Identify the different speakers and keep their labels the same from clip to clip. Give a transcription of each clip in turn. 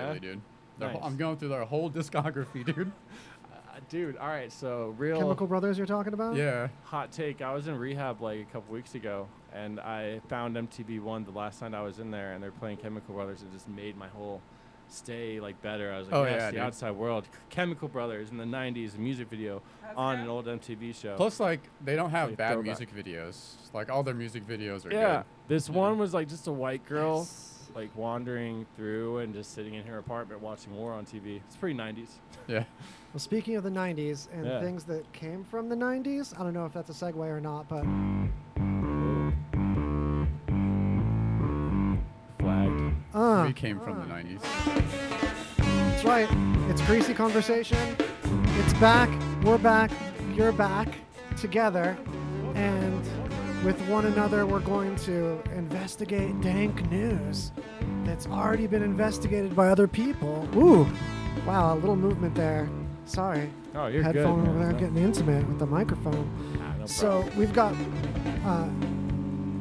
Speaker 1: really, dude. Their whole- I'm
Speaker 2: Nice.
Speaker 1: going through their whole discography, dude.
Speaker 2: Uh, dude, all right. So real
Speaker 3: Chemical Brothers you're talking about?
Speaker 1: Yeah.
Speaker 2: hot take. I was in rehab like a couple weeks ago, and I found MTV One the last time I was in there, and they're playing Chemical Brothers, and it just made my whole stay like better. I was like,
Speaker 1: Oh,
Speaker 2: yes,
Speaker 1: yeah,
Speaker 2: the
Speaker 1: dude.
Speaker 2: outside world, Chemical Brothers in the '90s, a music video on an old MTV show.
Speaker 1: Plus, like, they don't have
Speaker 2: Like
Speaker 1: bad
Speaker 2: throwback.
Speaker 1: music videos. Like, all their music videos are
Speaker 2: yeah,
Speaker 1: good.
Speaker 2: this one was like just a white girl. Like wandering through and just sitting in her apartment watching war on TV. It's pretty 90s.
Speaker 1: Yeah.
Speaker 3: Well, speaking of the 90s and
Speaker 2: Yeah.
Speaker 3: things that came from the 90s, I don't know if that's a segue or not, but
Speaker 2: Flagged.
Speaker 3: uh,
Speaker 1: we came from the 90s.
Speaker 3: that's right. It's Greasy Conversation. It's back. We're back. You're back together. And with one another, we're going to investigate dank news that's already been investigated by other people. Ooh, wow, a little movement there. Sorry.
Speaker 2: Oh, you're
Speaker 3: Headphone
Speaker 2: good.
Speaker 3: over
Speaker 2: man.
Speaker 3: there
Speaker 2: No-
Speaker 3: getting intimate with the microphone.
Speaker 2: Ah, no
Speaker 3: So we've got uh,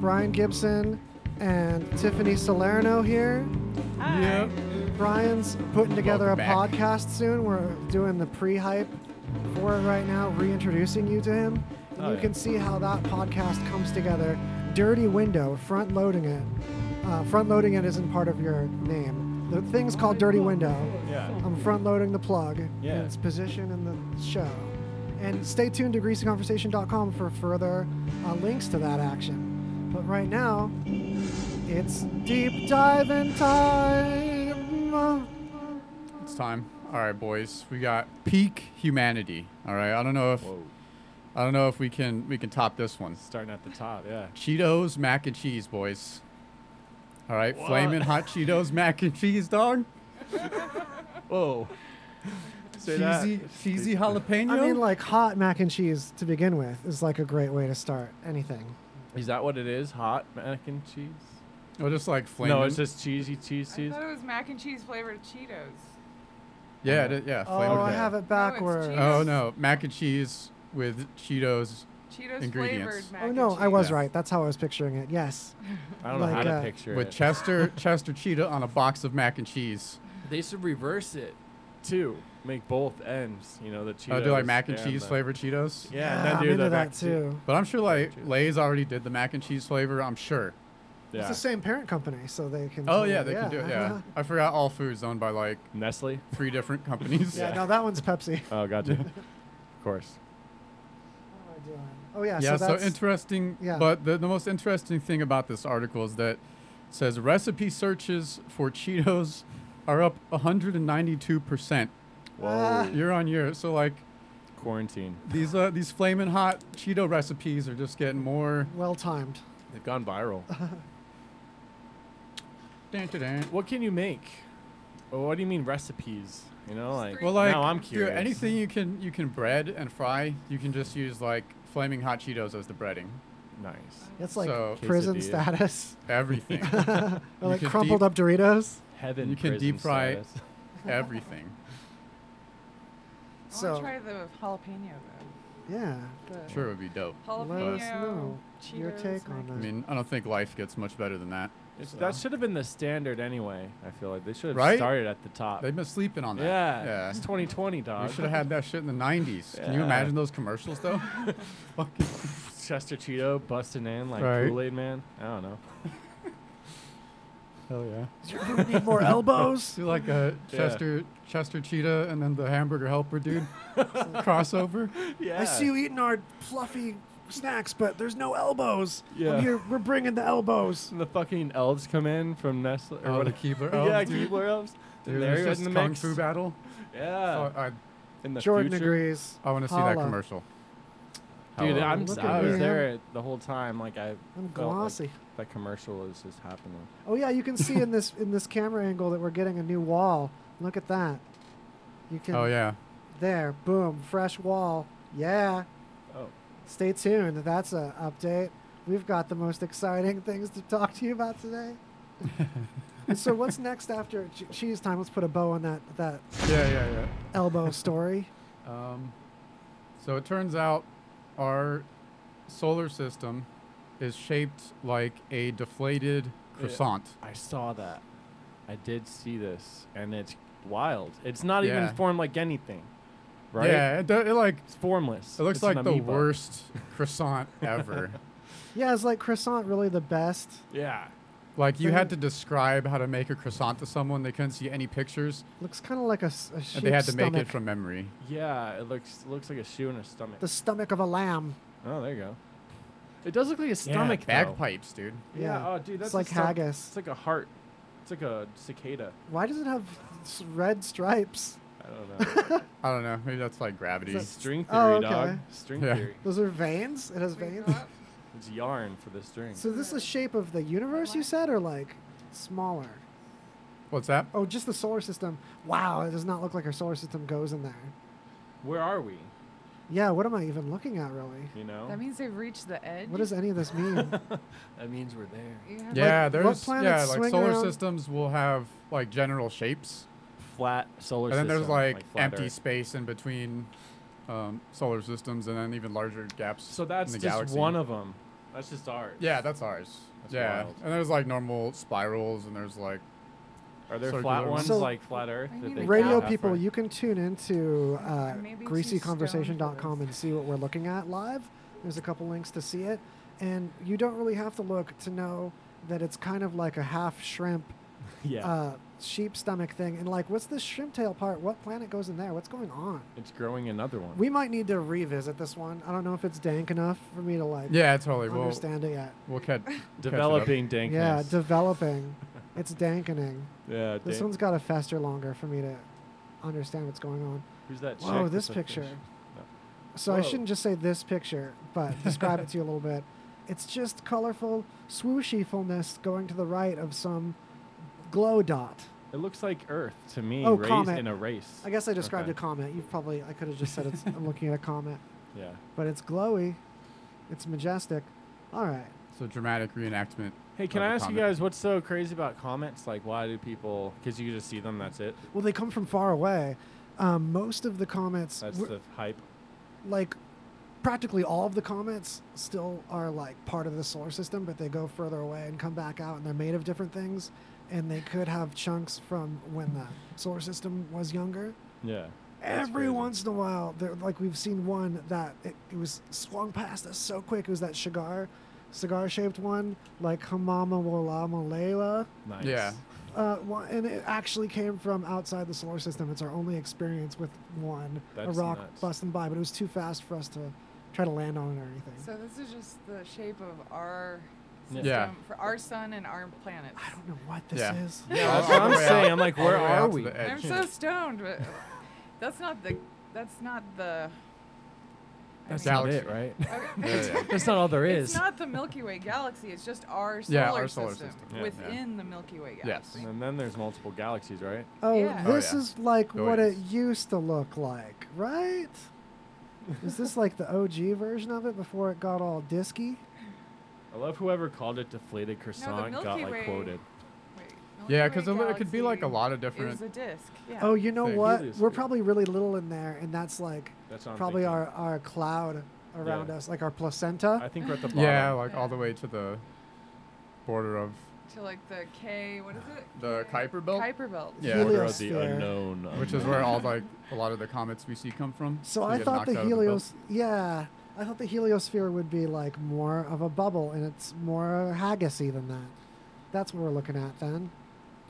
Speaker 3: Brian Gibson and Tiffany Salerno here.
Speaker 1: Yep.
Speaker 3: Brian's putting together
Speaker 1: Welcome
Speaker 3: a
Speaker 1: back.
Speaker 3: podcast soon. We're doing the pre-hype for it right now, reintroducing you to him. And
Speaker 2: Oh,
Speaker 3: you
Speaker 2: yeah.
Speaker 3: can see how that podcast comes together. Dirty Window, front loading it. Uh, front loading it isn't part of your name. The thing's called Dirty Window.
Speaker 2: problem. yeah.
Speaker 3: I'm front loading the plug and
Speaker 2: Yeah.
Speaker 3: its position in the show. And stay tuned to greasyconversation.com for further uh, links to that action. But right now, it's deep dive in time. Oh,
Speaker 1: It's time. All right, boys. We got peak humanity. All right. I don't know if
Speaker 2: Whoa.
Speaker 1: I don't know if we can we can top this one.
Speaker 2: Starting at the top, yeah.
Speaker 1: Cheetos mac and cheese, boys. All right,
Speaker 2: What?
Speaker 1: flaming hot Cheetos mac and cheese, dog.
Speaker 2: Whoa. Say that.
Speaker 1: cheesy, cheesy jalapeno.
Speaker 3: I mean, like hot mac and cheese to begin with is like a great way to start anything.
Speaker 2: Is that what it is? Hot mac and cheese?
Speaker 1: or Oh, just like flaming.
Speaker 2: No, it's just cheesy cheese
Speaker 4: I
Speaker 2: cheese.
Speaker 4: thought it was mac and cheese flavored Cheetos.
Speaker 1: yeah, it, yeah,
Speaker 3: Oh,
Speaker 1: flaming.
Speaker 3: I
Speaker 2: Okay.
Speaker 3: have it backwards.
Speaker 4: cheese.
Speaker 1: Oh no, mac and cheese with Cheetos.
Speaker 4: Cheetos
Speaker 1: Ingredients.
Speaker 4: flavored mac
Speaker 3: Oh
Speaker 4: and
Speaker 3: no, I
Speaker 4: cheese.
Speaker 3: was
Speaker 1: Yeah.
Speaker 3: right. That's how I was picturing it. Yes.
Speaker 2: I don't know
Speaker 3: like,
Speaker 2: how to
Speaker 3: uh,
Speaker 2: picture
Speaker 1: With
Speaker 2: it.
Speaker 1: Chester Chester Cheetah on a box of mac and cheese.
Speaker 2: they should reverse it, too. Make both ends, you know, the Cheetos.
Speaker 1: Oh, do like mac and
Speaker 2: and
Speaker 1: cheese
Speaker 2: the-
Speaker 1: flavored Cheetos?
Speaker 2: Yeah, and then
Speaker 3: I'm
Speaker 2: do
Speaker 3: into
Speaker 2: the mac
Speaker 3: that
Speaker 2: and cheese.
Speaker 3: too.
Speaker 1: But I'm sure like
Speaker 2: Cheetos.
Speaker 1: Lay's already did the mac and cheese flavor. I'm sure.
Speaker 2: Yeah.
Speaker 3: It's the same parent company, so they can.
Speaker 1: Oh
Speaker 3: do
Speaker 1: yeah,
Speaker 3: it.
Speaker 1: they can do it. Yeah, I forgot all foods owned by like
Speaker 2: Nestle?
Speaker 1: three different companies.
Speaker 3: yeah.
Speaker 2: Yeah.
Speaker 3: Now that one's Pepsi.
Speaker 2: Oh, gotcha. of course.
Speaker 3: What am I doing? Oh yeah,
Speaker 1: yeah,
Speaker 3: so
Speaker 1: so,
Speaker 3: that's
Speaker 1: interesting.
Speaker 3: yeah.
Speaker 1: But the, the most interesting thing about this article is that it says recipe searches for Cheetos are up 192%
Speaker 2: Whoa.
Speaker 3: Ah.
Speaker 1: year on year. So like
Speaker 2: Quarantine.
Speaker 1: these uh, these flaming hot Cheeto recipes are just getting more.
Speaker 3: well timed.
Speaker 2: They've gone viral.
Speaker 1: Dun, dun, dun.
Speaker 2: what can you make? Well, what do you mean recipes? You know, like,
Speaker 1: Well, like
Speaker 2: now I'm
Speaker 1: dude,
Speaker 2: curious.
Speaker 1: anything you can you can bread and fry, you can just use like flaming hot Cheetos as the breading.
Speaker 2: Nice.
Speaker 3: It's like
Speaker 1: So-
Speaker 3: prison
Speaker 2: Quesadilla.
Speaker 3: status.
Speaker 1: Everything,
Speaker 3: Or like
Speaker 1: could
Speaker 3: crumpled
Speaker 1: deep-
Speaker 3: up Doritos.
Speaker 2: Heaven.
Speaker 1: You can
Speaker 2: prison
Speaker 1: deep fry it.
Speaker 2: status.
Speaker 1: everything.
Speaker 4: I
Speaker 3: So
Speaker 4: want to try the jalapeno
Speaker 3: yeah,
Speaker 4: though. The
Speaker 1: Sure, it would be dope.
Speaker 4: Jalapeno.
Speaker 3: let us know
Speaker 4: Cheetos,
Speaker 3: your take
Speaker 4: mac
Speaker 3: on
Speaker 1: I
Speaker 3: that.
Speaker 1: mean, I don't think life gets much better than that.
Speaker 2: It's-
Speaker 1: So-
Speaker 2: That should have been the standard anyway. I feel like they should have
Speaker 1: Right?
Speaker 2: started at the top.
Speaker 1: They've been sleeping on that.
Speaker 2: yeah,
Speaker 1: Yeah.
Speaker 2: it's 2020, dog.
Speaker 1: We should have had that shit in the 90s. Can you
Speaker 2: Yeah.
Speaker 1: imagine those commercials, though? Fucking-
Speaker 2: Chester Cheeto busting in like
Speaker 1: Right.
Speaker 2: Kool Aid Man. I don't know.
Speaker 1: Hell yeah.
Speaker 3: You need more elbows.
Speaker 1: Do like a
Speaker 2: Yeah.
Speaker 1: Chester Chester Cheetah and then the Hamburger Helper dude crossover.
Speaker 2: Yeah.
Speaker 3: I see you eating our fluffy snacks, but there's no elbows.
Speaker 2: Yeah.
Speaker 3: I'm here. We're bringing the elbows.
Speaker 2: And the fucking elves come in from Nestle. Or
Speaker 1: Oh, the
Speaker 2: what?
Speaker 1: Keebler. Oh,
Speaker 2: yeah,
Speaker 1: dude.
Speaker 2: Keebler elves.
Speaker 1: Dude,
Speaker 2: Larry
Speaker 1: there's
Speaker 2: was in
Speaker 1: just
Speaker 2: the
Speaker 1: kung
Speaker 2: mix.
Speaker 1: fu battle.
Speaker 2: Yeah.
Speaker 1: Oh, I,
Speaker 2: in the
Speaker 3: Jordan
Speaker 2: future.
Speaker 3: agrees.
Speaker 1: I want to see that
Speaker 3: Holla.
Speaker 1: commercial.
Speaker 2: Dude,
Speaker 1: Holla.
Speaker 2: I'm,
Speaker 3: Look at
Speaker 2: I was
Speaker 3: you.
Speaker 2: there the whole time. Like I
Speaker 3: I'm
Speaker 2: felt like
Speaker 3: glossy.
Speaker 2: that commercial was just happening.
Speaker 3: Oh yeah, you can see in this in this camera angle that we're getting a new wall. Look at that. You can.
Speaker 1: Oh, yeah.
Speaker 3: There. Boom. Fresh wall. Yeah.
Speaker 2: Oh.
Speaker 3: Stay tuned. That's an update. We've got the most exciting things to talk to you about today. so what's next after che- cheese time? Let's put a bow on that that
Speaker 1: Yeah, yeah,
Speaker 3: elbow story.
Speaker 1: yeah. Um, so it turns out our solar system is shaped like a deflated croissant.
Speaker 2: I saw that. I did see this, and it's wild. It's not
Speaker 1: Yeah.
Speaker 2: even formed like anything, right?
Speaker 1: Yeah, it, do- it like
Speaker 2: It's formless.
Speaker 1: it looks
Speaker 2: It's an
Speaker 1: like the
Speaker 2: amoeba.
Speaker 1: worst croissant ever.
Speaker 3: Yeah, is like croissant really the best?
Speaker 2: Yeah.
Speaker 1: Like you
Speaker 3: Like-
Speaker 1: had to describe how to make a croissant to someone. They couldn't see any pictures,
Speaker 3: Looks kind of like a, s- a
Speaker 1: and they had
Speaker 3: sheep's
Speaker 1: to
Speaker 3: stomach.
Speaker 1: make it from memory.
Speaker 2: Yeah, it looks looks like a shoe in a stomach.
Speaker 3: the stomach of a lamb.
Speaker 2: oh, there you go. It does look like a stomach
Speaker 1: yeah,
Speaker 2: though.
Speaker 1: bagpipes, dude.
Speaker 2: Yeah.
Speaker 3: Yeah.
Speaker 2: Oh, dude, that's
Speaker 3: It's
Speaker 2: a
Speaker 3: like
Speaker 2: stom-
Speaker 3: haggis.
Speaker 2: It's like a heart. It's like a cicada.
Speaker 3: Why does it have s- red stripes?
Speaker 2: I don't know.
Speaker 1: I don't know. Maybe that's like gravity.
Speaker 2: It's string theory,
Speaker 3: Oh,
Speaker 2: dog.
Speaker 3: okay.
Speaker 2: String
Speaker 1: Yeah.
Speaker 2: theory.
Speaker 3: Those are veins. It has veins.
Speaker 2: It's yarn for the string.
Speaker 3: So this is the shape of the universe, you said, or like smaller?
Speaker 1: What's that?
Speaker 3: Oh, just the solar system. Wow, it does not look like our solar system goes in there.
Speaker 2: Where are we?
Speaker 3: Yeah, what am I even looking at, really?
Speaker 2: You know.
Speaker 4: That means they've reached the edge.
Speaker 3: What does any of this mean?
Speaker 2: That means we're there.
Speaker 4: You have
Speaker 1: Yeah,
Speaker 3: what
Speaker 1: there's
Speaker 3: planets
Speaker 1: yeah, like
Speaker 3: swing
Speaker 1: solar
Speaker 3: around?
Speaker 1: systems will have like general shapes,
Speaker 2: Flat solar
Speaker 1: and then
Speaker 2: system.
Speaker 1: there's like,
Speaker 2: flat
Speaker 1: empty
Speaker 2: Earth.
Speaker 1: space in between um, solar systems, and then even larger gaps.
Speaker 2: So that's
Speaker 1: in the
Speaker 2: just
Speaker 1: galaxy.
Speaker 2: one of them. That's just ours.
Speaker 1: Yeah, that's ours.
Speaker 2: That's
Speaker 1: yeah,
Speaker 2: wild.
Speaker 1: and there's like normal spirals, and there's like
Speaker 2: Are there
Speaker 1: Circular
Speaker 2: flat
Speaker 1: ones.
Speaker 2: ones
Speaker 3: So-
Speaker 2: like flat Earth?
Speaker 4: I
Speaker 2: that
Speaker 4: mean,
Speaker 2: they
Speaker 3: Radio
Speaker 2: can't
Speaker 3: people,
Speaker 2: halfway?
Speaker 3: you can tune into uh,
Speaker 4: I may be too
Speaker 3: greasyconversation.com
Speaker 4: stoned for
Speaker 3: and see what we're looking at live. There's a couple links to see it. And you don't really have to look to know that it's kind of like a half shrimp
Speaker 2: Yeah.
Speaker 3: uh, sheep stomach thing. And like, what's this shrimp tail part? What planet goes in there? What's going on?
Speaker 2: it's growing another one.
Speaker 3: We might need to revisit this one. I don't know if it's dank enough for me to like
Speaker 1: yeah, totally. We'll
Speaker 3: understand it yet.
Speaker 1: we'll catch
Speaker 2: Developing dankness.
Speaker 3: Yeah, developing. it's dankening.
Speaker 2: yeah.
Speaker 3: This
Speaker 2: dank-
Speaker 3: one's got to fester longer for me to understand what's going on.
Speaker 2: Who's that? chick
Speaker 3: Whoa,
Speaker 2: with
Speaker 3: this
Speaker 2: the
Speaker 3: picture.
Speaker 2: fish?
Speaker 3: So I
Speaker 2: Whoa.
Speaker 3: shouldn't just say this picture, but describe it to you a little bit. It's just colorful swooshyfulness going to the right of some glow dot.
Speaker 2: It looks like Earth to me,
Speaker 3: Oh,
Speaker 2: raised
Speaker 3: comet.
Speaker 2: in a race.
Speaker 3: I guess I described
Speaker 2: Okay.
Speaker 3: a comet. You probably I could have just said it's, I'm looking at a comet,
Speaker 2: Yeah.
Speaker 3: but it's glowy. It's majestic. All right.
Speaker 1: So dramatic reenactment.
Speaker 2: Hey, can I
Speaker 1: Another
Speaker 2: ask you
Speaker 1: comet.
Speaker 2: guys what's so crazy about comets? Like, why do people? Because you just see them. That's it.
Speaker 3: Well, they come from far away. Um, most of the comets,
Speaker 2: That's
Speaker 3: were-
Speaker 2: the hype.
Speaker 3: like practically all of the comets, still are like part of the solar system, but they go further away and come back out, and they're made of different things, and they could have chunks from when the solar system was younger.
Speaker 2: Yeah. That's
Speaker 3: Every
Speaker 2: crazy.
Speaker 3: once in a while, there, like we've seen one that it, it was swung past us so quick. It was that cigar, cigar-shaped one, like Hamama Walama Layla.
Speaker 2: Nice.
Speaker 1: Yeah.
Speaker 3: Uh, one, and it actually came from outside the solar system. It's our only experience with one.
Speaker 2: That's
Speaker 3: a rock
Speaker 2: nuts.
Speaker 3: busting by, but it was too fast for us to try to land on it or anything.
Speaker 4: So this is just the shape of our
Speaker 2: Yeah.
Speaker 4: system
Speaker 1: Yeah.
Speaker 4: for our sun and our planets.
Speaker 3: I don't know what this
Speaker 1: Yeah.
Speaker 3: is.
Speaker 2: Yeah,
Speaker 1: All
Speaker 2: that's
Speaker 1: the
Speaker 2: what I'm
Speaker 1: way out-
Speaker 2: saying. I'm like,
Speaker 1: all the
Speaker 2: where
Speaker 1: way
Speaker 2: are
Speaker 1: out to
Speaker 2: we?
Speaker 1: the
Speaker 4: I'm
Speaker 1: edge.
Speaker 4: so stoned, but that's not the. That's not the. I
Speaker 1: That's
Speaker 4: mean,
Speaker 1: not Galaxy.
Speaker 2: it, right?
Speaker 1: Yeah,
Speaker 4: okay.
Speaker 1: yeah.
Speaker 2: That's not all there
Speaker 4: It's
Speaker 2: is.
Speaker 4: not the Milky Way galaxy. It's just our solar,
Speaker 1: Yeah, our solar
Speaker 4: system,
Speaker 1: system. Yeah.
Speaker 4: within the Milky Way
Speaker 1: Yes.
Speaker 4: galaxy.
Speaker 2: and then there's multiple galaxies, right?
Speaker 3: Oh,
Speaker 4: Yeah.
Speaker 1: Oh,
Speaker 3: this
Speaker 1: yeah.
Speaker 3: is like
Speaker 1: Oh,
Speaker 3: what
Speaker 1: yeah.
Speaker 3: it used to look like, right? is this like the OG version of it before it got all disky?
Speaker 2: I love whoever called it deflated croissant got
Speaker 4: Milky
Speaker 2: like
Speaker 4: Way-
Speaker 2: quoted.
Speaker 4: Wait,
Speaker 1: Yeah,
Speaker 4: Milky
Speaker 1: because
Speaker 4: Way
Speaker 1: it, it could be like a
Speaker 4: galaxy
Speaker 1: lot of
Speaker 4: Is
Speaker 1: different.
Speaker 4: a disc. Yeah.
Speaker 3: Oh, you know
Speaker 1: Thing.
Speaker 3: what?
Speaker 2: Helios
Speaker 3: We're
Speaker 2: field.
Speaker 3: probably really little in there, and that's like
Speaker 2: That's what I'm
Speaker 3: probably
Speaker 2: thinking.
Speaker 3: our, our cloud around
Speaker 2: Yeah.
Speaker 3: us, like our placenta.
Speaker 2: I think we're at the bottom.
Speaker 1: Yeah, like all the
Speaker 4: Yeah.
Speaker 1: way to the border of
Speaker 4: to like the K. What is it?
Speaker 1: the
Speaker 4: K-
Speaker 1: Kuiper Belt,
Speaker 4: Kuiper belt.
Speaker 1: Yeah.
Speaker 2: Border of the
Speaker 3: Heliosphere.
Speaker 2: unknown.
Speaker 1: which is where all like a lot of the comets we see come from.
Speaker 3: So
Speaker 1: They
Speaker 3: I
Speaker 1: get
Speaker 3: thought
Speaker 1: knocked
Speaker 3: the
Speaker 1: out of belt.
Speaker 3: helios, uh, yeah, I thought the heliosphere would be like more of a bubble, and it's more haggisy than that. That's what we're looking at then.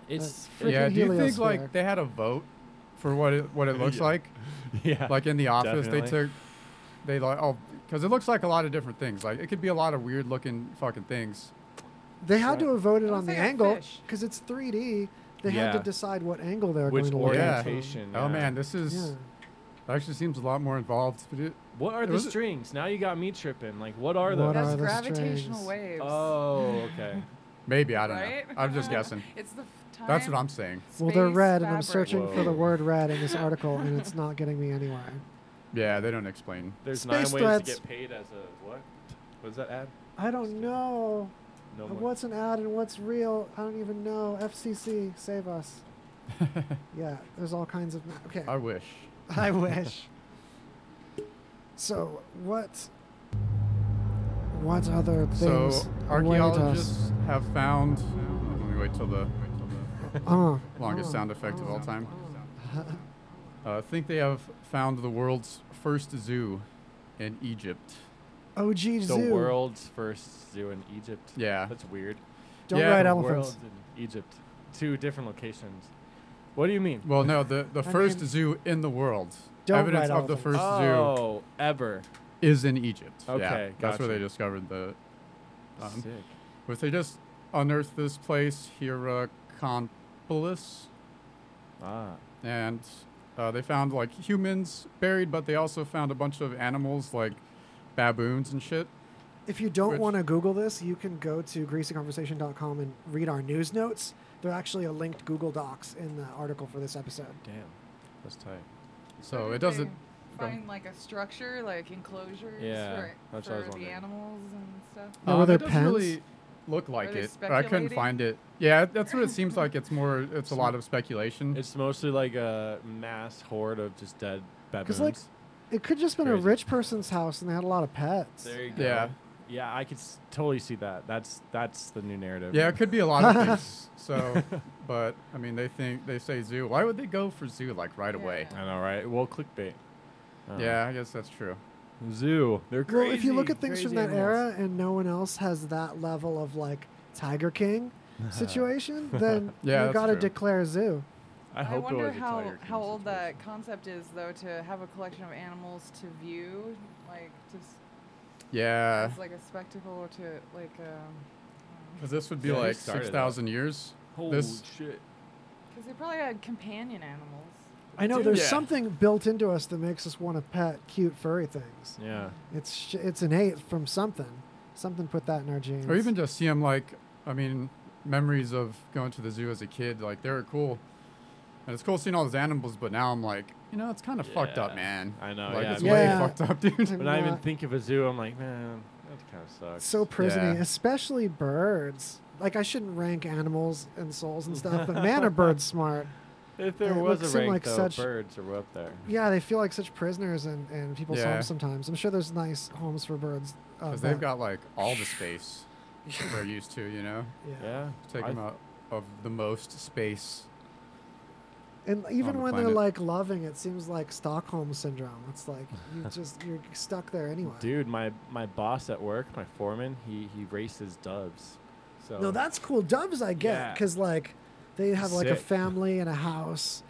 Speaker 2: It's
Speaker 3: freaking
Speaker 1: yeah, do you think
Speaker 3: heliosphere.
Speaker 1: like they had a vote for what it what it looks
Speaker 2: Yeah.
Speaker 1: like?
Speaker 2: yeah.
Speaker 1: Like in the office, they
Speaker 2: Definitely.
Speaker 1: took they like oh because it looks like a lot of different things. Like it could be a lot of weird looking fucking things.
Speaker 3: They had to
Speaker 2: Right.
Speaker 3: have voted
Speaker 4: Looks
Speaker 3: on the
Speaker 4: like a
Speaker 3: angle
Speaker 4: fish.
Speaker 3: because it's 3D. They had to
Speaker 2: Yeah.
Speaker 3: decide what angle they were going
Speaker 2: Which
Speaker 3: to look at.
Speaker 2: orientation?
Speaker 1: Oh
Speaker 2: yeah.
Speaker 1: man, this is
Speaker 3: Yeah.
Speaker 1: actually seems a lot more involved. But it,
Speaker 2: What are
Speaker 1: It
Speaker 2: the
Speaker 1: was-
Speaker 2: strings? Now you got me tripping. Like, what are those?
Speaker 3: What
Speaker 4: That's
Speaker 3: are the
Speaker 4: gravitational
Speaker 3: strings?
Speaker 4: waves.
Speaker 2: oh, okay.
Speaker 1: maybe I don't
Speaker 4: Right?
Speaker 1: know. I'm just guessing.
Speaker 4: It's the f- time.
Speaker 1: That's what I'm saying.
Speaker 3: Well, they're
Speaker 4: space
Speaker 3: red, and I'm
Speaker 4: fabric.
Speaker 3: searching for the
Speaker 2: Whoa.
Speaker 3: word red in this article, and it's not getting me anywhere.
Speaker 1: Yeah, they don't explain.
Speaker 2: There's
Speaker 3: Space
Speaker 2: nine ways
Speaker 3: threats.
Speaker 2: to get paid as a what? What does that add?
Speaker 3: I don't know
Speaker 2: No more.
Speaker 3: what's an ad and what's real. I don't even know. FCC, save us. yeah, there's all kinds of. Okay.
Speaker 1: I wish.
Speaker 3: I wish. So what? What other
Speaker 1: So
Speaker 3: things? await us?
Speaker 1: archaeologists have found. Let me wait till the.
Speaker 3: Uh,
Speaker 1: Longest
Speaker 3: uh,
Speaker 1: sound effect of all
Speaker 3: uh,
Speaker 1: time.
Speaker 3: uh.
Speaker 1: Uh, I think they have found the world's first zoo in Egypt.
Speaker 3: OG
Speaker 2: The
Speaker 3: Zoo.
Speaker 2: world's first zoo in Egypt.
Speaker 1: Yeah.
Speaker 2: That's weird.
Speaker 3: Don't
Speaker 1: Yeah,
Speaker 3: ride
Speaker 1: the
Speaker 2: The
Speaker 3: elephants.
Speaker 2: world in Egypt. Two different locations. What do you mean?
Speaker 1: Well, no, the, the
Speaker 3: I
Speaker 1: first
Speaker 3: mean-
Speaker 1: zoo in the world.
Speaker 3: Don't
Speaker 1: Evidence
Speaker 3: ride
Speaker 1: of the
Speaker 3: elephants.
Speaker 1: first
Speaker 2: oh, ever.
Speaker 1: zoo is in Egypt. Yeah,
Speaker 2: Okay,
Speaker 1: that's where they
Speaker 2: gotcha.
Speaker 1: discovered the. Um,
Speaker 2: Sick.
Speaker 1: but they just unearthed this place, Hierakonpolis,
Speaker 2: Ah.
Speaker 1: and uh, they found like humans buried, but they also found a bunch of animals like baboons and shit.
Speaker 3: If you don't
Speaker 1: Which-
Speaker 3: want to Google this, you can go to greasyconversation.com and read our news notes. They're actually a linked Google Docs in the article for this episode.
Speaker 2: Damn. That's tight.
Speaker 1: So
Speaker 4: did
Speaker 1: it doesn't.
Speaker 4: they
Speaker 1: go on.
Speaker 4: find like a structure, like enclosures
Speaker 2: Yeah,
Speaker 4: for,
Speaker 2: that's what I
Speaker 4: for
Speaker 2: was
Speaker 4: the
Speaker 2: wondering.
Speaker 4: animals and stuff.
Speaker 3: Now,
Speaker 1: Uh,
Speaker 3: were there
Speaker 1: it doesn't
Speaker 3: pens?
Speaker 1: really look like
Speaker 4: they
Speaker 1: it. or I couldn't
Speaker 4: speculating?
Speaker 1: find it. Yeah, that's what it seems like. It's more. It's a lot of speculation.
Speaker 2: It's mostly like a mass horde of just dead baboons.
Speaker 3: like, It could just been a
Speaker 2: Crazy.
Speaker 3: rich person's house and they had a lot of pets.
Speaker 2: there you go.
Speaker 1: yeah.
Speaker 2: Yeah, I could s- totally see that. That's that's the new narrative.
Speaker 1: Yeah, it could be a lot of things. So, but I mean, they think they say zoo. Why would they go for zoo like right away?
Speaker 4: Yeah.
Speaker 2: I know, right? Well, clickbait. Uh,
Speaker 1: Yeah, I guess that's true.
Speaker 2: Zoo. They're
Speaker 3: Well,
Speaker 2: crazy.
Speaker 3: if you look at things from
Speaker 2: crazy
Speaker 3: that
Speaker 2: animals.
Speaker 3: era and no one else has that level of like Tiger King situation, then
Speaker 1: Yeah,
Speaker 3: you
Speaker 1: that's
Speaker 3: gotta
Speaker 1: true.
Speaker 3: declare zoo.
Speaker 2: I hope it
Speaker 4: wonder
Speaker 2: was a
Speaker 4: how
Speaker 2: Tiger King
Speaker 4: how old
Speaker 2: situation.
Speaker 4: that concept is though to have a collection of animals to view, like just
Speaker 1: Yeah,
Speaker 4: as like a spectacle to like. Um,
Speaker 1: 'cause this would be
Speaker 2: Yeah, who
Speaker 1: like
Speaker 2: started
Speaker 1: six
Speaker 2: that?
Speaker 1: thousand years.
Speaker 2: Holy
Speaker 1: This-
Speaker 2: shit.
Speaker 4: because they probably had companion animals.
Speaker 3: I know
Speaker 2: Dude,
Speaker 3: there's
Speaker 1: yeah.
Speaker 3: something built into us that makes us want to pet cute furry things.
Speaker 2: Yeah.
Speaker 3: It's sh- it's innate from something. Something put that in our genes.
Speaker 1: Or even just see them like, I mean, memories of going to the zoo as a kid. Like they were cool, and it's cool seeing all those animals. But now I'm like, you know, it's kind of fucked up,
Speaker 2: Yeah.
Speaker 1: man.
Speaker 2: I know,
Speaker 1: Like
Speaker 2: yeah,
Speaker 1: it's
Speaker 3: me
Speaker 1: way
Speaker 3: too.
Speaker 1: fucked up, dude.
Speaker 2: When I even
Speaker 3: not-
Speaker 2: think of a zoo, I'm like, man, that kind of sucks.
Speaker 3: so prisony,
Speaker 1: Yeah.
Speaker 3: especially birds. Like I shouldn't rank animals and souls and stuff, but man, are birds smart?
Speaker 2: if
Speaker 3: it
Speaker 2: there was
Speaker 3: looks
Speaker 2: a
Speaker 3: in
Speaker 2: rank,
Speaker 3: like
Speaker 2: though,
Speaker 3: such-
Speaker 2: birds are up there.
Speaker 1: Oh,
Speaker 3: Yeah, they feel like such prisoners in, in people's
Speaker 1: Yeah.
Speaker 3: homes sometimes. I'm sure there's nice homes for birds. uh,
Speaker 1: Because they've
Speaker 3: but-
Speaker 1: got like all the space we're used to, you know.
Speaker 2: Yeah.
Speaker 1: Take
Speaker 2: I-
Speaker 1: them out of the most space.
Speaker 3: And even
Speaker 1: the
Speaker 3: when they're
Speaker 1: planet.
Speaker 3: like loving, it seems like Stockholm syndrome. It's like you just you're stuck there anyway.
Speaker 2: Dude, my, my boss at work, my foreman, he, he races doves. So
Speaker 3: No, that's cool. Doves, I get
Speaker 2: Yeah.
Speaker 3: because like they have like a
Speaker 2: Sick.
Speaker 3: family and a house,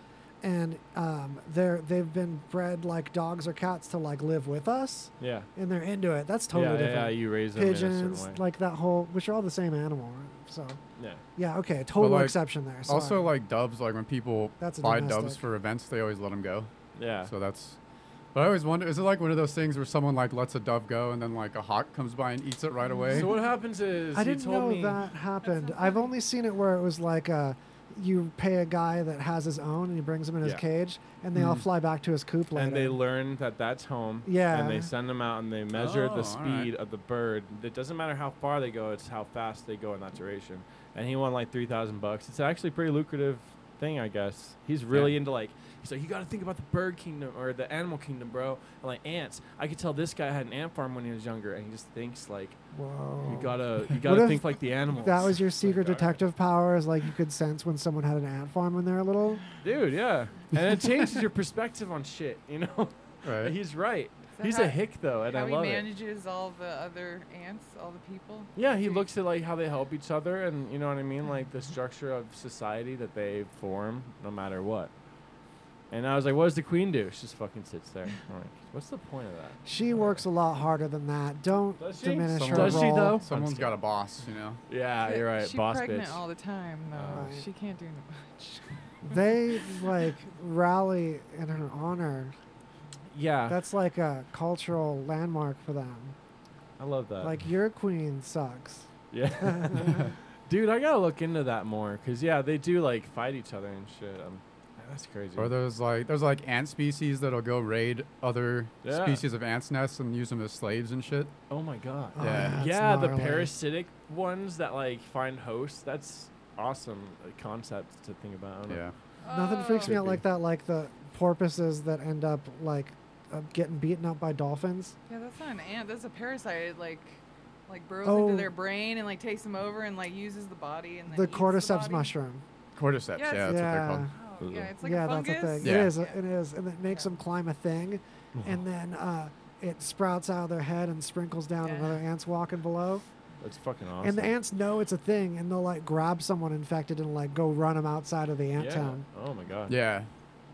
Speaker 3: and um, they're they've been bred like dogs or cats to like live with us,
Speaker 2: Yeah.
Speaker 3: and they're into it. That's totally
Speaker 2: yeah, yeah, yeah,
Speaker 3: different.
Speaker 2: you raise them in a
Speaker 3: Pigeons,
Speaker 2: certain way.
Speaker 3: like that whole, which are all the same animal. Right? So
Speaker 2: yeah.
Speaker 3: yeah, okay, total
Speaker 1: like,
Speaker 3: exception there.
Speaker 1: Also,
Speaker 3: sorry.
Speaker 1: like doves, like when people
Speaker 3: That's a
Speaker 1: buy doves
Speaker 3: domestic.
Speaker 1: for events, they always let them go.
Speaker 2: Yeah.
Speaker 1: So that's. But I always wonder, is it like one of those things where someone like lets a dove go and then like a hawk comes by and eats it right away?
Speaker 2: So what happens is
Speaker 3: I
Speaker 2: he
Speaker 3: didn't
Speaker 2: told
Speaker 3: know
Speaker 2: me
Speaker 3: that happened.
Speaker 4: so
Speaker 3: I've
Speaker 4: funny.
Speaker 3: only seen it where it was like uh you pay a guy that has his own and he brings him in his
Speaker 2: Yeah. Mm-hmm.
Speaker 3: cage and they all
Speaker 1: Mhm.
Speaker 3: fly back to his coop later.
Speaker 2: and they learn that that's home. And
Speaker 3: Yeah.
Speaker 2: they send them out and they measure
Speaker 1: Oh,
Speaker 2: the
Speaker 1: alright.
Speaker 2: speed of the bird. It doesn't matter how far they go; it's how fast they go in that duration. And he won like three thousand bucks. It's actually a pretty lucrative thing, I guess. He's really
Speaker 1: Yeah.
Speaker 2: into like he's like you got to think about the bird kingdom or the animal kingdom, bro. And like ants, I could tell this guy had an ant farm when he was younger, and he just thinks like
Speaker 3: Whoa.
Speaker 2: you gotta you gotta
Speaker 3: if
Speaker 2: think like the animals.
Speaker 3: that was your
Speaker 2: It's
Speaker 3: secret
Speaker 2: like, alright.
Speaker 3: detective power is like you could sense when someone had an ant farm when they were little.
Speaker 2: dude. Yeah, and it changes your perspective on shit. You know,
Speaker 1: Right.
Speaker 2: he's right.
Speaker 4: So
Speaker 2: He's
Speaker 4: how-
Speaker 2: a hick though, and
Speaker 4: how
Speaker 2: I love
Speaker 4: he
Speaker 2: it.
Speaker 4: manages all the other ants, all the people.
Speaker 2: Yeah, he
Speaker 4: Dude.
Speaker 2: looks at like how they help each other, and you know what I mean, like the structure of society that they form, no matter what. And I was like, "What does the queen do?" She just fucking sits there. I'm like, "What's the point of that?"
Speaker 3: She works a lot harder than that. Don't
Speaker 2: Does she?
Speaker 3: diminish her
Speaker 1: Does she,
Speaker 3: role.
Speaker 2: though?
Speaker 1: Someone's got a boss, you know.
Speaker 2: Yeah,
Speaker 4: But
Speaker 2: you're right,
Speaker 4: She's
Speaker 2: boss
Speaker 4: pregnant
Speaker 2: bitch.
Speaker 4: all the time though.
Speaker 2: Oh.
Speaker 3: Right.
Speaker 4: She can't do much.
Speaker 3: They like rally in her honor.
Speaker 2: yeah,
Speaker 3: That's like a cultural landmark for them.
Speaker 2: I love that.
Speaker 3: Like your queen sucks.
Speaker 2: yeah, dude, I gotta look into that more, cause yeah, they do like fight each other and shit. Um, that's crazy.
Speaker 1: Or there's like there's like ant species that'll go raid other
Speaker 2: Yeah.
Speaker 1: species of ants' nests and use them as slaves and shit.
Speaker 2: oh my god.
Speaker 3: Oh,
Speaker 1: Yeah.
Speaker 3: that's
Speaker 2: yeah, the
Speaker 3: gnarly.
Speaker 2: parasitic ones that like find hosts. That's awesome uh, concept to think about. I don't know.
Speaker 1: Yeah.
Speaker 3: Nothing
Speaker 4: Oh.
Speaker 3: freaks me
Speaker 2: Could
Speaker 3: out
Speaker 2: be.
Speaker 3: like that, like the porpoises that end up like uh, getting beaten up by dolphins.
Speaker 4: Yeah, that's not an ant. That's a parasite. It, like, like burrows into
Speaker 3: Oh.
Speaker 4: their brain and like takes them over and like uses the body and then
Speaker 3: the
Speaker 4: eats
Speaker 3: cordyceps
Speaker 4: body.
Speaker 3: mushroom.
Speaker 1: Cordyceps, yeah,
Speaker 4: Yes.
Speaker 1: that's what they're called.
Speaker 4: Oh, yeah, it's like
Speaker 3: yeah,
Speaker 4: a fungus.
Speaker 3: that's a thing.
Speaker 1: Yeah.
Speaker 3: It is. It is, and it makes them climb a thing, and then uh, it sprouts out of their head and sprinkles down
Speaker 4: Yeah.
Speaker 3: on other ants walking below.
Speaker 2: That's fucking awesome.
Speaker 3: And the ants know it's a thing, and they'll like grab someone infected and like go run them outside of the ant
Speaker 2: yeah.
Speaker 3: town.
Speaker 2: Oh my god.
Speaker 1: Yeah.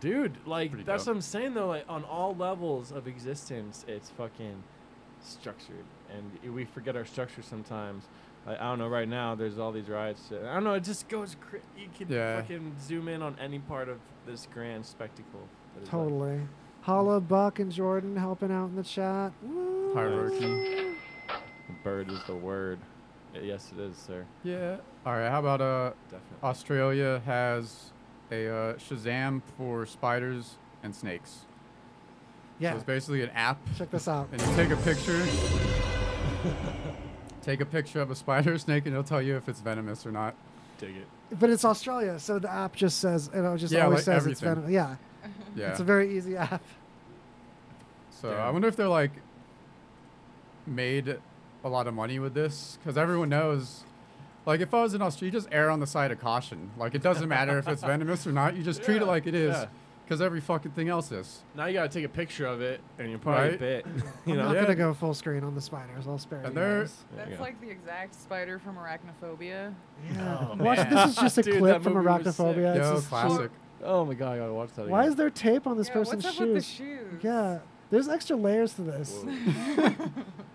Speaker 2: Dude, like
Speaker 1: Pretty
Speaker 2: that's
Speaker 1: dope.
Speaker 2: what I'm saying though. Like on all levels of existence, it's fucking structured, and i- we forget our structure sometimes. Like I don't know. Right now, there's all these rides. To, I don't know. It just goes. Cr- you can
Speaker 1: Yeah.
Speaker 2: fucking zoom in on any part of this grand spectacle. that is life.
Speaker 3: Totally. Holla, Buck, and Jordan helping out in the chat. Woo.
Speaker 1: Hierarchy.
Speaker 2: Bird is the word. Y- Yes, it is, sir.
Speaker 1: Yeah. All right. How about uh,
Speaker 2: Definitely.
Speaker 1: Australia has a uh, Shazam for spiders and snakes. So
Speaker 3: Yeah.
Speaker 1: it's basically an app,
Speaker 3: Check this out.
Speaker 1: and you take a picture. take a picture of a spider or snake, and it'll tell you if it's venomous or not.
Speaker 2: Dig it.
Speaker 3: But it's Australia, so the app just says it just
Speaker 1: Yeah,
Speaker 3: always
Speaker 1: like
Speaker 3: says it's
Speaker 1: everything.
Speaker 3: venom. Yeah,
Speaker 1: Yeah.
Speaker 3: it's a very easy app.
Speaker 1: so I
Speaker 2: Damn.
Speaker 1: wonder if they're like made a lot of money with this, because everyone knows. Like if I was in Australia, you just err on the side of caution. Like it doesn't matter if it's venomous or not. You just treat it
Speaker 2: Yeah,
Speaker 1: like it is,
Speaker 2: yeah.
Speaker 1: because every fucking thing else is.
Speaker 2: Now you gotta take a picture of it, and you're probably
Speaker 1: Right?
Speaker 2: bit. You
Speaker 3: I'm
Speaker 2: know.
Speaker 3: not
Speaker 1: Yeah.
Speaker 3: gonna go full screen on the spiders. I'll spare
Speaker 1: And
Speaker 3: you
Speaker 1: they're-
Speaker 3: guys.
Speaker 2: There you
Speaker 4: That's
Speaker 2: go.
Speaker 4: like the exact spider from Arachnophobia.
Speaker 3: Yeah.
Speaker 2: Oh,
Speaker 3: Watch,
Speaker 2: man.
Speaker 3: this is just a
Speaker 2: Dude,
Speaker 3: clip
Speaker 2: that
Speaker 3: from
Speaker 2: movie was sick.
Speaker 3: Arachnophobia. It's
Speaker 1: Yo,
Speaker 3: just-
Speaker 1: classic.
Speaker 2: Oh my god, I gotta watch that.
Speaker 3: Why
Speaker 2: again.
Speaker 3: is there tape on this
Speaker 4: yeah,
Speaker 3: person's
Speaker 4: what's up
Speaker 3: shoes?
Speaker 4: with the shoes?
Speaker 3: Yeah, there's extra layers to this.
Speaker 2: Whoa.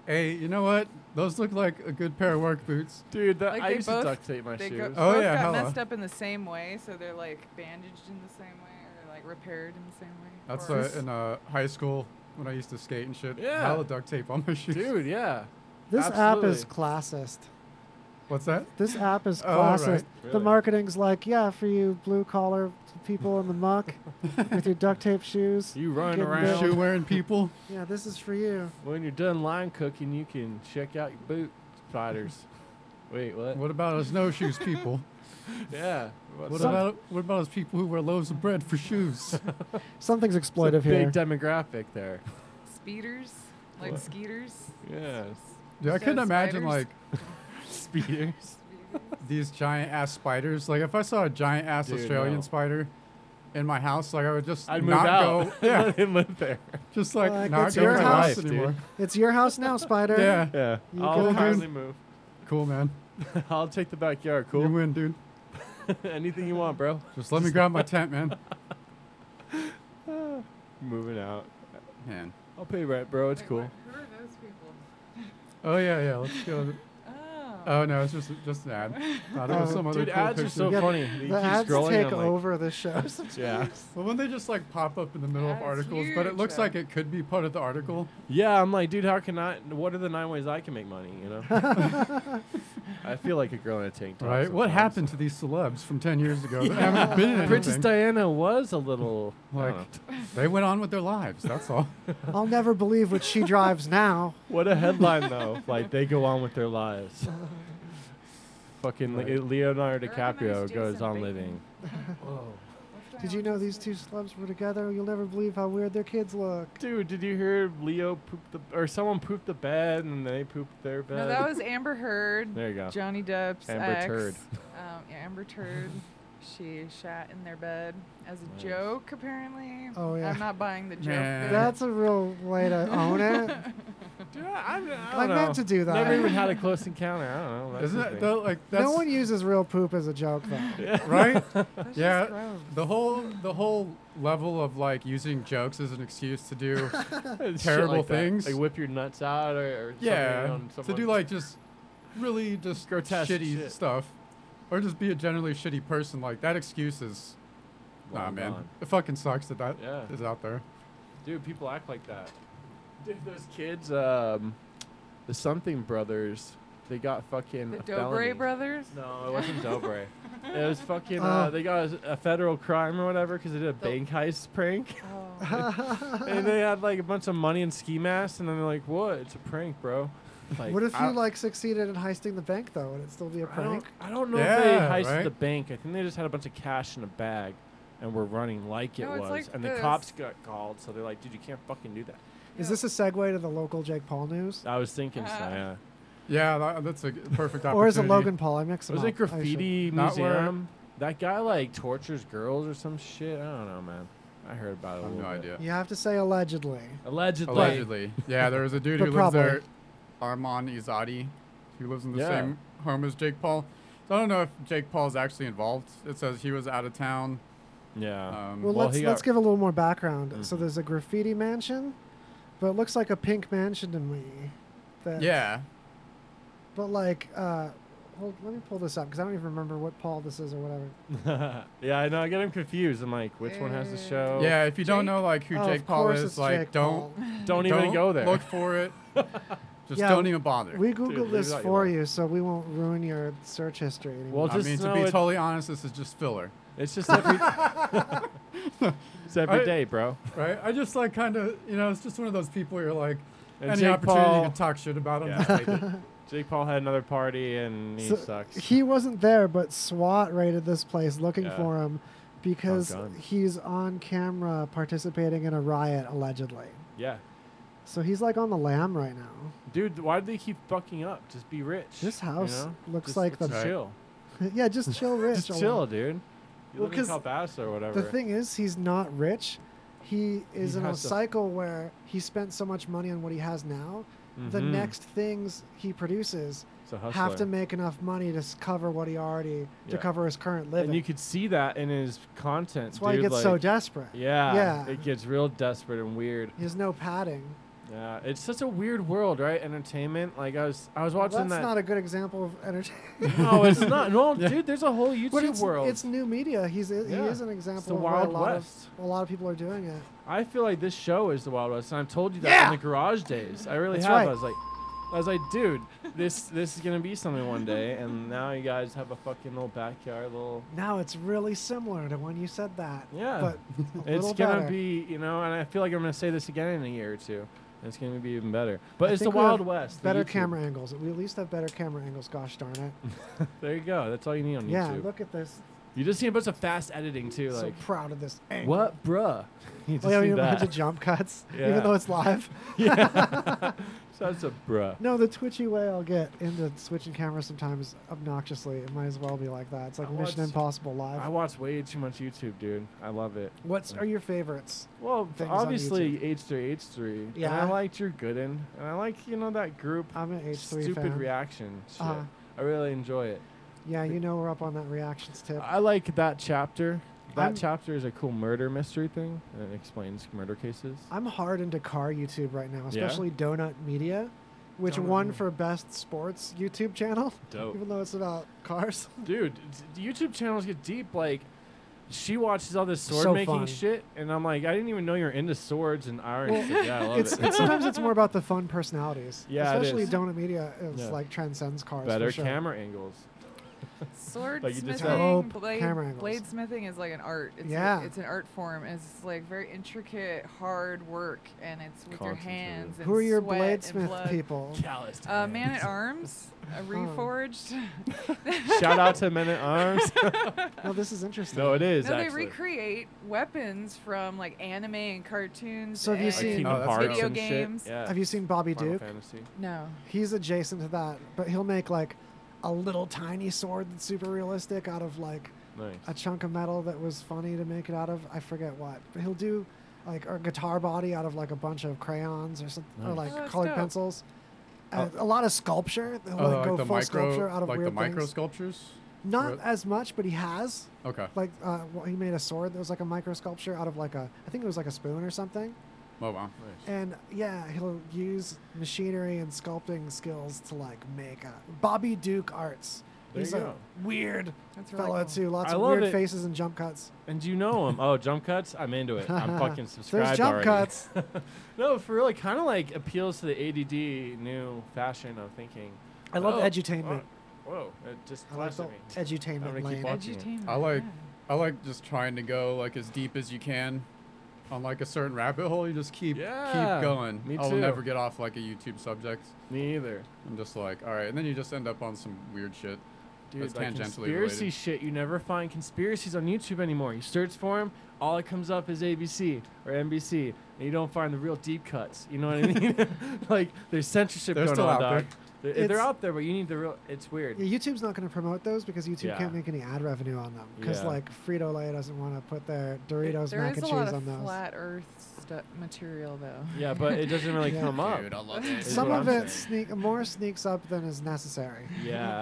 Speaker 1: Hey, you know what? Those look like a good pair of work boots.
Speaker 2: Dude, that,
Speaker 4: Like,
Speaker 2: I
Speaker 4: they
Speaker 2: used
Speaker 4: both-
Speaker 2: to duct tape my
Speaker 4: They
Speaker 2: shoes.
Speaker 4: go,
Speaker 1: Oh,
Speaker 4: both
Speaker 1: yeah,
Speaker 4: got
Speaker 1: hella.
Speaker 4: messed up in the same way, so they're like bandaged in the same way or like repaired in the same way.
Speaker 1: That's
Speaker 4: or,
Speaker 1: uh, in uh, high school when I used to skate and shit.
Speaker 2: Yeah.
Speaker 1: Hella duct tape on my shoes.
Speaker 2: Dude, yeah.
Speaker 3: This app is
Speaker 2: Absolutely.
Speaker 3: classicist.
Speaker 1: What's that?
Speaker 3: This app is
Speaker 1: Oh, all
Speaker 3: classicist.
Speaker 1: right.
Speaker 3: The
Speaker 2: Really?
Speaker 3: marketing's like, yeah, for you blue collar people in the muck with your duct tape shoes.
Speaker 2: You run
Speaker 3: Getting
Speaker 2: around.
Speaker 3: built.
Speaker 1: Shoe wearing people.
Speaker 3: Yeah, this is for you.
Speaker 2: When you're done line cooking, you can check out your boot spiders. Wait, what?
Speaker 1: What about us no shoes people?
Speaker 2: Yeah.
Speaker 1: What
Speaker 2: some-
Speaker 1: about what about us people who wear loaves of bread for shoes?
Speaker 3: Something's
Speaker 2: it's a
Speaker 3: exploitive here.
Speaker 2: big demographic there.
Speaker 4: speeders, like
Speaker 2: What?
Speaker 4: skeeters.
Speaker 2: Yeah.
Speaker 1: Dude, I
Speaker 4: So
Speaker 1: couldn't imagine
Speaker 4: spiders?
Speaker 1: like
Speaker 2: Speeders.
Speaker 4: Speeders.
Speaker 1: these giant ass spiders. Like if I saw a giant ass
Speaker 2: Dude,
Speaker 1: Australian
Speaker 2: no.
Speaker 1: spider in my house, like I would just
Speaker 2: I'd move
Speaker 1: not
Speaker 2: out.
Speaker 1: go.
Speaker 2: I
Speaker 1: Yeah,
Speaker 2: didn't live there.
Speaker 1: just like,
Speaker 3: Like,
Speaker 1: not
Speaker 3: it's
Speaker 1: go
Speaker 3: your
Speaker 1: to my
Speaker 3: house,
Speaker 1: house
Speaker 2: dude.
Speaker 1: anymore.
Speaker 3: it's your house now, spider.
Speaker 1: Yeah,
Speaker 2: Yeah.
Speaker 3: You
Speaker 2: I'll
Speaker 1: can-
Speaker 2: finally move.
Speaker 1: cool man.
Speaker 2: I'll take the backyard.
Speaker 1: You
Speaker 2: Cool.
Speaker 1: win, dude.
Speaker 2: Anything you want, bro.
Speaker 1: Just let me grab my tent, man.
Speaker 2: Moving out.
Speaker 1: Man.
Speaker 2: I'll pay rent, bro. It's
Speaker 4: Wait,
Speaker 2: cool.
Speaker 4: wh- Who are those people?
Speaker 1: Oh yeah, yeah. Let's go.
Speaker 4: Oh.
Speaker 1: Oh no, it's just just an ad. I don't
Speaker 3: Oh.
Speaker 1: know some other
Speaker 2: Dude,
Speaker 1: cool
Speaker 2: ads are
Speaker 1: picture.
Speaker 2: so
Speaker 3: Yeah,
Speaker 2: funny. You
Speaker 3: The
Speaker 2: keep
Speaker 3: ads
Speaker 2: scrolling,
Speaker 3: take
Speaker 2: I'm like,
Speaker 3: over the show.
Speaker 2: Yeah.
Speaker 1: Well, when they just like pop up in the middle of
Speaker 4: Ads
Speaker 1: articles, but it
Speaker 4: huge,
Speaker 1: looks
Speaker 4: yeah.
Speaker 1: like it could be part of the article.
Speaker 2: Yeah, I'm like, dude, how can I? What are the nine ways I can make money? You know, I feel like a girl in a tank top.
Speaker 1: Right? What
Speaker 2: sometimes.
Speaker 1: happened to these celebs from 10 years ago? They haven't been in
Speaker 2: Princess
Speaker 1: anything.
Speaker 2: Diana was a little I don't
Speaker 1: Like-
Speaker 2: know.
Speaker 1: They went on with their lives. That's all.
Speaker 3: I'll never believe what she drives now.
Speaker 2: What a headline though! like they go on with their lives. Fucking Le-
Speaker 1: Right.
Speaker 2: Leonardo
Speaker 4: Urbanized
Speaker 2: DiCaprio
Speaker 4: Jason
Speaker 2: goes on
Speaker 4: Bateman.
Speaker 2: living.
Speaker 4: What's going
Speaker 3: Did
Speaker 4: on
Speaker 3: you
Speaker 4: with
Speaker 3: know these
Speaker 4: this guy?
Speaker 3: two celebs were together? You'll never believe how weird their kids look.
Speaker 2: Dude, did you hear Leo poop the or someone pooped the bed and they pooped their bed?
Speaker 4: No, that was Amber Heard.
Speaker 2: there you go.
Speaker 4: Johnny Depp's
Speaker 2: Amber
Speaker 4: ex.
Speaker 2: Turd.
Speaker 4: Um, yeah, Amber Turd. she shat in their bed as a
Speaker 2: Nice.
Speaker 4: joke, apparently.
Speaker 3: Oh, yeah.
Speaker 4: I'm not buying the joke.
Speaker 1: Man.
Speaker 4: bit.
Speaker 3: That's a real way to own it.
Speaker 2: Dude, I, I, don't
Speaker 3: I
Speaker 2: know.
Speaker 3: meant to do that.
Speaker 2: Never even had a close encounter. I don't know. That's
Speaker 1: Isn't
Speaker 2: the
Speaker 1: that
Speaker 2: thing.
Speaker 1: though, like that's
Speaker 3: no one uses real poop as a joke, though.
Speaker 1: right?
Speaker 3: That's
Speaker 1: Yeah.
Speaker 3: just gross.
Speaker 1: The whole the whole level of like using jokes as an excuse to do
Speaker 2: Shit
Speaker 1: terrible
Speaker 2: like that.
Speaker 1: things.
Speaker 2: Like whip your nuts out or, or something
Speaker 1: yeah
Speaker 2: on
Speaker 1: to
Speaker 2: someone.
Speaker 1: do like just really just
Speaker 2: Grotesque
Speaker 1: shitty
Speaker 2: shit.
Speaker 1: stuff or just be a generally shitty person like that excuse is nah
Speaker 2: Long
Speaker 1: man
Speaker 2: gone.
Speaker 1: it fucking sucks that that is
Speaker 2: Yeah.
Speaker 1: out there
Speaker 2: Dude, people act like that. Dude, those kids, um, the something brothers, they got fucking.
Speaker 4: the
Speaker 2: a felony.
Speaker 4: Dobre brothers?
Speaker 2: No, it wasn't Dobre. It was fucking.
Speaker 3: Oh.
Speaker 2: Uh, they got a, a federal crime or whatever because they did a
Speaker 4: Del-
Speaker 2: bank heist prank,
Speaker 4: Oh.
Speaker 2: and they had like a bunch of money and ski masks, and then they're like, "What? It's a prank, bro." Like,
Speaker 3: what if you
Speaker 2: I-
Speaker 3: like succeeded in heisting the bank though? Would it still be a
Speaker 2: I don't,
Speaker 3: prank?
Speaker 2: I don't know
Speaker 1: Yeah,
Speaker 2: if they heisted
Speaker 1: right?
Speaker 2: the bank. I think they just had a bunch of cash in a bag and were running like it
Speaker 4: No, it's
Speaker 2: was.
Speaker 4: like
Speaker 2: and the
Speaker 4: this.
Speaker 2: cops got called, so they're like, dude, you can't fucking do that.
Speaker 3: Is
Speaker 4: Yeah.
Speaker 3: this a segue to the local Jake Paul news,
Speaker 2: I was thinking so,
Speaker 4: Ah.
Speaker 2: yeah.
Speaker 1: yeah that, that's a g- perfect opportunity
Speaker 3: or is it Logan Paul? I mix them
Speaker 2: Was
Speaker 3: up.
Speaker 2: it
Speaker 3: I should-
Speaker 2: graffiti
Speaker 1: Not where-
Speaker 2: museum? That guy like tortures girls or some shit. I don't know, man. I heard about
Speaker 1: I
Speaker 2: it. a
Speaker 1: have no
Speaker 2: little bit.
Speaker 1: idea.
Speaker 3: You have to say allegedly.
Speaker 1: Um,
Speaker 2: Allegedly.
Speaker 1: Allegedly. Yeah, there was a dude who
Speaker 3: But
Speaker 1: lives there,
Speaker 3: probably.
Speaker 1: Armand Izadi, who lives in the
Speaker 2: Yeah.
Speaker 1: same home as Jake Paul. So I don't know if Jake Paul's actually involved. It says he was out of town.
Speaker 2: Yeah.
Speaker 1: Um,
Speaker 3: Well,
Speaker 2: Well,
Speaker 3: let's
Speaker 2: he
Speaker 3: let's
Speaker 2: got-
Speaker 3: give a little more background. So
Speaker 2: Mhm.
Speaker 1: Mm-hmm.
Speaker 3: there's a graffiti mansion, but it looks like a pink mansion to me. That,
Speaker 1: yeah.
Speaker 3: But like, uh, hold, let me pull this up because I don't even remember what Paul this is or whatever.
Speaker 2: yeah, I know. I get him confused. I'm like, which one has the
Speaker 4: Uh,
Speaker 2: show?
Speaker 1: Yeah, if you don't
Speaker 4: Jake?
Speaker 1: know like who
Speaker 3: Oh, of
Speaker 1: Jake Paul
Speaker 3: course
Speaker 1: is,
Speaker 3: it's
Speaker 1: like
Speaker 3: Jake
Speaker 1: don't
Speaker 3: Paul.
Speaker 2: Don't even
Speaker 1: don't
Speaker 2: go there.
Speaker 1: Look for it. Just
Speaker 3: Yeah,
Speaker 1: don't even bother.
Speaker 3: We googled
Speaker 2: leave
Speaker 3: this
Speaker 2: it out your
Speaker 3: for
Speaker 2: mouth.
Speaker 3: you, so we won't ruin your search history anymore.
Speaker 2: Well,
Speaker 1: I
Speaker 2: just
Speaker 1: mean, to
Speaker 2: know
Speaker 1: be
Speaker 2: it-
Speaker 1: totally honest, this is just filler,
Speaker 2: It's just every. it's every day,
Speaker 1: I-
Speaker 2: bro.
Speaker 1: right? I just like kind of, you know, it's just one of those people where you're like,
Speaker 2: And
Speaker 1: any
Speaker 2: Jake
Speaker 1: opportunity
Speaker 2: Paul-
Speaker 1: you can talk shit about him.
Speaker 2: Yeah, I did. Jake Paul had another party and he
Speaker 3: So,
Speaker 2: sucks.
Speaker 3: he wasn't there, but SWAT raided this place looking
Speaker 2: Yeah.
Speaker 3: for him because
Speaker 2: gun.
Speaker 3: he's on camera participating in a riot allegedly.
Speaker 2: yeah.
Speaker 3: So he's like on the lam right now.
Speaker 2: Dude, why do they keep fucking up? Just be rich.
Speaker 3: This house looks
Speaker 2: Just-
Speaker 3: like
Speaker 2: just
Speaker 1: the-
Speaker 2: chill.
Speaker 3: yeah, just chill rich.
Speaker 2: Just
Speaker 3: a
Speaker 2: chill,
Speaker 3: lot.
Speaker 2: dude. You
Speaker 3: Well,
Speaker 2: live in
Speaker 3: 'cause
Speaker 2: Calabasas or whatever.
Speaker 3: The thing is, he's not rich. He is
Speaker 2: He
Speaker 3: in a
Speaker 2: has to-
Speaker 3: cycle where he spent so much money on what he has now. The
Speaker 2: Mhm.
Speaker 3: next things he produces
Speaker 2: It's a hustler.
Speaker 3: have to make enough money to s- cover what he already to
Speaker 2: Yeah.
Speaker 3: cover his current living.
Speaker 2: and you could see that in his content.
Speaker 3: That's why
Speaker 2: dude,
Speaker 3: he gets so
Speaker 2: like-
Speaker 3: desperate.
Speaker 2: Yeah,
Speaker 3: Yeah.
Speaker 2: It gets real desperate and weird.
Speaker 3: He has no padding.
Speaker 2: Yeah, it's such a weird world, right? Entertainment. Like I was, I was
Speaker 3: Well,
Speaker 2: watching
Speaker 3: that's not a good example of entertainment.
Speaker 2: that. no, it's not. No, dude. There's a whole YouTube
Speaker 3: it's,
Speaker 2: world.
Speaker 3: it's new media. He's i he
Speaker 2: Yeah.
Speaker 3: is an example
Speaker 2: the
Speaker 3: of
Speaker 2: Wild
Speaker 3: where a lot
Speaker 2: West.
Speaker 3: of a lot of people are doing it.
Speaker 2: I feel like this show is the Wild West, and I've told you that
Speaker 3: Yeah.
Speaker 2: in the garage days. I really
Speaker 3: That's
Speaker 2: have.
Speaker 3: right.
Speaker 2: I was like, I was like, dude, this this is gonna be something one day, and now you guys have a fucking little backyard, little.
Speaker 3: Now it's really similar to when you said that.
Speaker 2: Yeah.
Speaker 3: But a
Speaker 2: It's
Speaker 3: little
Speaker 2: gonna
Speaker 3: better.
Speaker 2: be, you know, and I feel like I'm gonna say this again in a year or two. And it's gonna be even better. But
Speaker 3: I
Speaker 2: it's the
Speaker 3: think we
Speaker 2: Wild
Speaker 3: have
Speaker 2: West. the
Speaker 3: better
Speaker 2: YouTube.
Speaker 3: camera angles. We at least have better camera angles. Gosh darn it.
Speaker 2: There you go. That's all you need on
Speaker 3: Yeah,
Speaker 2: YouTube.
Speaker 3: look at this.
Speaker 2: You just see a bunch of fast editing too,
Speaker 3: so
Speaker 2: like
Speaker 3: proud of this angle.
Speaker 2: what, bruh? You just
Speaker 3: Oh, yeah, we
Speaker 2: see
Speaker 3: have a bunch of
Speaker 2: that.
Speaker 3: jump cuts,
Speaker 2: Yeah.
Speaker 3: even though it's live.
Speaker 2: yeah. so that's a bruh.
Speaker 3: No, the twitchy way I'll get into switching cameras sometimes obnoxiously. It might as well be like that. It's like
Speaker 2: I
Speaker 3: Mission
Speaker 2: watched-
Speaker 3: Impossible live.
Speaker 2: I watch way too much YouTube, dude. I love it.
Speaker 3: What's are your favorites?
Speaker 2: Uh, Well,
Speaker 3: Things on
Speaker 2: obviously H three H three. And
Speaker 3: Yeah.
Speaker 2: I liked your Gooden, and I like you know that group.
Speaker 3: I'm an H3
Speaker 2: stupid
Speaker 3: fan.
Speaker 2: reaction. Shit.
Speaker 3: Uh-huh.
Speaker 2: I really enjoy it.
Speaker 3: yeah, you know we're up on that reactions tip.
Speaker 2: I like that chapter. That
Speaker 3: I'm-
Speaker 2: chapter is a cool murder mystery thing, and it explains murder cases.
Speaker 3: I'm hard into car YouTube right now,
Speaker 2: Yeah?
Speaker 3: especially Donut Media, which
Speaker 2: Donut
Speaker 3: won
Speaker 2: Media.
Speaker 3: for best sports YouTube channel,
Speaker 2: Dope.
Speaker 3: even though it's about cars.
Speaker 2: dude d- youtube channels get deep like she watches all this
Speaker 3: So
Speaker 2: sword making
Speaker 3: fun.
Speaker 2: shit and i'm like i didn't even know you're into swords and iron
Speaker 3: Well,
Speaker 2: shit. yeah i love
Speaker 3: it's,
Speaker 2: it
Speaker 3: it's sometimes it's more about the fun personalities.
Speaker 2: Yeah, it
Speaker 3: especially
Speaker 2: is.
Speaker 3: Donut Media is
Speaker 2: Yeah.
Speaker 3: like transcends cars.
Speaker 2: better
Speaker 3: for sure.
Speaker 2: camera angles
Speaker 4: Swordsmithing,
Speaker 2: Like you just
Speaker 3: said. Dope
Speaker 4: blade,
Speaker 3: Oh, camera angles.
Speaker 4: bladesmithing is like an art. It's
Speaker 3: Yeah.
Speaker 4: a, it's an art form. and It's like very intricate, hard work, and it's with your
Speaker 2: Concentrated.
Speaker 4: hands. And
Speaker 3: Who are your
Speaker 4: sweat and
Speaker 3: bladesmith
Speaker 4: blood.
Speaker 3: people?
Speaker 2: calloused
Speaker 4: Uh, man at arms, a reforged.
Speaker 2: shout out to men at arms
Speaker 3: No, this is interesting.
Speaker 2: no it is
Speaker 4: no, they
Speaker 2: actually
Speaker 4: recreate weapons from like anime and cartoons.
Speaker 3: So have you
Speaker 4: and-
Speaker 2: Like
Speaker 3: seen-
Speaker 2: Kingdom
Speaker 1: Oh, that's
Speaker 2: Hearts
Speaker 4: Video
Speaker 2: and shit.
Speaker 4: games.
Speaker 2: yeah
Speaker 3: Have you seen Bobby
Speaker 2: Final
Speaker 3: Duke?
Speaker 2: Fantasy.
Speaker 4: No.
Speaker 3: He's adjacent to that, but he'll make like a little tiny sword that's super realistic out of like
Speaker 2: nice
Speaker 3: a chunk of metal that was funny to make it out of. I forget what, but he'll do like or guitar body out of like a bunch of crayons or something, or
Speaker 2: Nice.
Speaker 3: like
Speaker 4: Oh, that's
Speaker 3: colored
Speaker 4: dope.
Speaker 3: pencils. Uh, a lot of sculpture. He'll
Speaker 1: Oh,
Speaker 3: like
Speaker 1: like
Speaker 3: go
Speaker 1: the
Speaker 3: full sculpture
Speaker 1: micro,
Speaker 3: out of
Speaker 1: like the
Speaker 3: weird
Speaker 1: micro
Speaker 3: things.
Speaker 1: sculptures.
Speaker 3: Not
Speaker 1: Re-
Speaker 3: as much, but he has.
Speaker 1: Okay,
Speaker 3: Like uh, wh- he made a sword that was like a micro sculpture out of like a, I think it was like a spoon or something.
Speaker 1: oh wow.
Speaker 2: nice
Speaker 3: And yeah, he'll use machinery and sculpting skills to like make a Bobby Duke Arts.
Speaker 2: There
Speaker 3: He's
Speaker 2: you
Speaker 3: a
Speaker 2: go.
Speaker 3: weird
Speaker 4: That's really
Speaker 3: fellow
Speaker 4: cool.
Speaker 3: too. Lots
Speaker 2: I
Speaker 3: of
Speaker 2: love
Speaker 3: weird
Speaker 2: it.
Speaker 3: faces and jump cuts.
Speaker 2: and you know him oh jump cuts i'm into it i'm fucking subscribed
Speaker 3: There's jump
Speaker 2: already
Speaker 3: cuts.
Speaker 2: no for real it kind of like appeals to the add new fashion of thinking
Speaker 3: I love
Speaker 2: Oh,
Speaker 3: edutainment.
Speaker 2: oh, whoa it just
Speaker 3: I like
Speaker 2: flashed
Speaker 3: the
Speaker 2: at me
Speaker 3: edutainment
Speaker 2: I'm gonna keep
Speaker 3: lane.
Speaker 2: watching.
Speaker 4: Edutainment,
Speaker 1: I like-
Speaker 4: yeah.
Speaker 1: I like just trying to go like as deep as you can on like a certain rabbit hole. You just keep
Speaker 2: Yeah,
Speaker 1: keep going.
Speaker 2: me
Speaker 1: I'll
Speaker 2: too.
Speaker 1: never get off like a YouTube subject.
Speaker 2: Me either.
Speaker 1: I'm just like, all right, and then you just end up on some weird shit.
Speaker 2: Dude,
Speaker 1: That's
Speaker 2: like
Speaker 1: tangentially
Speaker 2: conspiracy
Speaker 1: related.
Speaker 2: shit. You never find conspiracies on YouTube anymore. You search for them, all that comes up is ABC or NBC, and you don't find the real deep cuts. You know what I mean? like there's censorship
Speaker 1: They're
Speaker 2: going
Speaker 1: still
Speaker 2: on,
Speaker 1: out
Speaker 2: dog.
Speaker 1: there.
Speaker 2: They're,
Speaker 3: It's-
Speaker 2: they're out there, but you need the real. It's weird.
Speaker 3: Yeah, YouTube's not going to promote those because YouTube
Speaker 2: Yeah.
Speaker 3: can't make any ad revenue on them because
Speaker 2: Yeah.
Speaker 3: like Frito Lay doesn't want to put their
Speaker 4: There-
Speaker 3: Doritos
Speaker 4: there
Speaker 3: mac
Speaker 4: is
Speaker 3: and
Speaker 4: a
Speaker 3: cheese
Speaker 4: lot of
Speaker 3: on those.
Speaker 4: flat Earth stu- material though.
Speaker 2: Yeah, but it doesn't really
Speaker 3: Yeah.
Speaker 2: come up.
Speaker 1: Dude, I love
Speaker 4: Is
Speaker 1: it.
Speaker 3: Some
Speaker 2: what
Speaker 3: of
Speaker 2: I'm
Speaker 3: it sneak more sneaks up than is necessary.
Speaker 2: Yeah,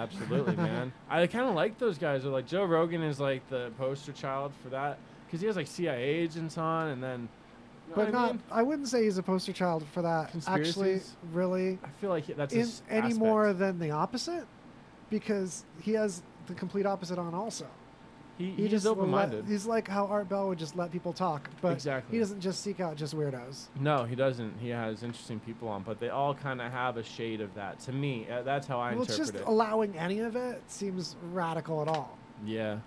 Speaker 2: absolutely, man. I kind of like those guys. They're like Joe Rogan is like the poster child for that because he has like CIA agents on, and then. you know what
Speaker 3: But
Speaker 2: I
Speaker 3: not,
Speaker 2: mean?
Speaker 3: I wouldn't say he's a poster child for that. Actually,
Speaker 2: Conspiracies?
Speaker 3: really,
Speaker 2: I feel like he- that's
Speaker 3: in,
Speaker 2: his
Speaker 3: any
Speaker 2: aspect.
Speaker 3: more than the opposite, because he has the complete opposite on also.
Speaker 2: He,
Speaker 3: He
Speaker 2: he's
Speaker 3: just will let-
Speaker 2: open-minded.
Speaker 3: he's like how Art Bell would just let people talk, but
Speaker 2: Exactly.
Speaker 3: he doesn't just seek out just weirdos.
Speaker 2: No, he doesn't. He has interesting people on, but they all kind of have a shade of that. To me, uh, that's how I
Speaker 3: well, it's
Speaker 2: interpret
Speaker 3: just
Speaker 2: it.
Speaker 3: allowing any of it seems radical at all.
Speaker 2: yeah,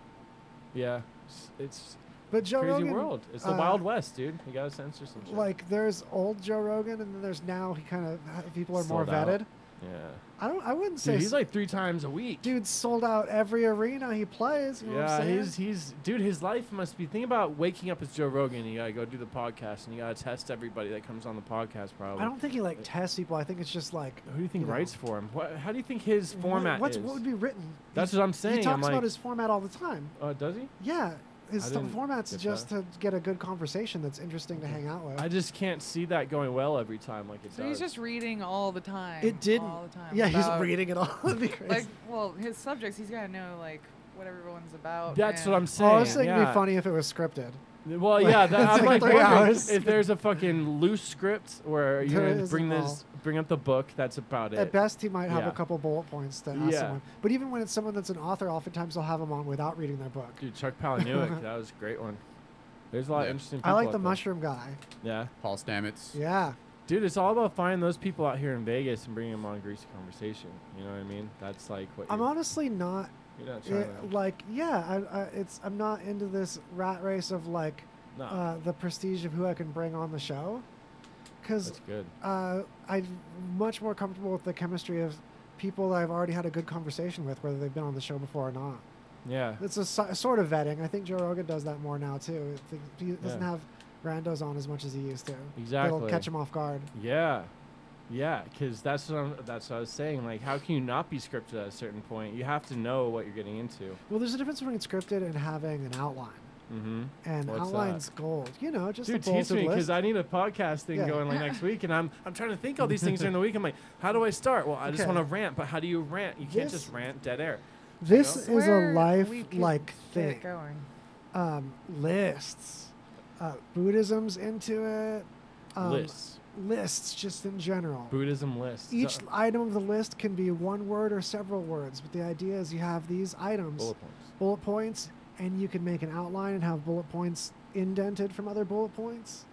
Speaker 2: yeah. It's, it's
Speaker 3: But Joe
Speaker 2: crazy
Speaker 3: Rogan,
Speaker 2: world. It's the
Speaker 3: uh,
Speaker 2: Wild West, dude. You gotta censor some shit.
Speaker 3: like there's old Joe Rogan, and then there's now he kind of people are more
Speaker 2: Sold out.
Speaker 3: vetted.
Speaker 2: yeah,
Speaker 3: I don't. I wouldn't say
Speaker 2: dude,
Speaker 3: s-
Speaker 2: he's like three times a week.
Speaker 3: dude's sold out every arena he plays. You know what
Speaker 2: yeah,
Speaker 3: I'm saying?
Speaker 2: he's he's dude. His life must be. Think about waking up as Joe Rogan. You gotta go do the podcast, and you gotta test everybody that comes on the podcast. Probably.
Speaker 3: I don't think he like tests people. I think it's just like
Speaker 2: Who do you think
Speaker 3: you know.
Speaker 2: writes for him? What, Uh, how do you think his format
Speaker 3: What's
Speaker 2: is?
Speaker 3: what would be written?
Speaker 2: That's
Speaker 3: He-
Speaker 2: what I'm saying.
Speaker 3: He
Speaker 2: I'm
Speaker 3: talks
Speaker 2: like,
Speaker 3: about his format all the time.
Speaker 2: uh, does he?
Speaker 3: Yeah, his
Speaker 2: I
Speaker 3: th-
Speaker 2: didn't
Speaker 3: format's
Speaker 2: get
Speaker 3: just to get a good conversation that's interesting to hang out with.
Speaker 2: I just can't see that going well every time like it
Speaker 4: So
Speaker 2: does.
Speaker 4: he's just reading all the time.
Speaker 3: it didn't.
Speaker 4: All the time.
Speaker 3: yeah, he's
Speaker 4: about-
Speaker 3: reading it all. It'd be crazy.
Speaker 4: Like, well, his subjects, he's gotta know like what everyone's about.
Speaker 2: That's what
Speaker 4: and-
Speaker 2: I'm
Speaker 3: oh,
Speaker 2: saying.
Speaker 3: I was thinking it'd
Speaker 2: yeah.
Speaker 3: be funny if it was scripted.
Speaker 2: Well,
Speaker 3: Like,
Speaker 2: yeah, that,
Speaker 3: it's
Speaker 2: I'm
Speaker 3: like
Speaker 2: like,
Speaker 3: three
Speaker 2: wondering
Speaker 3: hours.
Speaker 2: if there's a fucking loose script where you
Speaker 3: There
Speaker 2: gonna
Speaker 3: is
Speaker 2: bring
Speaker 3: at all.
Speaker 2: this, bring up the book. That's about it.
Speaker 3: At best, he might have
Speaker 2: yeah.
Speaker 3: a couple bullet points to ask
Speaker 2: Yeah.
Speaker 3: someone. But even when it's someone that's an author, oftentimes they'll have them on without reading their book.
Speaker 2: Dude, Chuck Palahniuk, that was a great one. There's a lot of
Speaker 1: Yeah.
Speaker 2: interesting. People
Speaker 3: I like
Speaker 2: out
Speaker 3: the
Speaker 2: there.
Speaker 3: mushroom guy.
Speaker 2: Yeah,
Speaker 1: Paul Stamets.
Speaker 3: Yeah.
Speaker 2: dude, it's all about finding those people out here in Vegas and bringing them on Greasy Conversation. You know what I mean? That's like what
Speaker 3: I'm
Speaker 2: you're,
Speaker 3: honestly not
Speaker 2: you're not
Speaker 3: Yeah,
Speaker 2: trying to.
Speaker 3: like yeah I, I, it's i'm not into this rat race of like
Speaker 2: No,
Speaker 3: uh, the prestige of who i can bring on the show
Speaker 2: that's
Speaker 3: because
Speaker 2: good.
Speaker 3: uh, i'm much more comfortable with the chemistry of people that i've already had a good conversation with whether they've been on the show before or not
Speaker 2: Yeah,
Speaker 3: it's a so- sort of vetting i think joe rogan does that more now too I think he doesn't
Speaker 2: Yeah.
Speaker 3: have randos on as much as he used to it'll
Speaker 2: Exactly.
Speaker 3: catch him off guard
Speaker 2: yeah, yeah. Because that's what I'm, that's what I was saying. Like, how can you not be scripted at a certain point? You have to know what you're getting into.
Speaker 3: well there's a difference between scripted and having an outline
Speaker 2: Mm-hmm.
Speaker 3: and
Speaker 2: What's that?
Speaker 3: outlines gold you know just
Speaker 2: Dude,
Speaker 3: a
Speaker 2: teach
Speaker 3: bolted
Speaker 2: me
Speaker 3: list
Speaker 2: because I need a podcast thing
Speaker 3: Yeah.
Speaker 2: going like next week, and I'm I'm trying to think all these things during the week. I'm like, how do I start? Well, I just
Speaker 3: Okay.
Speaker 2: want to rant, but how do you rant? You can't
Speaker 3: This-
Speaker 2: just rant dead air.
Speaker 3: this
Speaker 4: Swear
Speaker 3: is a
Speaker 4: we
Speaker 3: life
Speaker 4: could
Speaker 3: like
Speaker 4: get
Speaker 3: thing
Speaker 4: it Going.
Speaker 3: um, lists. Uh, Buddhism's into it. Um,
Speaker 2: lists,
Speaker 3: Lists, just in general.
Speaker 2: Buddhism lists.
Speaker 3: Each
Speaker 2: So-
Speaker 3: item of the list can be one word or several words, but the idea is you have these items,
Speaker 2: bullet points.
Speaker 3: bullet points, and you can make an outline and have bullet points indented from other bullet points.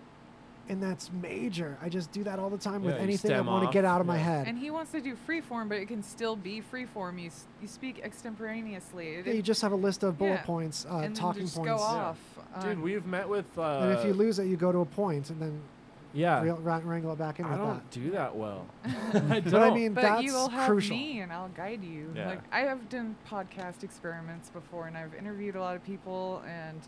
Speaker 3: And that's major. I just do that all the time
Speaker 2: Yeah,
Speaker 3: with
Speaker 2: you
Speaker 3: anything I
Speaker 2: stem
Speaker 3: want to
Speaker 2: off,
Speaker 3: get out of my
Speaker 2: yeah.
Speaker 3: head.
Speaker 4: And he wants to do freeform, but it can still be freeform. You s- you speak extemporaneously. It-
Speaker 3: Yeah, you just have a list of bullet
Speaker 4: Yeah.
Speaker 3: points, uh,
Speaker 4: and then
Speaker 3: talking
Speaker 4: just
Speaker 3: points.
Speaker 4: go off. um,
Speaker 2: Dude,
Speaker 4: on-
Speaker 2: we've met with. Uh,
Speaker 3: and if you lose it, you go to a point and then
Speaker 2: yeah,
Speaker 3: reel- ra- wrangle it back in
Speaker 2: I
Speaker 3: with
Speaker 2: don't
Speaker 3: that.
Speaker 2: do that well. I don't.
Speaker 3: But I mean,
Speaker 4: but
Speaker 3: that's
Speaker 4: you will have
Speaker 3: crucial.
Speaker 4: me, and I'll guide you.
Speaker 2: Yeah.
Speaker 4: Like I have done podcast experiments before, and I've interviewed a lot of people, and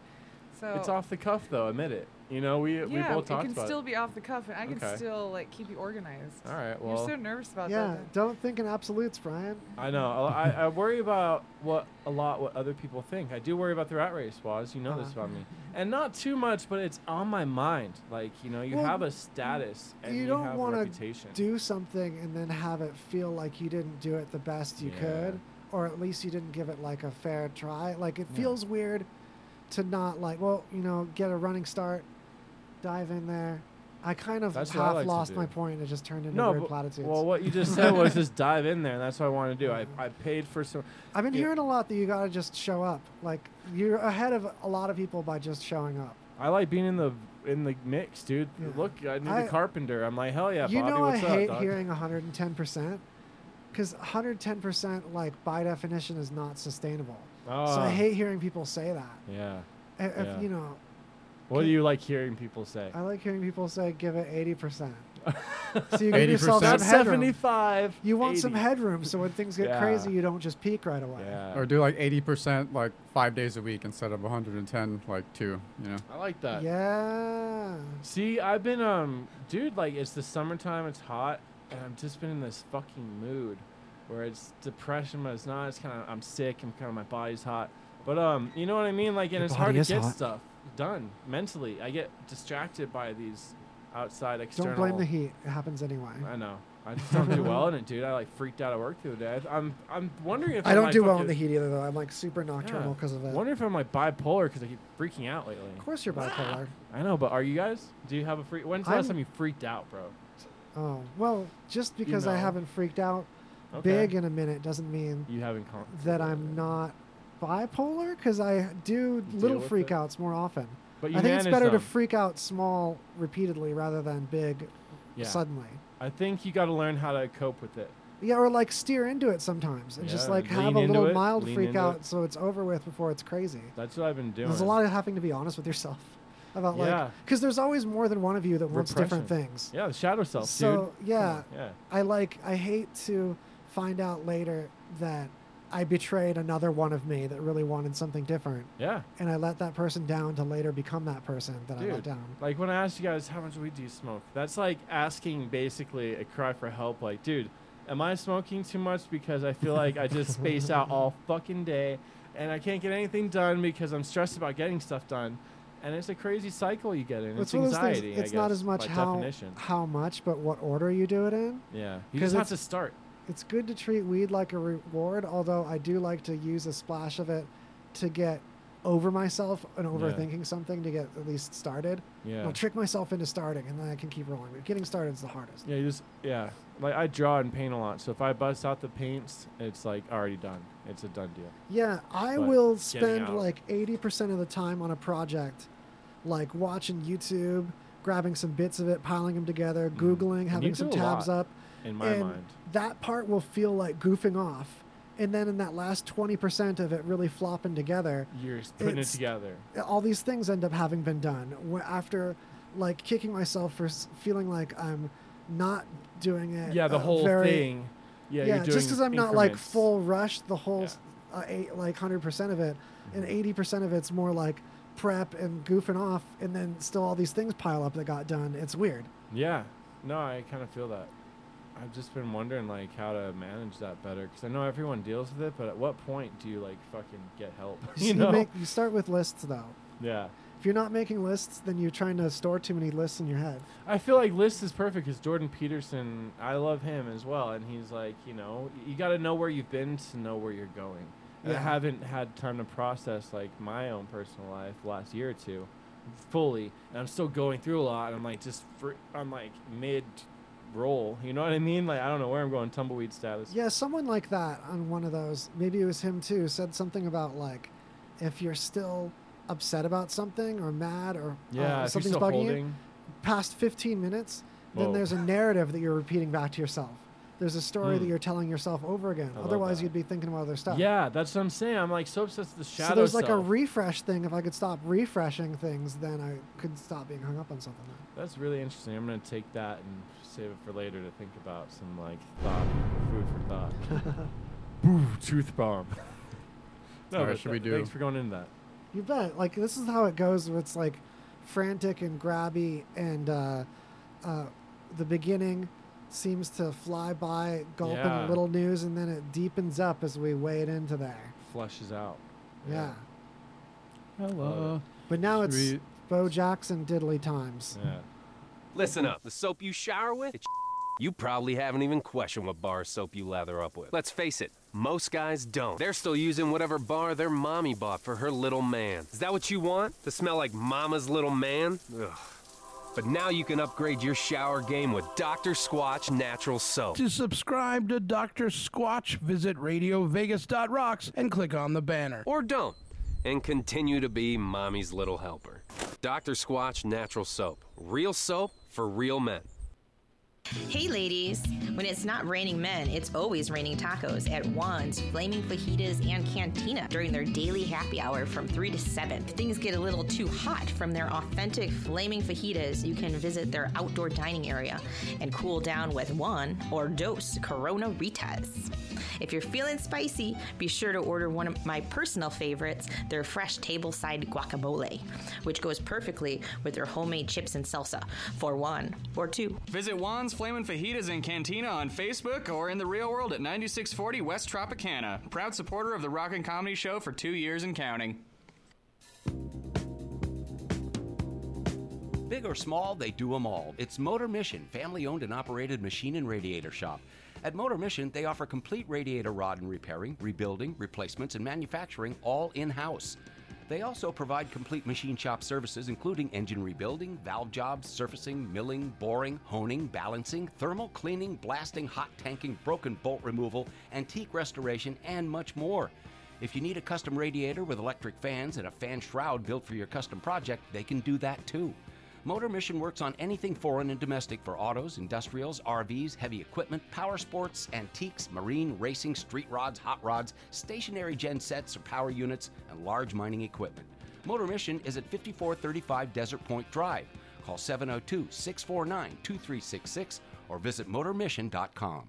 Speaker 4: so
Speaker 2: it's off the cuff though. Admit it. You know, we we
Speaker 4: yeah,
Speaker 2: both
Speaker 4: it
Speaker 2: talked
Speaker 4: can
Speaker 2: about.
Speaker 4: still be off the cuff, and I can
Speaker 2: Okay.
Speaker 4: still like keep you organized.
Speaker 2: it. All right. Well,
Speaker 4: You're so nervous about
Speaker 3: Yeah,
Speaker 4: that. then.
Speaker 3: don't think in absolutes, Brian.
Speaker 2: I know. I, I worry about what a lot what other people think. I do worry about the rat race, Waz. You know this
Speaker 3: Uh-huh.
Speaker 2: about me, and not too much, but it's on my mind. Like you know, you
Speaker 3: Well,
Speaker 2: have a status and
Speaker 3: you
Speaker 2: you,
Speaker 3: don't
Speaker 2: have
Speaker 3: wanna
Speaker 2: a reputation.
Speaker 3: Do something and then have it feel like you didn't do it the best you
Speaker 2: Yeah.
Speaker 3: could, or at least you didn't give it like a fair try. Like it
Speaker 2: Yeah.
Speaker 3: feels weird to not like, well, you know, get a running start, dive in there. I kind of
Speaker 2: That's what I
Speaker 3: half
Speaker 2: like to
Speaker 3: lost my
Speaker 2: do.
Speaker 3: point and it just turned into
Speaker 2: no,
Speaker 3: weird
Speaker 2: but-
Speaker 3: platitudes.
Speaker 2: well, what you just said was just dive in there, and that's what I want to do. I, I paid for some.
Speaker 3: I've been
Speaker 2: yeah.
Speaker 3: hearing a lot that you gotta just show up. Like you're ahead of a lot of people by just showing up.
Speaker 2: I like being in the in the mix, dude.
Speaker 3: Yeah.
Speaker 2: Look, I need
Speaker 3: I-
Speaker 2: the carpenter. I'm like, hell yeah,
Speaker 3: you
Speaker 2: Bobby.
Speaker 3: know
Speaker 2: what's
Speaker 3: I
Speaker 2: up,
Speaker 3: hate
Speaker 2: dog?
Speaker 3: hearing 110% because 110% like by definition is not sustainable. so I
Speaker 2: Ah,
Speaker 3: hate hearing people say that.
Speaker 2: Yeah.
Speaker 3: I- if,
Speaker 2: Yeah.
Speaker 3: e, You know,
Speaker 2: What do you like hearing people say?
Speaker 3: I like hearing people say give it 80%. so you give
Speaker 1: 80%?
Speaker 3: yourself some
Speaker 2: Not
Speaker 3: headroom.
Speaker 2: 75.
Speaker 3: You want some
Speaker 2: 80.
Speaker 3: headroom so when things get
Speaker 2: Yeah.
Speaker 3: crazy, you don't just peak right away.
Speaker 2: Yeah.
Speaker 1: Or do like 80% like five days a week instead of 110 like two, you know?
Speaker 2: I like that.
Speaker 3: Yeah.
Speaker 2: See, I've been um, dude, like it's the summertime, it's hot, and I've just been in this fucking mood where it's depression, but it's not. It's kind of I'm sick. I'm kind of my body's hot. But um, you know what I mean? Like, and
Speaker 3: Your
Speaker 2: it's hard
Speaker 3: body
Speaker 2: to
Speaker 3: is
Speaker 2: get
Speaker 3: hot.
Speaker 2: stuff done mentally. I get distracted by these outside
Speaker 3: Don't
Speaker 2: external.
Speaker 3: blame the heat. It happens anyway.
Speaker 2: I know. I just don't do well in it, dude. I like freaked out at work the other day. I th- I'm I'm wondering if
Speaker 3: I
Speaker 2: I'm,
Speaker 3: don't
Speaker 2: like,
Speaker 3: do well in
Speaker 2: fucking-
Speaker 3: the heat either, though. I'm like super nocturnal
Speaker 2: Yeah.
Speaker 3: because of it.
Speaker 2: Wonder if I'm like bipolar because I keep freaking out lately.
Speaker 3: Of course, you're bipolar.
Speaker 2: I know, but are you guys? Do you have a freak? When's the
Speaker 3: I'm-
Speaker 2: last time you freaked out, bro?
Speaker 3: Oh well, just because I
Speaker 2: know.
Speaker 3: haven't freaked out
Speaker 2: Okay.
Speaker 3: big in a minute doesn't mean
Speaker 2: You haven't. Con-
Speaker 3: that I'm not bipolar because I do
Speaker 2: You
Speaker 3: little
Speaker 2: deal with it?
Speaker 3: freakouts more often.
Speaker 2: But you
Speaker 3: I think it's
Speaker 2: manage
Speaker 3: better to
Speaker 2: them.
Speaker 3: freak out small repeatedly rather than big
Speaker 2: Yeah.
Speaker 3: suddenly.
Speaker 2: I think you got to learn how to cope with it.
Speaker 3: Yeah, or like steer into it sometimes and just
Speaker 2: Yeah,
Speaker 3: like have
Speaker 2: lean
Speaker 3: a
Speaker 2: into
Speaker 3: little
Speaker 2: it,
Speaker 3: mild
Speaker 2: lean
Speaker 3: freak
Speaker 2: into
Speaker 3: out
Speaker 2: it.
Speaker 3: so it's over with before it's crazy.
Speaker 2: That's what I've been doing.
Speaker 3: There's a lot of having to be honest with yourself about
Speaker 2: Yeah.
Speaker 3: like because there's always more than one of you that wants different
Speaker 2: Repression.
Speaker 3: things.
Speaker 2: yeah, the shadow self,
Speaker 3: so yeah,
Speaker 2: dude. Yeah.
Speaker 3: I like I hate to find out later that I betrayed another one of me that really wanted something different
Speaker 2: Yeah.
Speaker 3: and I let that person down to later become that person that I let
Speaker 2: Dude.
Speaker 3: down.
Speaker 2: Like when I asked you guys how much weed do you smoke, that's like asking basically a cry for help. Like, dude, am I smoking too much because I feel like I just space out all fucking day and I can't get anything done because I'm stressed about getting stuff done. And it's a crazy cycle you get in. It's,
Speaker 3: one of those things,
Speaker 2: anxiety. I
Speaker 3: it's not
Speaker 2: guess,
Speaker 3: as much
Speaker 2: by
Speaker 3: how
Speaker 2: definition.
Speaker 3: how much, but what order you do it in.
Speaker 2: Yeah, you
Speaker 3: 'Cause
Speaker 2: just have
Speaker 3: it's-
Speaker 2: to start.
Speaker 3: It's good to treat weed like a reward, although I do like to use a splash of it to get over myself and overthinking something to get at least started.
Speaker 2: Yeah.
Speaker 3: I'll trick myself into starting, and then I can keep rolling. But getting started is the hardest.
Speaker 2: Yeah, you just yeah. Like I draw and paint a lot, so if I bust out the paints, it's like already done. It's a done deal.
Speaker 3: Yeah, I
Speaker 2: But
Speaker 3: will
Speaker 2: getting
Speaker 3: spend
Speaker 2: out.
Speaker 3: like 80% of the time on a project, like watching YouTube, grabbing some bits of it, piling them together, Googling,
Speaker 2: Mm. And
Speaker 3: having
Speaker 2: you
Speaker 3: some
Speaker 2: do a
Speaker 3: tabs
Speaker 2: lot
Speaker 3: up.
Speaker 2: In my
Speaker 3: and
Speaker 2: mind,
Speaker 3: that part will feel like goofing off. And then in that last 20% of it really flopping together,
Speaker 2: you're just putting
Speaker 3: it's-
Speaker 2: it together.
Speaker 3: all these things end up having been done Wh- after like kicking myself for s- feeling like I'm not doing it.
Speaker 2: Yeah, the
Speaker 3: uh,
Speaker 2: whole
Speaker 3: very-
Speaker 2: thing. Yeah,
Speaker 3: Yeah,
Speaker 2: you're doing
Speaker 3: just because I'm not like
Speaker 2: increments.
Speaker 3: full rush the whole
Speaker 2: Yeah. Mm-hmm.
Speaker 3: s- uh, eight, like hundred percent of it, and eighty percent of it's more like prep and goofing off, and then still all these things pile up that got done. It's weird.
Speaker 2: Yeah, no, I kind of feel that. I've just been wondering like how to manage that better because I know everyone deals with it, but at what point do you like fucking get help?
Speaker 3: So
Speaker 2: you know?
Speaker 3: make, you start with lists though.
Speaker 2: yeah.
Speaker 3: If you're not making lists, then you're trying to store too many lists in your head.
Speaker 2: I feel like list is perfect because Jordan Peterson, I love him as well, and he's like, you know, you got to know where you've been to know where you're going. And
Speaker 3: Yeah.
Speaker 2: I haven't had time to process like my own personal life the last year or two, fully, and I'm still going through a lot. And I'm like just, fr- I'm like mid roll. You know what I mean? Like I don't know where I'm going. Tumbleweed status.
Speaker 3: Yeah, someone like that on one of those, maybe it was him too, said something about like, if you're still upset about something or mad or
Speaker 2: Yeah,
Speaker 3: uh,
Speaker 2: if you're
Speaker 3: something's
Speaker 2: still
Speaker 3: bugging you,
Speaker 2: holding.
Speaker 3: past 15 minutes, then
Speaker 2: Whoa.
Speaker 3: there's a narrative that you're repeating back to yourself. There's a story that
Speaker 2: Hmm.
Speaker 3: you're telling yourself over again.
Speaker 2: I love
Speaker 3: Otherwise,
Speaker 2: that.
Speaker 3: you'd be thinking about other stuff.
Speaker 2: Yeah, that's what I'm saying. I'm like so obsessed with the shadow.
Speaker 3: So there's like a
Speaker 2: self.
Speaker 3: refresh thing. If I could stop refreshing things, then I could stop being hung up on something.
Speaker 2: That's really interesting. I'm gonna take that and save it for later to think about some like thought, food for thought. Boo, truth bomb. no,
Speaker 1: Alright,
Speaker 2: but
Speaker 1: should we
Speaker 2: th- Thanks
Speaker 1: do-
Speaker 2: for going into that.
Speaker 3: You bet. Like this is how it goes. It's like frantic and grabby, and uh, uh, the beginning seems to fly by, gulping
Speaker 2: Yeah.
Speaker 3: little news, and then it deepens up as we wade into there.
Speaker 2: Flushes out.
Speaker 3: Yeah.
Speaker 1: Hello.
Speaker 3: But now it's
Speaker 1: Sweet.
Speaker 3: Bo Jackson diddly times.
Speaker 2: Yeah.
Speaker 5: Listen up. The soap you shower with, it's you probably haven't even questioned what bar soap you lather up with. Let's face it, most guys don't. They're still using whatever bar their mommy bought for her little man. Is that what you want? To smell like mama's little man? Ugh. But now you can upgrade your shower game with Dr. Squatch Natural Soap.
Speaker 6: To subscribe to Dr. Squatch, visit RadioVegas.rocks and click on the banner.
Speaker 5: Or don't. And continue to be mommy's little helper. Dr. Squatch Natural Soap. Real soap for real men.
Speaker 7: Hey, ladies. When it's not raining men, it's always raining tacos at Juan's, Flaming Fajitas, and Cantina during their daily happy hour from 3 to 7. If things get a little too hot from their authentic Flaming Fajitas, you can visit their outdoor dining area and cool down with Juan or Dos Corona Ritas. If you're feeling spicy, be sure to order one of my personal favorites, their fresh tableside guacamole, which goes perfectly with their homemade chips and salsa for one or two.
Speaker 8: Visit Juan's Flamin' Fajitas and Cantina on Facebook or in the real world at 9640 West Tropicana. Proud supporter of the Rock and Comedy Show for two years and counting.
Speaker 9: Big or small, they do 'em all. It's Motor Mission, family owned and operated machine and radiator shop. At Motor Mission, they offer complete radiator rod and repairing, rebuilding, replacements, and manufacturing all in house. They also provide complete machine shop services, including engine rebuilding, valve jobs, surfacing, milling, boring, honing, balancing, thermal cleaning, blasting, hot tanking, broken bolt removal, antique restoration, and much more. If you need a custom radiator with electric fans and a fan shroud built for your custom project, they can do that too. Motor Mission works on anything foreign and domestic for autos, industrials, RVs, heavy equipment, power sports, antiques, marine, racing, street rods, hot rods, stationary gen sets or power units, and large mining equipment. Motor Mission is at 5435 Desert Point Drive. Call 702 649 2366 or visit motormission.com.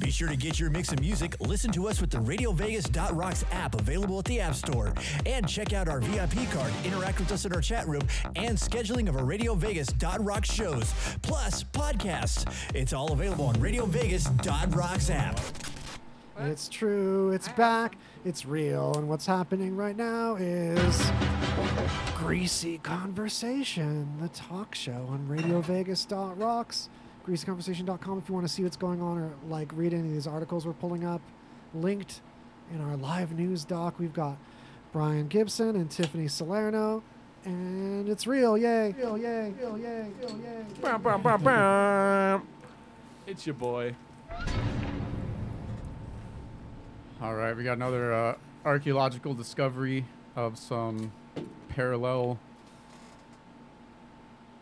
Speaker 10: Be sure to get your mix of music, listen to us with the RadioVegas.rocks app available at the App Store, and check out our VIP card, interact with us in our chat room, and scheduling of our RadioVegas.rocks shows, plus podcasts. It's all available on RadioVegas.rocks app.
Speaker 3: It's true, it's back, it's real, and what's happening right now is Greasy Conversation, the talk show on RadioVegas.rocks, greasyconversation.com if you want to see what's going on or like read any of these articles we're pulling up. Linked in our live news doc, we've got Brian Gibson and Tiffany Salerno, and it's real, yay! Real, yay! Real, yay! Real, yay!
Speaker 2: Bam, bam, bam, bam. It's your boy.
Speaker 1: All right, we got another uh, archaeological discovery of some parallel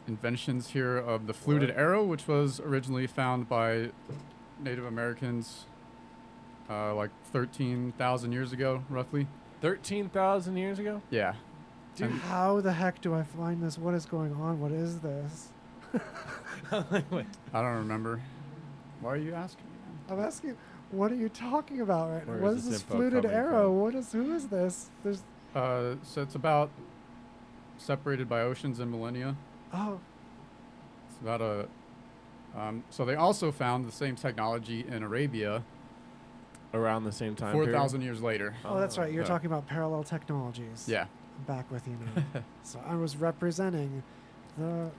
Speaker 1: inventions here of the fluted arrow, which was originally found by Native Americans uh, like 13,000 years ago, roughly.
Speaker 2: 13,000 years ago?
Speaker 1: Yeah.
Speaker 2: Dude.
Speaker 3: How the heck do I find this? What is going on? What is this?
Speaker 1: I don't remember. Why are you asking me? that?
Speaker 3: I'm asking, what are you talking about right
Speaker 2: Where
Speaker 3: now? What
Speaker 2: is
Speaker 3: is
Speaker 2: this
Speaker 3: this
Speaker 2: info
Speaker 3: fluted
Speaker 2: coming
Speaker 3: arrow?
Speaker 2: from?
Speaker 3: What is who is this? There's
Speaker 1: Uh, so it's about separated by oceans and millennia.
Speaker 3: oh
Speaker 1: It's about a. Um, so they also found the same technology in Arabia
Speaker 2: Around the same time.
Speaker 1: four
Speaker 2: period?
Speaker 1: thousand years later.
Speaker 3: oh that's right. You're
Speaker 1: yeah.
Speaker 3: talking about parallel technologies.
Speaker 1: Yeah.
Speaker 3: I'm back with you now. so I was representing the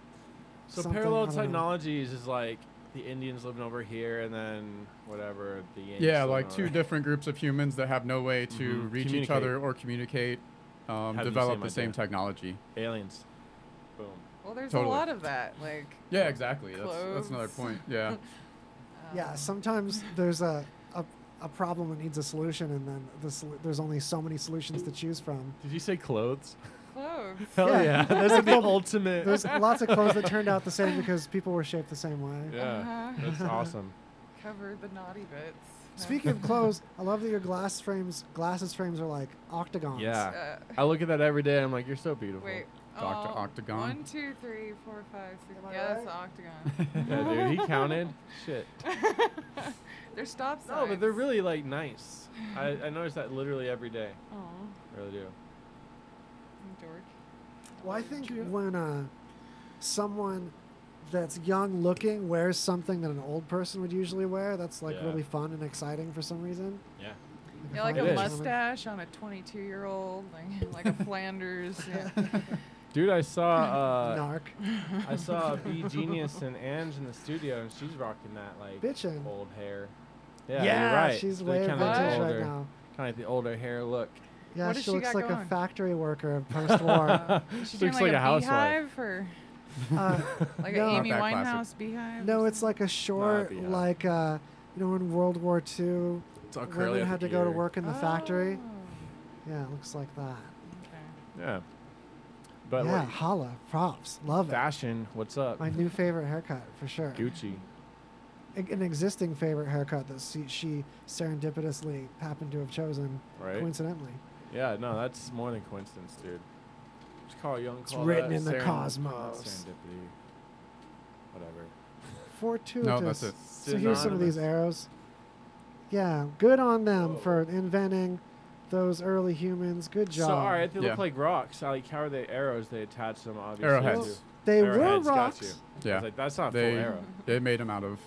Speaker 2: So
Speaker 3: something, I
Speaker 2: parallel
Speaker 3: don't know.
Speaker 2: technologies is like the Indians living over here, and then whatever the Yanks
Speaker 1: Yeah,
Speaker 2: living
Speaker 1: like
Speaker 2: over-
Speaker 1: two different groups of humans that have no way to
Speaker 2: Mhm.
Speaker 1: reach each other or communicate, um,
Speaker 2: Have the
Speaker 1: develop
Speaker 2: same
Speaker 1: the same
Speaker 2: idea.
Speaker 1: technology.
Speaker 2: aliens. Boom.
Speaker 4: Well, there's
Speaker 1: Totally.
Speaker 4: a lot of that. Like,
Speaker 1: Yeah, exactly. That's, that's another
Speaker 4: Cloves.
Speaker 1: point. Yeah.
Speaker 3: Yeah, sometimes there's a, a a problem that needs a solution, and then the sol- there's only so many solutions to choose from.
Speaker 2: Did you say clothes?
Speaker 4: cloves.
Speaker 2: Hell
Speaker 3: Yeah.
Speaker 2: yeah, that's like the ultimate.
Speaker 3: There's lots of clothes that turned out the same because people were shaped the same way.
Speaker 2: yeah,
Speaker 4: Uh-huh.
Speaker 2: that's awesome.
Speaker 4: Cover the naughty bits.
Speaker 3: Speaking of clothes, I love that your glass frames glasses frames are like octagons.
Speaker 2: Yeah.
Speaker 4: Uh,
Speaker 2: I look at that every day. I'm like, you're so beautiful.
Speaker 4: wait.
Speaker 1: Doctor
Speaker 4: oh,
Speaker 1: Octagon.
Speaker 4: One, two, three, four, five, six.
Speaker 3: Am I
Speaker 4: Yeah,
Speaker 3: right?
Speaker 4: that's the octagon.
Speaker 2: Yeah, dude, he counted. Shit.
Speaker 4: they're stop signs.
Speaker 2: No, but they're really like nice. I, I notice that literally every day.
Speaker 4: Oh,
Speaker 2: I really do.
Speaker 4: dork.
Speaker 3: Well, I think when uh, someone that's young looking wears something that an old person would usually wear, that's like
Speaker 2: Yeah.
Speaker 3: really fun and exciting for some reason.
Speaker 2: Yeah.
Speaker 3: if
Speaker 4: Yeah, like
Speaker 3: I
Speaker 2: It
Speaker 4: a
Speaker 2: is.
Speaker 3: was-
Speaker 4: mustache on a 22 year old, like, like a Flanders. Yeah.
Speaker 2: Dude, I saw uh,
Speaker 3: Narc.
Speaker 2: I saw B Genius and Ange in the studio, and she's rocking that like
Speaker 3: Bitchin'.
Speaker 2: old hair. Yeah,
Speaker 3: Yeah,
Speaker 2: you're right.
Speaker 3: she's
Speaker 2: They
Speaker 3: way
Speaker 2: kinda
Speaker 4: vintage
Speaker 2: like
Speaker 3: right
Speaker 2: the older-
Speaker 3: now.
Speaker 2: Kind of the older hair look.
Speaker 3: Yeah,
Speaker 4: What
Speaker 3: she
Speaker 4: does she
Speaker 3: looks
Speaker 4: got
Speaker 3: like a
Speaker 4: going?
Speaker 3: factory worker of post-war.
Speaker 4: Is she doing like, a, beehive or
Speaker 3: uh,
Speaker 4: like
Speaker 3: No.
Speaker 4: an
Speaker 3: Not
Speaker 4: Amy
Speaker 1: that
Speaker 4: Winehouse
Speaker 1: classic.
Speaker 4: beehive?
Speaker 3: no, it's like a short,
Speaker 2: yeah.
Speaker 3: like uh, you know, in World War II,
Speaker 1: It's all
Speaker 3: women had to go to work in the factory.
Speaker 4: Oh,
Speaker 3: Yeah, it looks like that.
Speaker 4: okay.
Speaker 2: Yeah. But
Speaker 3: yeah,
Speaker 2: like,
Speaker 3: holla, props, love it.
Speaker 2: fashion, what's up?
Speaker 3: My new favorite haircut for sure.
Speaker 2: Gucci.
Speaker 3: a- an existing favorite haircut that she, she serendipitously happened to have chosen
Speaker 2: Right.
Speaker 3: coincidentally.
Speaker 2: Yeah, no, that's more than coincidence, dude. Just call Young.
Speaker 3: It's
Speaker 2: call
Speaker 3: written
Speaker 2: that
Speaker 3: in the
Speaker 2: seren-
Speaker 3: cosmos.
Speaker 2: Serendipity. Whatever.
Speaker 3: Fortuitous.
Speaker 1: No, that's it.
Speaker 3: So here's some of these
Speaker 2: Synonymous.
Speaker 3: arrows. Yeah, good on them
Speaker 2: Whoa.
Speaker 3: for inventing those early humans. Good job.
Speaker 2: So, all right, they look like rocks. Like, how are they arrows? They attach them, obviously.
Speaker 1: Arrowheads.
Speaker 2: to-
Speaker 3: They were
Speaker 2: Arrowheads, Got you.
Speaker 3: rocks.
Speaker 1: Yeah.
Speaker 2: I was like, that's not
Speaker 1: they,
Speaker 2: full arrow.
Speaker 1: They made him out of.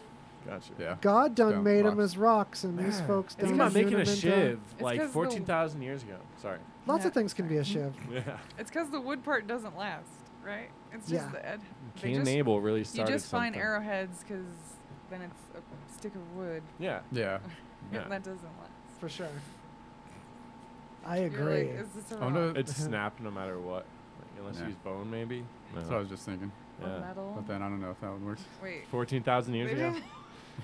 Speaker 2: Gotcha.
Speaker 1: Yeah.
Speaker 3: God done
Speaker 1: stone
Speaker 3: made
Speaker 1: rocks.
Speaker 3: them as rocks, and these folks
Speaker 2: Think
Speaker 3: done
Speaker 2: about making a
Speaker 3: them into-
Speaker 2: shiv like
Speaker 4: 'cause the-
Speaker 2: 14,000 years ago. Sorry.
Speaker 3: Lots of things can be a shiv.
Speaker 2: Yeah.
Speaker 4: It's because the wood part doesn't last, right? It's just
Speaker 3: Yeah.
Speaker 4: the ed- they
Speaker 2: Cain and
Speaker 4: just-
Speaker 2: Abel really
Speaker 4: You
Speaker 2: started
Speaker 4: just find
Speaker 2: something.
Speaker 4: arrowheads because then it's a stick of wood.
Speaker 2: Yeah.
Speaker 1: Yeah.
Speaker 2: Yeah.
Speaker 4: that doesn't last.
Speaker 3: For sure. I
Speaker 4: You're like,
Speaker 3: agree.
Speaker 4: is this a
Speaker 1: Oh, no.
Speaker 4: rock?
Speaker 2: It's snapped no matter what. Like, unless
Speaker 1: Yeah.
Speaker 2: you use bone, maybe.
Speaker 1: That's what I was just thinking.
Speaker 4: Or
Speaker 2: Yeah.
Speaker 4: metal?
Speaker 1: But then I don't know if that would work.
Speaker 4: Wait.
Speaker 2: 14,000 years
Speaker 4: They
Speaker 2: ago.
Speaker 4: didn't-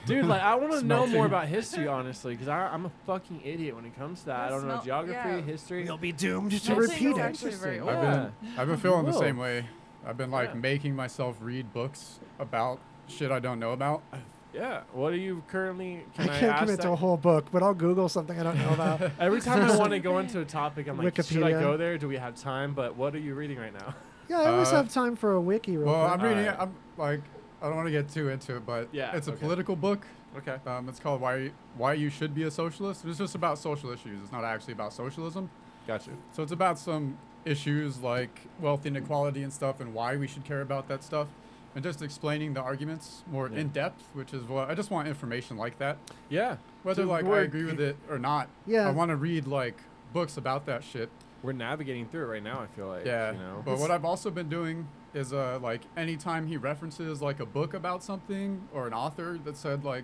Speaker 2: Dude, like, I want to know
Speaker 1: Smoking.
Speaker 2: more about history, honestly, because I'm a fucking idiot when it comes to that. I
Speaker 4: That's
Speaker 2: don't know
Speaker 4: not-
Speaker 2: geography,
Speaker 4: yeah.
Speaker 2: history.
Speaker 10: You'll be doomed to
Speaker 3: To
Speaker 4: Melting
Speaker 3: repeat
Speaker 4: is
Speaker 3: it.
Speaker 4: actually very
Speaker 2: Interesting.
Speaker 4: old.
Speaker 1: I've
Speaker 2: Yeah.
Speaker 1: been I've been feeling the
Speaker 2: Whoa.
Speaker 1: same way. I've been like
Speaker 2: Yeah.
Speaker 1: making myself read books about shit I don't know about.
Speaker 2: Yeah. What are you currently?
Speaker 3: I
Speaker 2: Can I,
Speaker 3: can't
Speaker 2: ask
Speaker 3: commit
Speaker 2: that?
Speaker 3: to a whole book, but I'll Google something I don't know about.
Speaker 2: Every time I want to go into a topic, I'm like, should I
Speaker 3: Wikipedia.
Speaker 2: go there? Do we have time? But what are you reading right now?
Speaker 3: Yeah, I always
Speaker 1: Uh,
Speaker 3: have time for a wiki real
Speaker 1: Well,
Speaker 3: quick.
Speaker 1: I'm reading.
Speaker 2: Alright.
Speaker 1: I'm like I don't want to get too into it, but
Speaker 2: Yeah,
Speaker 1: it's a
Speaker 2: okay.
Speaker 1: political book.
Speaker 2: Okay.
Speaker 1: Um, it's called Why Why You Should Be a Socialist. It's just about social issues. It's not actually about socialism.
Speaker 2: Gotcha.
Speaker 1: So it's about some issues like wealth inequality and stuff, and why we should care about that stuff, and just explaining the arguments more
Speaker 2: Yeah.
Speaker 1: in depth, which is what I just want information like that.
Speaker 2: Yeah.
Speaker 1: Whether
Speaker 2: So
Speaker 1: like I
Speaker 2: we're-
Speaker 1: agree with it or not,
Speaker 3: Yeah.
Speaker 1: I want to read like books about that shit.
Speaker 2: We're navigating through it right now. I feel like.
Speaker 1: Yeah.
Speaker 2: You know.
Speaker 1: But what I've also been doing is uh like anytime he references like a book about something or an author that said like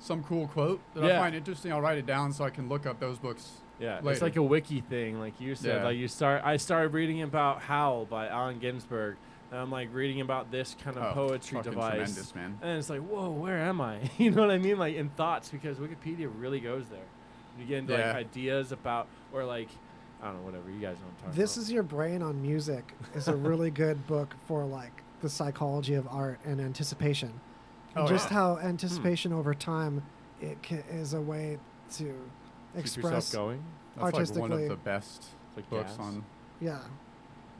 Speaker 1: some cool quote that
Speaker 2: Yeah.
Speaker 1: I find interesting, I'll write it down so I can look up those books.
Speaker 2: yeah. It's
Speaker 1: later.
Speaker 2: like a wiki thing, like you said.
Speaker 1: Yeah.
Speaker 2: Like you start. I started reading about Howl by Allen Ginsberg. And I'm like reading about this kind of
Speaker 1: Oh,
Speaker 2: poetry
Speaker 1: fucking
Speaker 2: device.
Speaker 1: tremendous, man.
Speaker 2: And it's like, whoa, where am I? You know what I mean? Like in thoughts, because Wikipedia really goes there. You get into
Speaker 1: Yeah.
Speaker 2: like ideas about, or like, I don't know, whatever. You guys know what I'm talking
Speaker 3: This
Speaker 2: about.
Speaker 3: is Your Brain on Music is a really good book for like the psychology of art and anticipation. And
Speaker 1: Oh,
Speaker 3: just
Speaker 1: yeah.
Speaker 3: how
Speaker 2: Hmm.
Speaker 3: anticipation over time it ca is a way to
Speaker 2: Keep yourself
Speaker 3: express.
Speaker 2: going.
Speaker 1: That's like one
Speaker 3: artistically.
Speaker 1: of the best
Speaker 2: Like
Speaker 1: books
Speaker 2: gas.
Speaker 1: on
Speaker 3: Yeah.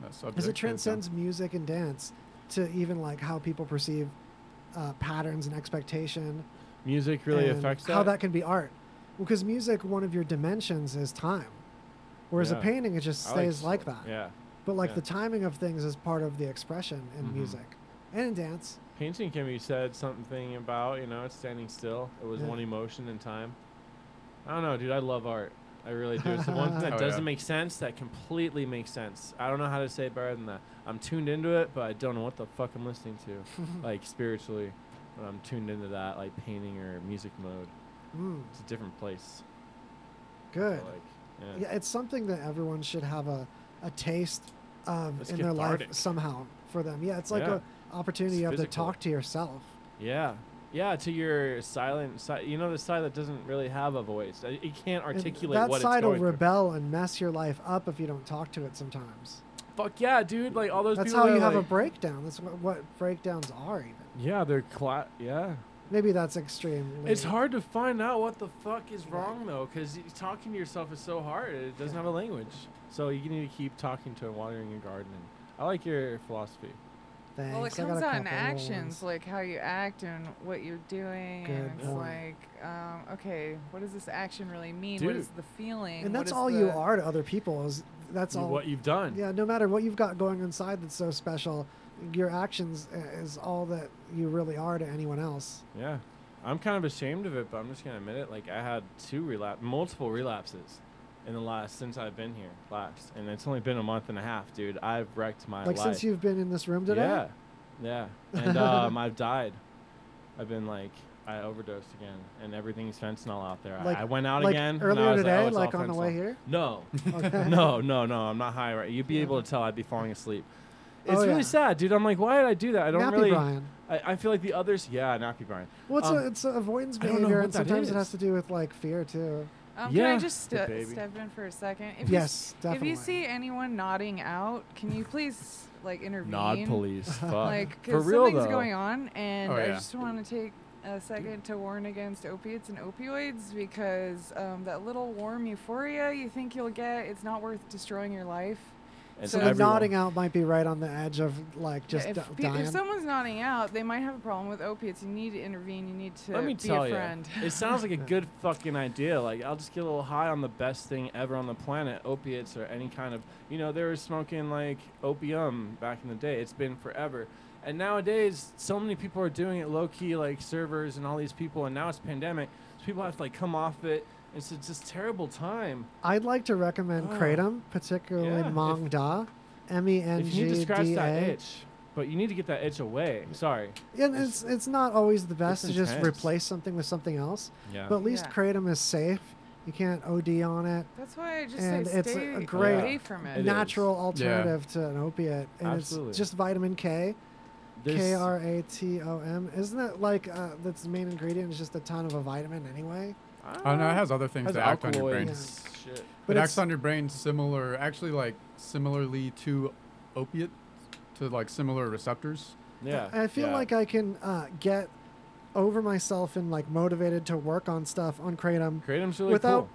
Speaker 1: that subject.
Speaker 3: Because it
Speaker 1: and stuff.
Speaker 3: transcends music and dance to even like how people perceive uh, patterns and expectation.
Speaker 2: Music really
Speaker 3: and
Speaker 2: affects
Speaker 3: how that can be art. Because music, one of your dimensions is time, whereas
Speaker 2: Yeah.
Speaker 3: a painting it just
Speaker 2: I like
Speaker 3: stays like,
Speaker 2: slow-
Speaker 3: that.
Speaker 2: Yeah.
Speaker 3: But like
Speaker 2: yeah.
Speaker 3: the timing of things is part of the expression in
Speaker 2: Mhm.
Speaker 3: music and in dance.
Speaker 2: Painting can be said something about, you know, it's standing still. It was
Speaker 3: Yeah.
Speaker 2: one emotion in time. I don't know, dude. I love art. I really do. It's the one thing that
Speaker 1: Oh,
Speaker 2: doesn't
Speaker 1: yeah.
Speaker 2: make sense that completely makes sense. I don't know how to say it better than that. I'm tuned into it, but I don't know what the fuck I'm listening to, like spiritually. When I'm tuned into that, like painting or music mode,
Speaker 3: Mm,
Speaker 2: it's a different place. I
Speaker 3: good.
Speaker 2: feel Like, yeah.
Speaker 3: Yeah, it's something that everyone should have a, a taste of
Speaker 2: It's
Speaker 3: in their life
Speaker 2: cathartic.
Speaker 3: somehof for them. Yeah, it's like
Speaker 2: Yeah.
Speaker 3: an opportunity
Speaker 2: It's
Speaker 3: of to
Speaker 2: physical.
Speaker 3: talk to yourself.
Speaker 2: Yeah. Yeah, to your silent side. You know, the side that doesn't really have a voice. Uh, It can't
Speaker 3: And
Speaker 2: articulate
Speaker 3: that
Speaker 2: what
Speaker 3: side
Speaker 2: it's
Speaker 3: will
Speaker 2: going through.
Speaker 3: rebel and mess your life up if you don't talk to it sometimes.
Speaker 2: Fuck yeah, dude. Like, all those
Speaker 3: That's
Speaker 2: people
Speaker 3: how
Speaker 2: that
Speaker 3: you
Speaker 2: are
Speaker 3: have a
Speaker 2: like-
Speaker 3: breakdown. That's what, what breakdowns are even.
Speaker 2: Yeah, they're cla- Yeah.
Speaker 3: Maybe that's extreme.
Speaker 2: It's
Speaker 3: maybe.
Speaker 2: hard to find out what the fuck is wrong, though, because talking to yourself is so hard. It doesn't have a language. So you need to keep talking to and watering your garden. And I like your philosophy.
Speaker 3: Thanks.
Speaker 4: Well, it
Speaker 3: I got
Speaker 4: comes
Speaker 3: a
Speaker 4: out in
Speaker 3: couple little
Speaker 4: actions,
Speaker 3: ones.
Speaker 4: like how you act and what you're doing.
Speaker 3: Good
Speaker 4: and it's
Speaker 3: point.
Speaker 4: like, um, okay, what does this action really mean? What
Speaker 2: Dude.
Speaker 4: is the
Speaker 3: and
Speaker 4: feeling? What
Speaker 3: that's
Speaker 4: is
Speaker 3: all you
Speaker 4: the-
Speaker 3: are to other people. Is that's
Speaker 2: You-
Speaker 3: all.
Speaker 2: what you've done.
Speaker 3: yeah. No matter what you've got going inside that's so special, your actions i- is all that you really are to anyone else.
Speaker 2: Yeah. I'm kind of ashamed of it, but I'm just going to admit it. Like, I had two relapse, multiple relapses in the last, since I've been here, last. And it's only been a month and a half, dude. I've wrecked my
Speaker 3: like
Speaker 2: life.
Speaker 3: since you've been in this room today.
Speaker 2: Yeah, yeah. And um, I've died. I've been like, I overdosed again, and everything's fentanyl out there. I-
Speaker 3: Like-
Speaker 2: I went out
Speaker 3: like
Speaker 2: again and I
Speaker 3: earlier
Speaker 2: was
Speaker 3: today,
Speaker 2: oh, it's all
Speaker 3: like on the way
Speaker 2: fentanyl.
Speaker 3: here?
Speaker 2: No,
Speaker 3: Okay.
Speaker 2: no, no, no. I'm not high right. You'd be able to tell. I'd be falling asleep. It's
Speaker 3: Oh,
Speaker 2: really
Speaker 3: yeah.
Speaker 2: sad, dude. I'm like, why did I do that? I don't
Speaker 3: Nappy
Speaker 2: really.
Speaker 3: Brian.
Speaker 2: I, I feel like the others. Yeah, nappy Brian.
Speaker 3: Well, it's,
Speaker 2: Um,
Speaker 3: a, it's a avoidance
Speaker 2: I don't know
Speaker 3: behavior,
Speaker 2: what
Speaker 3: and
Speaker 2: that
Speaker 3: sometimes
Speaker 2: is.
Speaker 3: it has to do with like fear too.
Speaker 4: Um, Can
Speaker 2: Yeah.
Speaker 4: I just
Speaker 2: The
Speaker 4: ste-
Speaker 2: baby.
Speaker 4: step in for a second? If you s-
Speaker 3: yes, definitely.
Speaker 4: If you see anyone nodding out, can you please like intervene?
Speaker 2: Nod police. Fuck.
Speaker 4: Like,
Speaker 2: For
Speaker 4: because
Speaker 2: real
Speaker 4: something's
Speaker 2: though.
Speaker 4: going on, and
Speaker 1: Oh,
Speaker 4: I
Speaker 1: yeah.
Speaker 4: just want to take a second to warn against opiates and opioids because um, that little warm euphoria you think you'll get, it's not worth destroying your life.
Speaker 2: And
Speaker 3: so the
Speaker 2: everyone-
Speaker 3: nodding out might be right on the edge of like just
Speaker 4: if,
Speaker 3: d-
Speaker 4: pe-
Speaker 3: dying.
Speaker 4: if someone's nodding out, they might have a problem with opiates. You need to intervene. You need to
Speaker 2: Let me
Speaker 4: be
Speaker 2: tell
Speaker 4: a
Speaker 2: you,
Speaker 4: friend.
Speaker 2: it sounds like a good fucking idea. Like I'll just get a little high on the best thing ever on the planet, opiates or any kind of. You know, they were smoking like opium back in the day. It's been forever. And nowadays, so many people are doing it low key, like servers and all these people. And now it's pandemic, so people have to like come off it. It's a just terrible time.
Speaker 3: I'd like to recommend
Speaker 4: Oh.
Speaker 2: Ah.
Speaker 3: kratom, particularly
Speaker 2: Yeah, if-
Speaker 3: Mong Da, M E N
Speaker 2: if you need to
Speaker 3: G
Speaker 2: scratch
Speaker 3: D
Speaker 2: that
Speaker 3: A.
Speaker 2: itch, but you need to get that itch away. Sorry.
Speaker 3: And it's it's not always the best to just
Speaker 2: intense.
Speaker 3: replace something with something else.
Speaker 2: Yeah.
Speaker 3: But at least
Speaker 4: Yeah.
Speaker 3: kratom is safe. You can't OD on it.
Speaker 4: That's why I just
Speaker 3: and
Speaker 4: say
Speaker 3: it's
Speaker 4: stay
Speaker 3: a great
Speaker 4: away from it.
Speaker 2: It
Speaker 3: natural
Speaker 1: is. Yeah.
Speaker 3: alternative to an opiate, and
Speaker 2: Absolutely.
Speaker 3: it's just vitamin K,
Speaker 2: There's-
Speaker 3: K R A T O M. Isn't it like uh, that's the main ingredient is just a ton of a vitamin anyway?
Speaker 2: Ah,
Speaker 1: I don't know. It has other things
Speaker 2: Has
Speaker 1: that act on your brain.
Speaker 2: alkaloids, Shit.
Speaker 3: But
Speaker 1: it acts
Speaker 3: it's-
Speaker 1: on your brain similar, actually, like similarly to opiate, to like similar receptors.
Speaker 2: Yeah.
Speaker 3: I feel
Speaker 2: yeah.
Speaker 3: like I can uh, get over myself and like motivated to work on stuff on kratom
Speaker 2: kratom's really
Speaker 3: without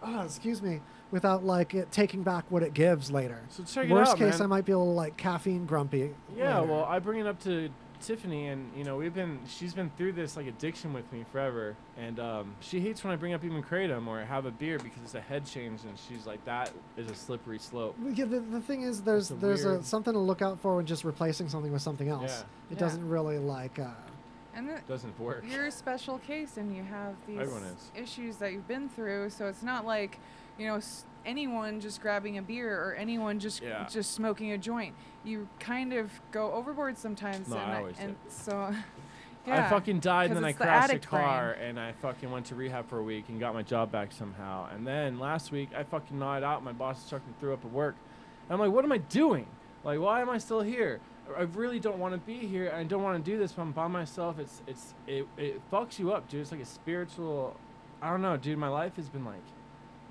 Speaker 2: cool.
Speaker 3: oh, excuse me, without like it taking back what it gives later.
Speaker 2: So check it
Speaker 3: Worst
Speaker 2: out,
Speaker 3: case,
Speaker 2: man.
Speaker 3: I might be a little like caffeine grumpy.
Speaker 2: Yeah,
Speaker 3: later.
Speaker 2: well, I bring it up to Tiffany, and you know, we've been she's been through this like addiction with me forever, and um, she hates when I bring up even kratom or have a beer because it's a head change, and she's like, that is a slippery slope.
Speaker 3: Well, Yeah, the, the thing is, there's
Speaker 2: It's a
Speaker 3: there's a,
Speaker 2: weird-
Speaker 3: something to look out for when just replacing something with something else. It
Speaker 2: Yeah.
Speaker 4: Yeah.
Speaker 3: doesn't really like. Uh,
Speaker 4: And the,
Speaker 2: Doesn't work.
Speaker 4: you're a special case, and you have these
Speaker 2: Everyone is.
Speaker 4: issues that you've been through. So it's not like, you know, s- anyone just grabbing a beer or anyone just
Speaker 2: Yeah.
Speaker 4: just smoking a joint. You kind of go overboard sometimes.
Speaker 2: No,
Speaker 4: and
Speaker 2: I always
Speaker 4: and so. Yeah,
Speaker 2: I fucking died, and
Speaker 4: 'cause
Speaker 2: then I
Speaker 4: it's the
Speaker 2: crashed a
Speaker 4: addict brain.
Speaker 2: car, and I fucking went to rehab for a week and got my job back somehow. And then last week, I fucking gnawed out. My boss chucked and threw up at work. And I'm like, what am I doing? Like, why am I still here? I really don't want to be here. and I don't want to do this. But I'm by myself. It's it's it it fucks you up, dude. It's like a spiritual. I don't know, dude. My life has been like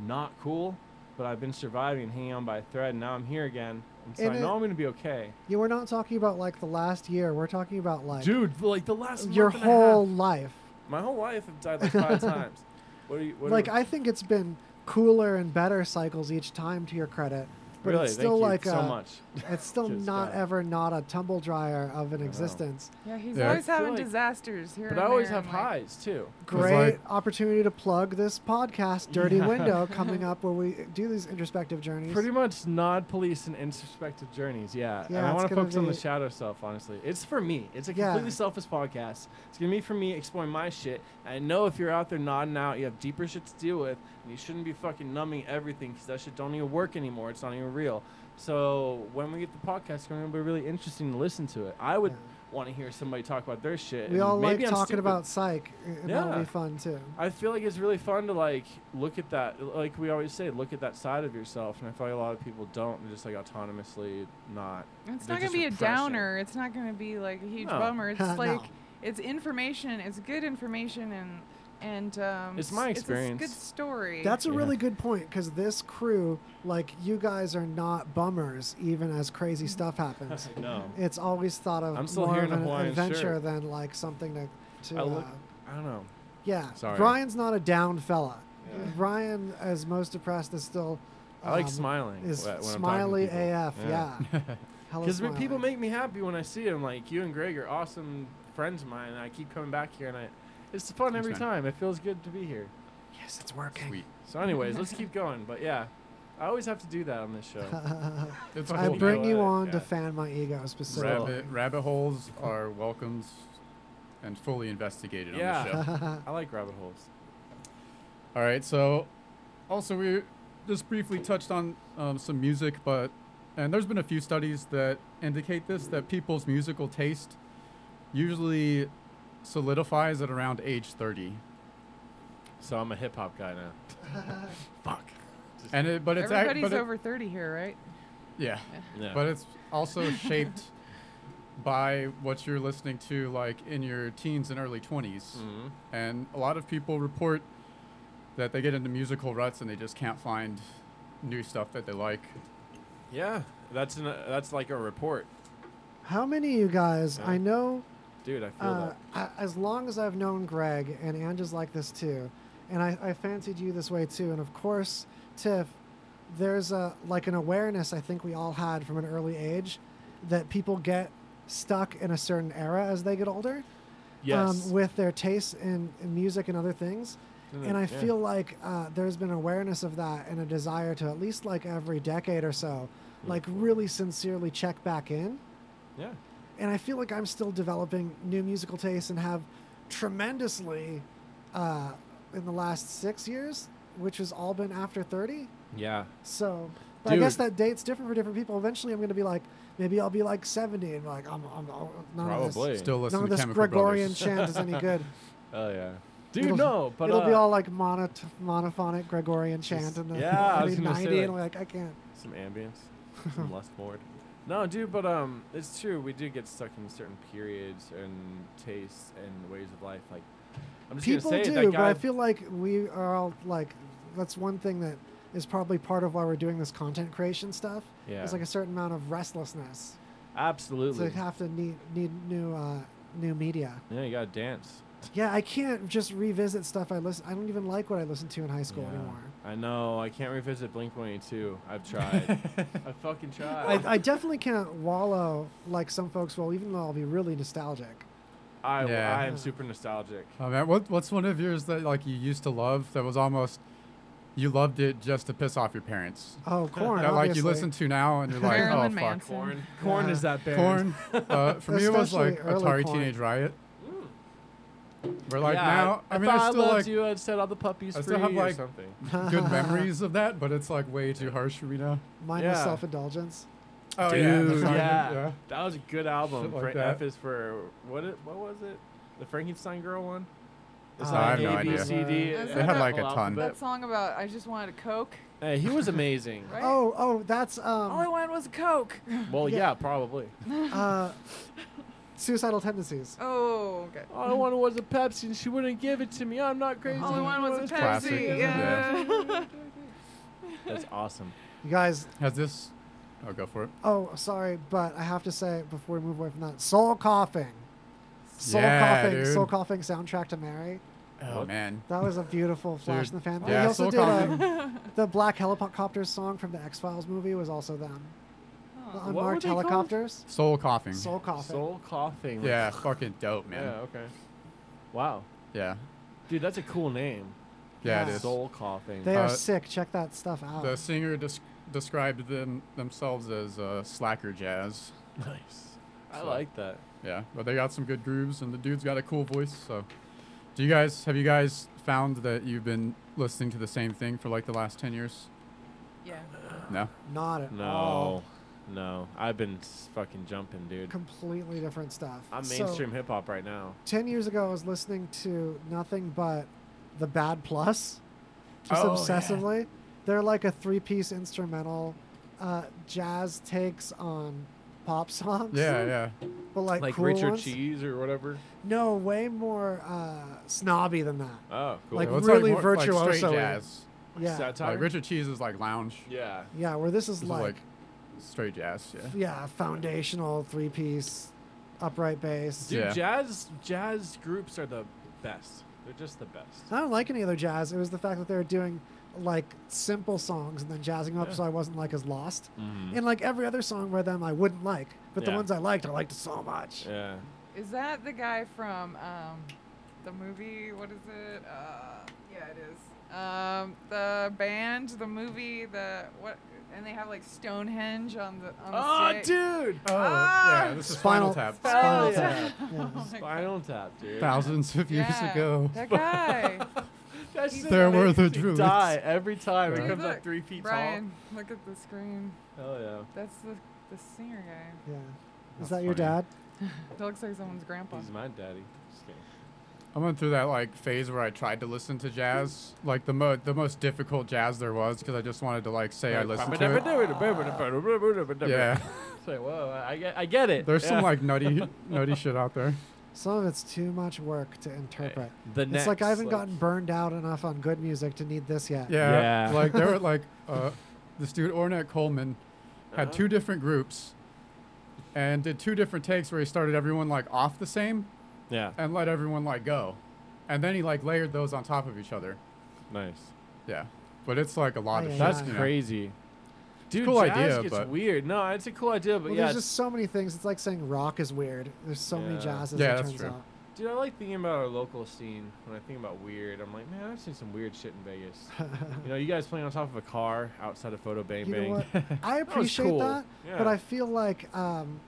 Speaker 2: not cool, but I've been surviving, and hanging on by a thread. And now I'm here again. And so
Speaker 3: And
Speaker 2: I
Speaker 3: it-
Speaker 2: know I'm gonna be okay,
Speaker 3: you were not talking about like the last year. We're talking about like
Speaker 2: dude. Like the last
Speaker 3: your
Speaker 2: month and a half-
Speaker 3: whole life.
Speaker 2: my whole life I've died like five times. What are you? What
Speaker 3: Like
Speaker 2: are,
Speaker 3: I think it's been cooler and better cycles each time to your credit. But
Speaker 2: really?
Speaker 3: it's still like
Speaker 2: thank you
Speaker 3: a,
Speaker 2: so much.
Speaker 3: it's still
Speaker 2: Just,
Speaker 3: not
Speaker 2: uh,
Speaker 3: ever not a tumble dryer of an existence.
Speaker 4: Yeah, he's
Speaker 1: Yeah.
Speaker 4: always
Speaker 2: I feel
Speaker 4: having
Speaker 2: like-
Speaker 4: disasters here.
Speaker 2: But
Speaker 4: and
Speaker 2: I always
Speaker 4: there,
Speaker 2: have
Speaker 4: and, like,
Speaker 2: highs too.
Speaker 3: Great
Speaker 1: like-
Speaker 3: opportunity to plug this podcast, Dirty
Speaker 2: Yeah.
Speaker 3: Window, coming up where we do these introspective journeys.
Speaker 2: Pretty much nod police and introspective journeys. Yeah. and
Speaker 3: Yeah,
Speaker 2: I
Speaker 3: it's
Speaker 2: want to
Speaker 3: gonna
Speaker 2: focus on the
Speaker 3: be-
Speaker 2: shadow self. Honestly, it's for me. It's a
Speaker 3: Yeah.
Speaker 2: completely selfish podcast. It's gonna be for me exploring my shit. I know if you're out there nodding out, you have deeper shit to deal with, and you shouldn't be fucking numbing everything because that shit don't even work anymore. It's not even real. So when we get the podcast, it's gonna be really interesting to listen to it. I would.
Speaker 3: Yeah.
Speaker 2: Want to hear somebody talk about their shit?
Speaker 3: We
Speaker 2: and
Speaker 3: all like
Speaker 2: maybe I'm
Speaker 3: talking
Speaker 2: stupid.
Speaker 3: about psych, and that'll
Speaker 2: Yeah.
Speaker 3: be fun too.
Speaker 2: I feel like it's really fun to like look at that, like we always say, look at that side of yourself, and I feel like a lot of people don't, and just like autonomously not.
Speaker 4: It's
Speaker 2: They're
Speaker 4: not gonna
Speaker 2: just
Speaker 4: be a
Speaker 2: repressing.
Speaker 4: downer. It's not gonna be like a huge
Speaker 2: No.
Speaker 4: bummer. It's
Speaker 3: No.
Speaker 4: like it's information. It's good information and and um,
Speaker 2: It's my
Speaker 4: s- a s-
Speaker 2: experience.
Speaker 4: good story.
Speaker 3: That's a
Speaker 2: Yeah.
Speaker 3: really good point because this crew, like you guys, are not bummers even as crazy stuff happens.
Speaker 2: No,
Speaker 3: It's always thought of
Speaker 2: I'm still
Speaker 3: more
Speaker 2: here
Speaker 3: of
Speaker 2: in a
Speaker 3: an
Speaker 2: Hawaiian
Speaker 3: adventure
Speaker 2: shirt.
Speaker 3: than like something to. to
Speaker 2: I look.
Speaker 3: uh,
Speaker 2: I don't know.
Speaker 3: yeah,
Speaker 2: Sorry.
Speaker 3: Brian's not a down fella.
Speaker 2: Yeah.
Speaker 3: Brian, as most depressed, is still.
Speaker 2: I like
Speaker 3: um,
Speaker 2: smiling.
Speaker 3: Is
Speaker 2: wh- when I'm talking to
Speaker 3: smiley
Speaker 2: people.
Speaker 3: AF? Yeah. Hella
Speaker 2: Because people
Speaker 3: smiling.
Speaker 2: make me happy when I see them. Like you and Greg are awesome friends of mine, and I keep coming back here, and I, it's fun every
Speaker 1: man.
Speaker 2: time. It feels good to be here.
Speaker 3: Yes, it's working.
Speaker 1: Sweet.
Speaker 2: So, anyways, let's keep going. But yeah, I always have to do that on this show.
Speaker 1: It's
Speaker 3: I
Speaker 1: cool.
Speaker 3: bring
Speaker 2: know
Speaker 3: you
Speaker 2: it,
Speaker 3: on to
Speaker 2: yeah.
Speaker 3: fan my ego specifically.
Speaker 1: rabbit, rabbit holes are welcomed and fully investigated on the show.
Speaker 2: yeah, I like rabbit holes.
Speaker 1: All right. So, also we just briefly touched on um, some music, but and there's been a few studies that indicate this that people's musical taste usually solidifies at around age 30,
Speaker 2: So I'm a hip hop guy now. Fuck.
Speaker 1: and it but it's ac-
Speaker 4: Everybody's
Speaker 1: but it-
Speaker 4: over thirty here, right?
Speaker 1: yeah,
Speaker 2: Yeah.
Speaker 1: but it's also shaped by what you're listening to like in your teens and early 20s.
Speaker 2: Mhm.
Speaker 1: And a lot of people report that they get into musical ruts and they just can't find new stuff that they like.
Speaker 2: Yeah, that's an, uh, that's like a report,
Speaker 3: How many of you guys?
Speaker 2: Yeah.
Speaker 3: I know
Speaker 2: dude. I feel
Speaker 3: uh,
Speaker 2: that.
Speaker 3: a- as long as I've known Greg, and Ange is like this too, and I, I fancied you this way too, and of course, Tiff, there's a like an awareness I think we all had from an early age that people get stuck in a certain era as they get older. um,
Speaker 2: Yes.
Speaker 3: with their tastes in, in music and other things.
Speaker 2: Mm,
Speaker 3: And I
Speaker 2: yeah.
Speaker 3: feel like uh, there's been awareness of that and a desire to at least like every decade or so,
Speaker 2: Mm.
Speaker 3: like really sincerely check back in
Speaker 2: Yeah.
Speaker 3: and I feel like I'm still developing new musical tastes and have tremendously uh, in the last six years, which has all been after 30.
Speaker 2: Yeah.
Speaker 3: So, but I guess
Speaker 2: Dude.
Speaker 3: that date's different for different people. Eventually, I'm going to be like, maybe I'll be like 70 and like, I'm, I'm, I'm none Of
Speaker 2: Probably.
Speaker 3: this,
Speaker 2: Still listen
Speaker 3: none of
Speaker 2: to
Speaker 3: this
Speaker 2: Chemical
Speaker 3: Gregorian
Speaker 2: Brothers.
Speaker 3: chant is any good.
Speaker 2: Oh yeah. Dude,
Speaker 3: It'll-
Speaker 2: no, but
Speaker 3: it'll be
Speaker 2: uh,
Speaker 3: all like monot- monophonic Gregorian chant and the
Speaker 2: yeah, I
Speaker 3: it'll
Speaker 2: was
Speaker 3: be
Speaker 2: gonna
Speaker 3: 90,
Speaker 2: say,
Speaker 3: and
Speaker 2: like-
Speaker 3: we're like, I can't.
Speaker 2: some ambience, some less bored. No, dude, but um, it's true. We do get stuck in certain periods and tastes and ways of life. Like, I'm just
Speaker 3: People
Speaker 2: gonna say
Speaker 3: do,
Speaker 2: that
Speaker 3: but I
Speaker 2: guy.
Speaker 3: feel like we are all like that's one thing that is probably part of why we're doing this content creation stuff.
Speaker 2: Yeah.
Speaker 3: It's like a certain amount of restlessness.
Speaker 2: absolutely.
Speaker 3: So you have to need need new uh, new media.
Speaker 2: yeah, you gotta dance.
Speaker 3: Yeah, I can't just revisit stuff I listen. I don't even like what I listened to in high school
Speaker 2: Yeah.
Speaker 3: anymore.
Speaker 2: I know. I can't revisit Blink 182. I've tried. I fucking tried.
Speaker 3: I, I definitely can't wallow like some folks will, even though I'll be really nostalgic.
Speaker 2: I,
Speaker 1: Yeah.
Speaker 2: I am super nostalgic.
Speaker 1: Oh man, what what's one of yours that like you used to love that was almost you loved it just to piss off your parents?
Speaker 3: Oh, Korn,
Speaker 1: That like you
Speaker 3: obviously.
Speaker 1: listen to now and you're like,
Speaker 4: Marilyn
Speaker 1: oh fuck.
Speaker 4: Manson.
Speaker 2: Corn. Corn is that band.
Speaker 1: Corn. Uh, for me, it was
Speaker 3: Especially
Speaker 1: like
Speaker 3: early
Speaker 1: Atari
Speaker 3: Korn.
Speaker 1: Teenage Riot. We're like
Speaker 2: Mm. yeah,
Speaker 1: now. I, mean,
Speaker 2: thought
Speaker 1: I still
Speaker 2: loved
Speaker 1: like
Speaker 2: you. I'd set all the puppies
Speaker 1: I
Speaker 2: free
Speaker 1: still have,
Speaker 2: or
Speaker 1: like-
Speaker 2: something.
Speaker 1: good memories of that, but it's like way too harsh for me now.
Speaker 3: Mine was
Speaker 2: Yeah.
Speaker 3: self indulgence.
Speaker 1: Oh
Speaker 2: Dude,
Speaker 1: yeah,
Speaker 2: yeah.
Speaker 1: yeah.
Speaker 2: That was a good album.
Speaker 1: Shit like
Speaker 2: Fra-
Speaker 1: that.
Speaker 2: F is for what? It, what was it? The Frankenstein Girl one. It's
Speaker 3: Uh,
Speaker 2: like
Speaker 3: I have
Speaker 2: A,
Speaker 1: no
Speaker 2: B,
Speaker 1: idea.
Speaker 2: C, D,
Speaker 4: Uh,
Speaker 2: and
Speaker 4: They
Speaker 2: then
Speaker 4: had,
Speaker 1: like, a
Speaker 2: whole
Speaker 1: ton.
Speaker 4: That
Speaker 2: alphabet.
Speaker 4: song about I just wanted a Coke,
Speaker 2: Hey, he was amazing.
Speaker 4: right?
Speaker 3: Oh, oh, that's um.
Speaker 4: All I wanted was a Coke.
Speaker 2: well,
Speaker 3: Yeah.
Speaker 2: yeah, probably.
Speaker 3: uh, suicidal tendencies.
Speaker 4: Oh, okay.
Speaker 2: All I wanted was a Pepsi, and she wouldn't give it to me. I'm not crazy.
Speaker 4: All I wanted was a Pepsi.
Speaker 1: classic, isn't it?
Speaker 4: Yeah.
Speaker 2: That's awesome.
Speaker 3: You guys,
Speaker 1: Has this? Oh, go for it.
Speaker 3: oh, sorry, but I have to say before we move away from that, soul coughing, soul
Speaker 1: Yeah,
Speaker 3: coughing,
Speaker 1: dude.
Speaker 3: soul coughing soundtrack to Mary.
Speaker 1: Oh
Speaker 2: What?
Speaker 1: man.
Speaker 3: That was a beautiful flash
Speaker 1: Dude,
Speaker 3: in the fan.
Speaker 1: yeah,
Speaker 3: he also
Speaker 1: Soul
Speaker 3: did uh,
Speaker 1: Coughing.
Speaker 3: the black helicopters song from the X Files movie was also them. The
Speaker 4: Oh.
Speaker 2: were
Speaker 3: unmarked
Speaker 2: they called?
Speaker 3: helicopters,
Speaker 1: Soul coughing.
Speaker 3: soul coughing.
Speaker 2: Soul coughing. like-
Speaker 1: Yeah, fucking dope,
Speaker 2: Yeah.
Speaker 1: man.
Speaker 2: Okay. Wow,
Speaker 1: Yeah.
Speaker 2: dude, that's a cool name.
Speaker 3: Yeah.
Speaker 1: Yeah, it is.
Speaker 2: Soul coughing.
Speaker 3: They
Speaker 1: Uh,
Speaker 3: are sick. Check that stuff out.
Speaker 1: The singer des- described them themselves as uh, slacker jazz.
Speaker 2: nice. I
Speaker 1: So-
Speaker 2: like that.
Speaker 1: Yeah, but they got some good grooves, and the dude's got a cool voice. So, do you guys have you guys found that you've been listening to the same thing for like the last ten years?
Speaker 4: Yeah.
Speaker 1: No.
Speaker 3: Not at
Speaker 2: No,
Speaker 3: all.
Speaker 2: no, I've been s- fucking jumping, dude.
Speaker 3: Completely different stuff.
Speaker 2: I'm
Speaker 3: So,
Speaker 2: mainstream hip hop right now.
Speaker 3: Ten years ago, I was listening to nothing but the Bad Plus, just
Speaker 1: Oh, yeah.
Speaker 3: obsessively. They're like a three-piece instrumental, uh, jazz takes on pop songs.
Speaker 1: Yeah, yeah.
Speaker 3: but like,
Speaker 2: Like
Speaker 3: cool
Speaker 2: Richard
Speaker 3: ones.
Speaker 2: Cheese or whatever.
Speaker 3: No, way more uh, snobby than that.
Speaker 2: Oh, cool.
Speaker 3: Like,
Speaker 1: Well, it's
Speaker 3: really
Speaker 1: more- Like
Speaker 3: virtuoso-y.
Speaker 1: straight jazz.
Speaker 3: Yeah,
Speaker 2: Satire?
Speaker 1: Like Richard Cheese is like lounge.
Speaker 2: yeah.
Speaker 3: yeah. Where this is
Speaker 1: This is,
Speaker 3: like,
Speaker 1: like straight jazz. Yeah.
Speaker 3: yeah, foundational three-piece, upright bass.
Speaker 2: Dude,
Speaker 1: Yeah.
Speaker 2: jazz jazz groups are the best. They're just the best.
Speaker 3: I don't like any other jazz. It was the fact that they were doing like simple songs and then jazzing them up, so I wasn't like as lost. And like every other song by them, I wouldn't like, but the
Speaker 2: Mm-hmm. Yeah.
Speaker 3: ones I liked, I liked so much.
Speaker 2: Yeah.
Speaker 4: Is that the guy from um, the movie? What is it? Uh, yeah, it is. Um, the band, the movie, the what? And they have like Stonehenge on the. On
Speaker 2: Oh,
Speaker 4: the stick.
Speaker 2: dude.
Speaker 1: Oh,
Speaker 4: Ah!
Speaker 1: yeah. This is Spinal, Tap.
Speaker 3: Spinal
Speaker 2: Hell yeah.
Speaker 3: Tap. Yeah.
Speaker 4: Oh my God.
Speaker 2: Spinal Tap, dude.
Speaker 1: Thousands of years
Speaker 4: Yeah,
Speaker 1: ago.
Speaker 4: That guy.
Speaker 2: That shit
Speaker 1: There were
Speaker 2: makes
Speaker 1: the
Speaker 2: me
Speaker 1: druids.
Speaker 2: Die every time. It
Speaker 4: Dude,
Speaker 2: comes
Speaker 4: look,
Speaker 2: up three feet
Speaker 4: Brian, look at the screen.
Speaker 2: tall. Hell
Speaker 4: That's the the singer guy.
Speaker 3: Yeah. Is
Speaker 1: Oh, That's
Speaker 3: that your
Speaker 1: funny.
Speaker 3: dad?
Speaker 4: That looks like someone's grandpa.
Speaker 2: yeah. He's my daddy. Just kidding.
Speaker 1: I went through that like phase where I tried to listen to jazz, like the mo- the most difficult jazz there was, because I just wanted to like say I listened to it. Yeah,
Speaker 2: It's like, whoa, I get, I get it.
Speaker 1: there's
Speaker 2: Yeah.
Speaker 1: some like nutty nutty shit out there.
Speaker 3: Some of it's too much work to interpret.
Speaker 2: Eh, the
Speaker 3: it's
Speaker 2: next,
Speaker 3: like I haven't
Speaker 2: like-
Speaker 3: gotten burned out enough on good music to need this yet.
Speaker 1: Yeah,
Speaker 2: Yeah.
Speaker 1: like there were like uh, this dude Ornette Coleman had
Speaker 2: Uh-huh.
Speaker 1: two different groups, and did two different takes where he started everyone like off the same
Speaker 2: Yeah.
Speaker 1: and let everyone like go, and then he like layered those on top of each other.
Speaker 2: Nice.
Speaker 1: Oh, Yeah, but it's like a lot
Speaker 3: Aye,
Speaker 1: of
Speaker 3: aye,
Speaker 1: shit.
Speaker 2: That's
Speaker 3: Yeah.
Speaker 1: you know?
Speaker 2: crazy. Dude,
Speaker 1: cool
Speaker 2: jazz
Speaker 1: idea,
Speaker 2: gets
Speaker 1: but-
Speaker 2: weird. No, it's a cool idea, but
Speaker 3: Well,
Speaker 2: yeah,
Speaker 3: there's just so many things. It's like saying rock is weird. There's so many
Speaker 2: Yeah.
Speaker 3: jazzes.
Speaker 1: Yeah,
Speaker 3: it
Speaker 1: that's
Speaker 3: turns
Speaker 1: true.
Speaker 3: out.
Speaker 2: it's- dude, I like thinking about our local scene. When I think about weird, I'm like, man, I've seen some weird shit in Vegas. you know, you guys playing on top of a car outside of Photo Bang
Speaker 3: You know
Speaker 2: Bang.
Speaker 3: what? I appreciate
Speaker 2: cool.
Speaker 3: that, but
Speaker 2: Yeah.
Speaker 3: I feel like um,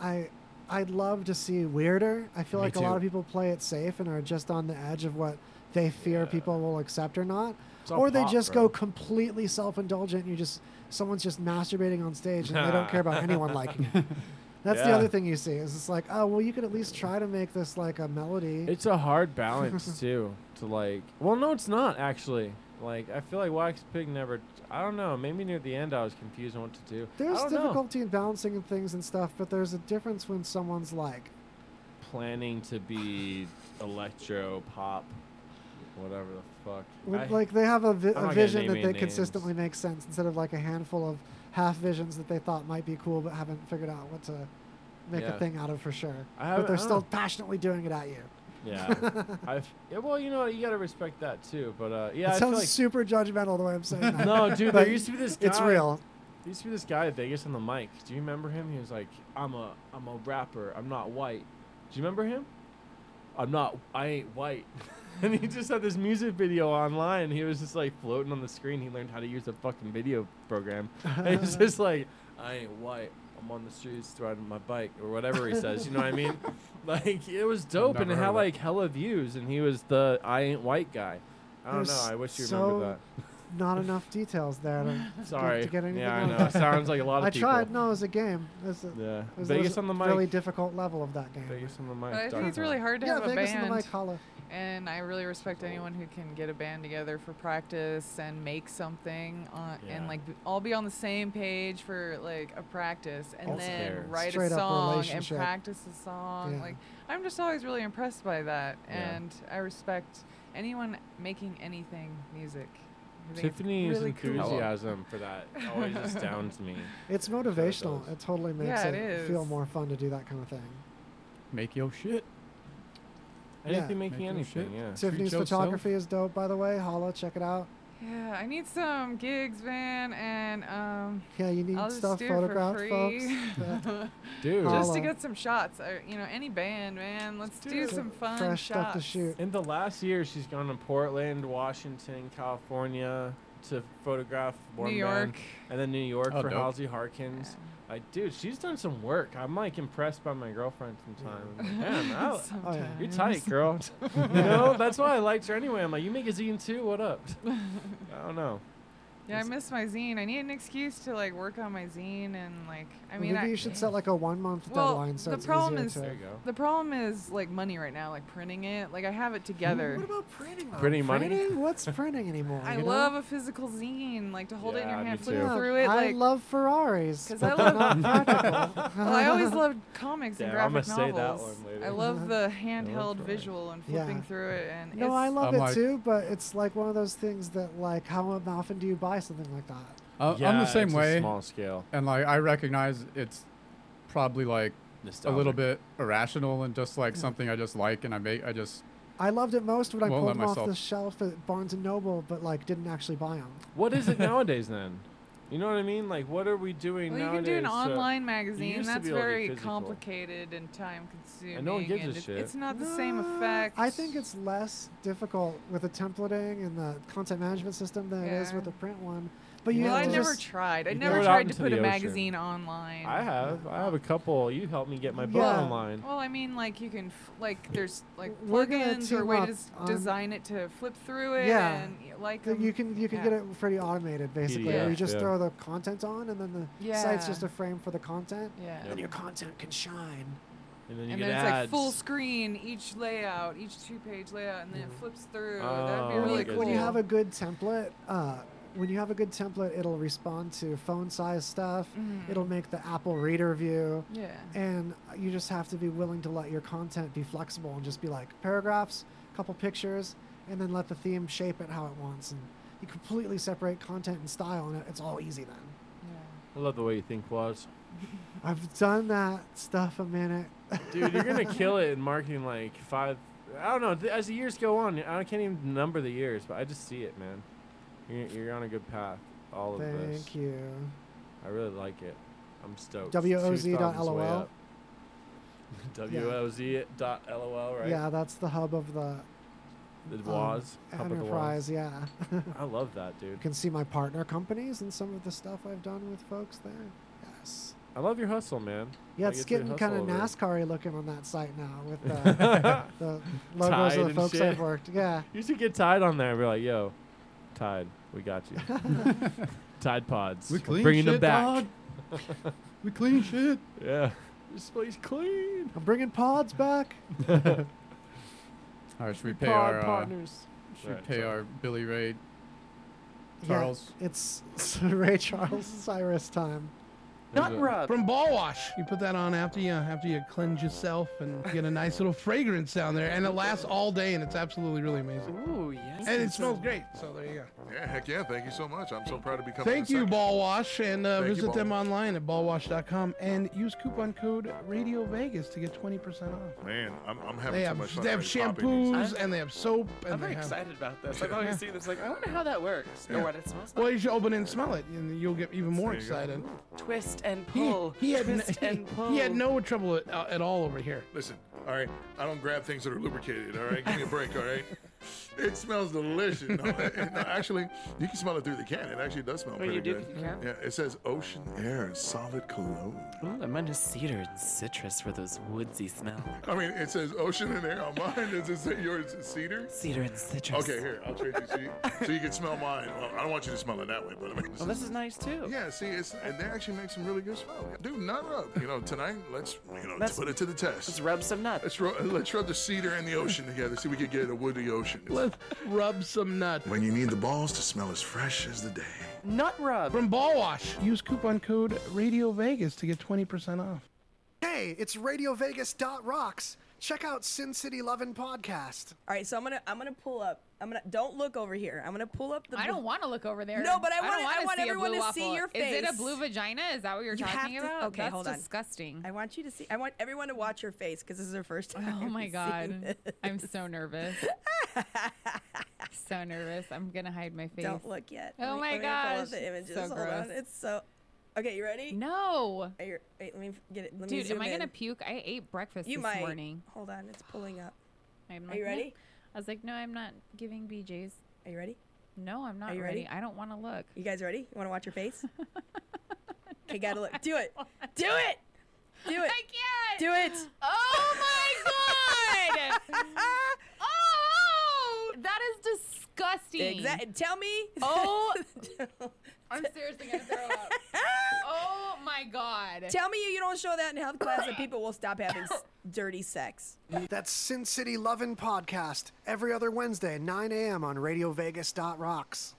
Speaker 3: I I'd love to see weirder. I feel
Speaker 2: Me
Speaker 3: like a lot
Speaker 2: too.
Speaker 3: of people play it safe and are just on the edge of what they fear people will accept or not,
Speaker 2: It's all
Speaker 3: or they
Speaker 2: pop,
Speaker 3: just
Speaker 2: bro.
Speaker 3: go completely self-indulgent and you just someone's just masturbating on stage and they don't care about anyone liking it. That's the
Speaker 2: Yeah.
Speaker 3: other thing you see is it's like, oh well, you could at least try to make this like a melody.
Speaker 2: It's a hard balance too to like. Well, no, it's not actually. Like, I feel like Wax Pig never. I don't know. Maybe near the end, I was confused on what to do. I
Speaker 3: there's
Speaker 2: don't know.
Speaker 3: difficulty in balancing things and stuff, but there's a difference when someone's like
Speaker 2: planning to be electro pop, whatever the fuck.
Speaker 3: When,
Speaker 2: I-
Speaker 3: like they have a, vi-
Speaker 2: gonna
Speaker 3: a vision
Speaker 2: name
Speaker 3: that
Speaker 2: any
Speaker 3: they
Speaker 2: names.
Speaker 3: consistently makes sense instead of like a handful of half visions that they thought might be cool but haven't figured out what to make
Speaker 2: Yeah.
Speaker 3: a thing out of for sure.
Speaker 2: I
Speaker 3: but
Speaker 2: haven't-
Speaker 3: they're
Speaker 2: I
Speaker 3: still
Speaker 2: don't-
Speaker 3: passionately doing it at you.
Speaker 2: yeah. I've, yeah. Well, you know, you gotta respect that too. But uh, yeah,
Speaker 3: it
Speaker 2: I feel
Speaker 3: sounds
Speaker 2: like
Speaker 3: super judgmental the way I'm saying that.
Speaker 2: no, dude.
Speaker 3: but
Speaker 2: There used to be this. Guy,
Speaker 3: It's real.
Speaker 2: There used to be this guy at Vegas on the mic. Do you remember him? He was like, "I'm a, I'm a rapper. I'm not white." Do you remember him? I'm not. I ain't white. and he just had this music video online. He was just like floating on the screen. He learned how to use a fucking video program. And he's just like, "I ain't white. I'm on the streets riding my bike or whatever he says." You know what I mean? Like it was dope, and
Speaker 1: never
Speaker 2: it
Speaker 1: heard
Speaker 2: had
Speaker 1: of that.
Speaker 2: like hella views. And he was the I ain't white guy. I don't know.
Speaker 3: There's
Speaker 2: I wish you
Speaker 3: so-
Speaker 2: remembered that.
Speaker 3: Not enough details there. To,
Speaker 2: Sorry.
Speaker 3: to get anything
Speaker 2: yeah, I
Speaker 3: out.
Speaker 2: know. It sounds like a lot of
Speaker 3: I
Speaker 2: people.
Speaker 3: tried. No, it was a game. It was a,
Speaker 2: Yeah.
Speaker 3: it was- it
Speaker 2: Vegas
Speaker 3: was
Speaker 2: on the
Speaker 3: a
Speaker 2: mic.
Speaker 3: really difficult level of that game.
Speaker 2: Vegas on the mic.
Speaker 4: But I think
Speaker 2: Dark
Speaker 4: it's really
Speaker 2: Knight.
Speaker 4: hard to
Speaker 3: yeah,
Speaker 4: have a
Speaker 3: Vegas on the
Speaker 4: band,
Speaker 3: mic. Holla.
Speaker 4: and I really respect anyone who can get a band together for practice and make something on,
Speaker 2: Yeah.
Speaker 4: and like b- all be on the same page for like a practice, and
Speaker 2: Also
Speaker 4: then
Speaker 2: there.
Speaker 4: write
Speaker 3: Straight
Speaker 4: a
Speaker 3: up
Speaker 4: song and
Speaker 3: relationship.
Speaker 4: practice a song.
Speaker 3: Yeah.
Speaker 4: Like I'm just always really impressed by that,
Speaker 2: Yeah.
Speaker 4: and I respect anyone making anything music. I think it's
Speaker 2: Tiffany's
Speaker 4: really cool.
Speaker 2: enthusiasm for that always astounds me.
Speaker 3: It's motivational.
Speaker 2: does.
Speaker 3: It totally makes
Speaker 4: Yeah, it
Speaker 3: feel
Speaker 4: is.
Speaker 3: more fun to do that kind of thing.
Speaker 1: Make your shit.
Speaker 2: Anything
Speaker 3: Yeah.
Speaker 2: making
Speaker 1: Making
Speaker 2: anything,
Speaker 1: shit.
Speaker 2: yeah.
Speaker 1: Treat
Speaker 3: Tiffany's
Speaker 1: yourself.
Speaker 3: photography is dope, by the way. Holla, check it out.
Speaker 4: Yeah, I need some gigs, man, and um,
Speaker 3: Yeah, you need
Speaker 4: I'll just
Speaker 3: stuff
Speaker 4: do it for
Speaker 3: photographed,
Speaker 4: free.
Speaker 3: folks. Yeah.
Speaker 2: Dude.
Speaker 4: just
Speaker 3: Holla.
Speaker 4: to get some shots. Or, you know, any band, man. Let's do
Speaker 3: Get
Speaker 4: some fun
Speaker 3: fresh stuff
Speaker 4: shots.
Speaker 3: to shoot.
Speaker 2: in the last year, she's gone to Portland, Washington, California to photograph Born
Speaker 4: New
Speaker 2: Man,
Speaker 4: York.
Speaker 2: and then New York
Speaker 1: Oh,
Speaker 2: for
Speaker 1: dope.
Speaker 2: Halsey Harkins. Like, dude, she's done some work. I'm like impressed by my girlfriend sometimes. I'm like, Damn, I-
Speaker 4: Sometimes.
Speaker 2: You're tight, girl. you know, that's why I liked her anyway. I'm like, you make a zine too? What up? I don't know.
Speaker 4: Yeah, I miss my zine. I need an excuse to like work on my zine and like. I mean,
Speaker 3: Maybe
Speaker 4: I,
Speaker 3: you should set like a one month
Speaker 4: Well,
Speaker 3: deadline so
Speaker 4: the
Speaker 3: it's
Speaker 4: problem
Speaker 3: easier
Speaker 4: is-
Speaker 3: to.
Speaker 2: There you go.
Speaker 4: the problem is like money right now, like printing it. Like I have it together.
Speaker 3: What about printing? though?
Speaker 2: Printing money?
Speaker 3: Oh, Printing? What's printing anymore?
Speaker 4: I
Speaker 3: you know?
Speaker 4: love a physical zine, like to hold it in
Speaker 2: Yeah,
Speaker 4: your
Speaker 2: me
Speaker 4: hand, flip
Speaker 2: too.
Speaker 4: through it.
Speaker 3: I
Speaker 4: Like,
Speaker 3: love Ferraris.
Speaker 4: 'Cause
Speaker 3: but
Speaker 4: I
Speaker 3: they're
Speaker 4: love-
Speaker 3: not practical.
Speaker 4: well, I always loved comics and
Speaker 2: Yeah, I'ma
Speaker 4: graphic
Speaker 2: say that
Speaker 4: novels.
Speaker 2: one later.
Speaker 4: I love the handheld
Speaker 2: right.
Speaker 4: visual and flipping
Speaker 3: Yeah.
Speaker 4: through it, and
Speaker 3: No,
Speaker 4: it's,
Speaker 3: I love
Speaker 1: I'm
Speaker 3: it
Speaker 1: like-
Speaker 3: too, but it's like one of those things that, like, how often do you buy something like that?
Speaker 1: I,
Speaker 2: yeah,
Speaker 1: Uh, I'm the same
Speaker 2: it's
Speaker 1: way,
Speaker 2: A small scale.
Speaker 1: and like I recognize it's probably like a little bit irrational and just like something I just like and I make I just
Speaker 3: I loved it most when I
Speaker 1: Won't
Speaker 3: pulled
Speaker 1: let
Speaker 3: them off
Speaker 1: myself-
Speaker 3: the shelf at Barnes and Noble, but like didn't actually buy them.
Speaker 2: What is it nowadays then? You know what I mean? Like, what are we doing
Speaker 4: Well, you can
Speaker 2: nowadays?
Speaker 4: do an
Speaker 2: to-
Speaker 4: online
Speaker 2: used to
Speaker 4: magazine.
Speaker 2: be
Speaker 4: That's
Speaker 2: able to do
Speaker 4: very
Speaker 2: physical.
Speaker 4: complicated and time consuming.
Speaker 2: no one gives a
Speaker 4: it's,
Speaker 2: shit.
Speaker 4: It's not the same
Speaker 3: Nah,
Speaker 4: effect.
Speaker 3: I think it's less difficult with the templating and the content management system than it is
Speaker 4: Yeah.
Speaker 3: with the print one. But you
Speaker 4: Well,
Speaker 3: have
Speaker 4: I
Speaker 3: to
Speaker 4: never
Speaker 3: just,
Speaker 4: tried. I
Speaker 2: You
Speaker 4: never
Speaker 2: throw it out
Speaker 4: tried to
Speaker 2: into
Speaker 4: put
Speaker 2: the
Speaker 4: a
Speaker 2: ocean.
Speaker 4: magazine online.
Speaker 2: I have. I have a couple. You helped me get my book
Speaker 3: Yeah.
Speaker 2: online.
Speaker 4: Well, I mean, like you can, f- like there's like
Speaker 3: We're gonna
Speaker 4: plugins or
Speaker 3: team
Speaker 4: way to
Speaker 3: up
Speaker 4: s-
Speaker 3: on-
Speaker 4: design it to flip through it
Speaker 3: Yeah.
Speaker 4: and y- like
Speaker 3: that
Speaker 4: 'em.
Speaker 3: you can you can
Speaker 4: yeah.
Speaker 3: get it pretty automated basically. where
Speaker 2: PDF,
Speaker 3: you just
Speaker 2: yeah.
Speaker 3: throw the content on, and then the site's
Speaker 4: Yeah.
Speaker 3: just a frame for the content,
Speaker 4: Yeah.
Speaker 3: and your content can shine.
Speaker 2: And then you
Speaker 4: And
Speaker 2: get
Speaker 4: then it's like
Speaker 2: ads.
Speaker 4: full screen, each layout, each two-page layout, and then it flips through. That'd
Speaker 2: Mm-hmm. Oh,
Speaker 4: be really
Speaker 2: okay.
Speaker 4: cool.
Speaker 3: When you have a good template, uh, when you have a good template, it'll respond to phone size stuff. It'll make the Apple Reader view.
Speaker 4: yeah.
Speaker 3: and you just have to be willing to let your content be flexible and just be like paragraphs, couple pictures, and then let the theme shape it how it wants. And you completely separate content and style, and it- it's all easy then.
Speaker 2: I love the way you think, was.
Speaker 3: I've done that stuff a minute.
Speaker 2: Dude, you're gonna kill it in marketing. Like five. I don't know. Th- as the years go on, I can't even number the years, but I just see it, man. You're, you're on a good path. All of this.
Speaker 3: Thank you.
Speaker 2: I really like it. I'm stoked.
Speaker 3: WOZ
Speaker 2: Two
Speaker 3: dot
Speaker 2: thumbs way
Speaker 3: LOL.
Speaker 2: up. WOZ dot LOL, right?
Speaker 3: Yeah, that's the hub of the
Speaker 2: The
Speaker 3: um,
Speaker 2: Waz. Hub of the Waz.
Speaker 3: enterprise. Yeah,
Speaker 2: I love that,
Speaker 3: you
Speaker 2: dude.
Speaker 3: can see my partner companies and some of the stuff I've done with folks there. Yes.
Speaker 2: I love your hustle, man.
Speaker 3: Yeah,
Speaker 2: Like,
Speaker 3: it's
Speaker 2: your
Speaker 3: getting kind of
Speaker 2: hustle over there.
Speaker 3: NASCAR looking on that site now with the, the logos
Speaker 2: Tide
Speaker 3: of the
Speaker 2: and
Speaker 3: folks
Speaker 2: shit.
Speaker 3: I've worked. Yeah,
Speaker 2: You should get Tide on there and be like, yo, Tide, we got you. Tide Pods.
Speaker 1: We
Speaker 2: We're
Speaker 1: clean
Speaker 2: bringing them
Speaker 1: shit,
Speaker 2: back.
Speaker 1: dog. we clean shit.
Speaker 2: Yeah. This place clean.
Speaker 3: I'm bringing pods back.
Speaker 1: All right, should we pay
Speaker 3: Pod
Speaker 1: our uh,
Speaker 3: partners.
Speaker 1: should we
Speaker 2: Right,
Speaker 1: pay
Speaker 2: so-
Speaker 1: our Billy Ray
Speaker 3: Yeah,
Speaker 1: Charles?
Speaker 3: it's Ray Charles Cyrus time.
Speaker 1: There's a-
Speaker 6: From Ball Wash. You put that on after you after you cleanse yourself and you get a nice little fragrance down there, and it lasts all day, and it's absolutely really amazing.
Speaker 8: Ooh, yes.
Speaker 6: And it smells great. So there you go.
Speaker 11: Yeah, heck yeah. Thank you so much. I'm so proud to be coming.
Speaker 6: Thank you, Ball Wash, and uh,
Speaker 11: Thank you,
Speaker 6: visit
Speaker 11: Ball
Speaker 6: them
Speaker 11: Wash.
Speaker 6: online at ballwash.com and use coupon code Radio Vegas to get 20% off.
Speaker 11: Man, I'm, I'm having
Speaker 6: They
Speaker 11: so
Speaker 6: have,
Speaker 11: much fun.
Speaker 6: they have
Speaker 11: already popping these.
Speaker 6: shampoos and they have soap and
Speaker 8: I'm
Speaker 6: they
Speaker 8: very
Speaker 6: have-
Speaker 8: excited about this. I've always seen Oh, this. Like, I wonder how that works or what it smells like.
Speaker 6: Well, you should open it and smell it, and you'll get even more
Speaker 11: There you go.
Speaker 6: excited.
Speaker 8: Twist and
Speaker 6: He,
Speaker 8: pull.
Speaker 6: he had n-
Speaker 8: Twist and pull.
Speaker 6: he, he had no trouble at, uh, at all over here.
Speaker 11: Listen, all right. I don't grab things that are lubricated. All right, give me a break. All right. It smells delicious. No, it- no, actually, you can smell it through the can. It actually does smell
Speaker 8: Oh,
Speaker 11: pretty
Speaker 8: you do?
Speaker 11: good.
Speaker 8: You can?
Speaker 11: Yeah, it says ocean air solid cologne.
Speaker 8: Ooh, I'm under cedar and citrus for those woodsy smells.
Speaker 11: I mean, it says ocean and air on mine. Does it say yours is cedar?
Speaker 8: Cedar and citrus.
Speaker 11: Okay, here I'll trade you so, you so you can smell mine. Well, I don't want you to smell it that way, but I mean,
Speaker 8: Well, this is nice too.
Speaker 11: Yeah, see, it's and they actually make some really good smell. Dude, nut rub. You know, tonight let's you know let's
Speaker 8: Let's-
Speaker 11: put it to the test.
Speaker 8: Let's rub some nuts.
Speaker 11: Let's, ru- let's rub the cedar and the ocean together. See, if we could get a woody ocean.
Speaker 6: Let's rub some nut.
Speaker 11: When you need the balls to smell as fresh as the day.
Speaker 8: Nut rub.
Speaker 6: From Ball Wash, use coupon code Radio Vegas to get 20% off.
Speaker 3: Hey, it's RadioVegas.rocks. Check out Sin City Lovin' podcast.
Speaker 12: All right, so I'm gonna I'm gonna pull up. I'm gonna don't look over here. I'm gonna pull up the.
Speaker 4: I don't want to look over there.
Speaker 12: No, but I
Speaker 4: don't
Speaker 12: wanna- I
Speaker 4: wanna
Speaker 12: want
Speaker 4: see a
Speaker 12: everyone
Speaker 4: blue
Speaker 12: to see
Speaker 4: waffle.
Speaker 12: your
Speaker 4: Is it a
Speaker 12: face.
Speaker 4: blue vagina? Is that what you're
Speaker 12: You have
Speaker 4: talking
Speaker 12: to-
Speaker 4: about?
Speaker 12: okay,
Speaker 4: That's
Speaker 12: hold on.
Speaker 4: disgusting.
Speaker 12: I want you to see. I want everyone to watch your face because this is their first time.
Speaker 4: oh my
Speaker 12: seeing
Speaker 4: god,
Speaker 12: this.
Speaker 4: I'm so nervous. so nervous. I'm gonna hide my face.
Speaker 12: Don't look yet. Let
Speaker 4: Oh my
Speaker 12: me- let me pull up
Speaker 4: gosh,
Speaker 12: the images.
Speaker 4: so
Speaker 12: Hold
Speaker 4: gross.
Speaker 12: on. It's so. Okay, you ready?
Speaker 4: No,
Speaker 12: Are you- wait, let me get it. Let me
Speaker 4: dude, am
Speaker 12: zoom
Speaker 4: I gonna
Speaker 12: in.
Speaker 4: puke? I ate breakfast
Speaker 12: You
Speaker 4: this
Speaker 12: might.
Speaker 4: morning.
Speaker 12: Hold on, it's pulling up.
Speaker 4: I'm
Speaker 12: Are
Speaker 4: like,
Speaker 12: you
Speaker 4: "No."
Speaker 12: ready?
Speaker 4: I was like, no, I'm not giving BJ's.
Speaker 12: Are you ready?
Speaker 4: No, I'm not
Speaker 12: you
Speaker 4: ready.
Speaker 12: ready?
Speaker 4: I don't want to look.
Speaker 12: You guys ready? You want to watch your face? okay, gotta look. Do it. Do it. Do it.
Speaker 4: I can't.
Speaker 12: Do it.
Speaker 4: Oh my god. oh, that is disgusting.
Speaker 12: Exactly. Tell me.
Speaker 4: Oh, I'm seriously gonna throw up. Oh my god.
Speaker 12: Tell me you don't show that in health class and people will stop having s- dirty sex.
Speaker 3: That's Sin City Lovin' podcast every other Wednesday, 9 a.m. on RadioVegas.rocks.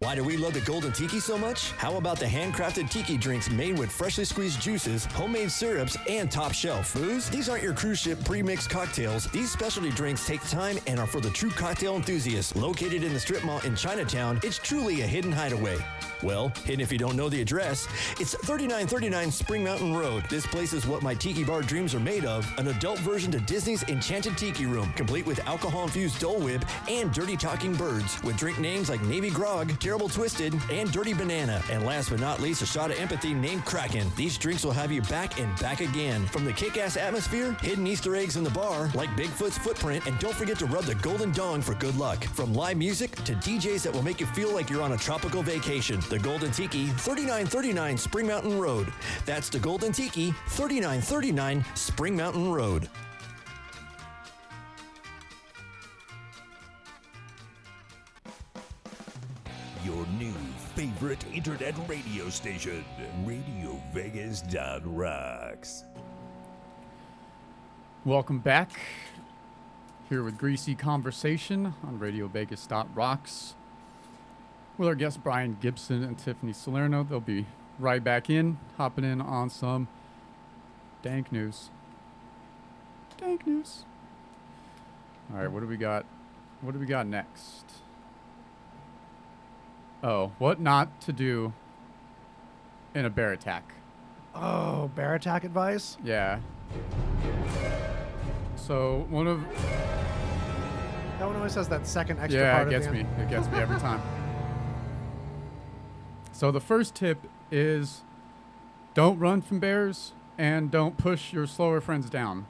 Speaker 10: Why do we love the Golden Tiki so much? How about the handcrafted tiki drinks made with freshly squeezed juices, homemade syrups, and top shelf foods? These aren't your cruise ship pre-mixed cocktails. These specialty drinks take time and are for the true cocktail enthusiast. Located in the strip mall in Chinatown, it's truly a hidden hideaway. Well, hidden if you don't know the address, it's 3939 Spring Mountain Road. This place is what my tiki bar dreams are made of, an adult version to Disney's Enchanted Tiki Room, complete with alcohol-infused Dole Whip and dirty talking birds, with drink names like Navy Grog, Terrible Twisted, and Dirty Banana. And last but not least, a shot of empathy named Kraken. These drinks will have you back and back again. From the kick-ass atmosphere, hidden Easter eggs in the bar, like Bigfoot's footprint, and don't forget to rub the golden dong for good luck. From live music to DJs that will make you feel like you're on a tropical vacation. The Golden Tiki, 3939 Spring Mountain Road. That's the Golden Tiki, 3939 Spring Mountain Road.
Speaker 13: Your new favorite internet radio station, RadioVegas.rocks.
Speaker 1: Welcome back. Here with Greasy Conversation on Radio Vegas Rocks. With our guests Brian Gibson and Tiffany Salerno, they'll be right back in, hopping in on some dank news. Dank news. All right, what do we got? What do we got next? Oh, what not to do in a bear attack.
Speaker 3: Oh, bear attack advice?
Speaker 1: Yeah. So one of
Speaker 3: That one always has that second extra
Speaker 1: yeah,
Speaker 3: part
Speaker 1: it
Speaker 3: at
Speaker 1: gets
Speaker 3: the
Speaker 1: me.
Speaker 3: end.
Speaker 1: It gets me every time. So the first tip is Don't run from bears and don't push your slower friends down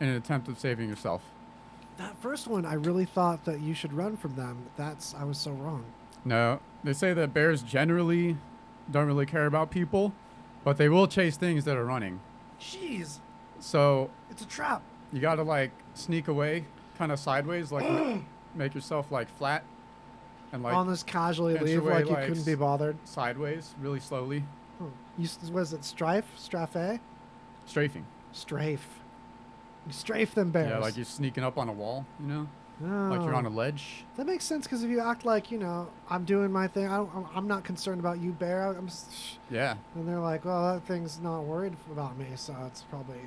Speaker 1: in an attempt of saving yourself.
Speaker 3: That first one, I really thought that you should run from them. That's I was so wrong.
Speaker 1: No, they say that bears generally don't really care about people, but they will chase things that are running.
Speaker 3: Jeez,
Speaker 1: So
Speaker 3: it's a trap.
Speaker 1: you gotta like sneak away, kind of sideways, like ma- make yourself like flat, and like
Speaker 3: Almost casually
Speaker 1: inch
Speaker 3: leave
Speaker 1: away,
Speaker 3: like you couldn't be bothered.
Speaker 1: Sideways, really slowly,
Speaker 3: Oh, You, s- was it strife, strafe,
Speaker 1: strafing.
Speaker 3: strafe? You strafe them bears.
Speaker 1: Yeah, like you're sneaking up on a wall, you know, like you're on a
Speaker 3: Oh.
Speaker 1: ledge.
Speaker 3: That makes sense because if you act like you know I'm doing my thing, I don't, I'm- I'm not concerned about you, bear. I'm, s-
Speaker 1: Yeah.
Speaker 3: and they're like, well, that thing's not worried about me, so it's probably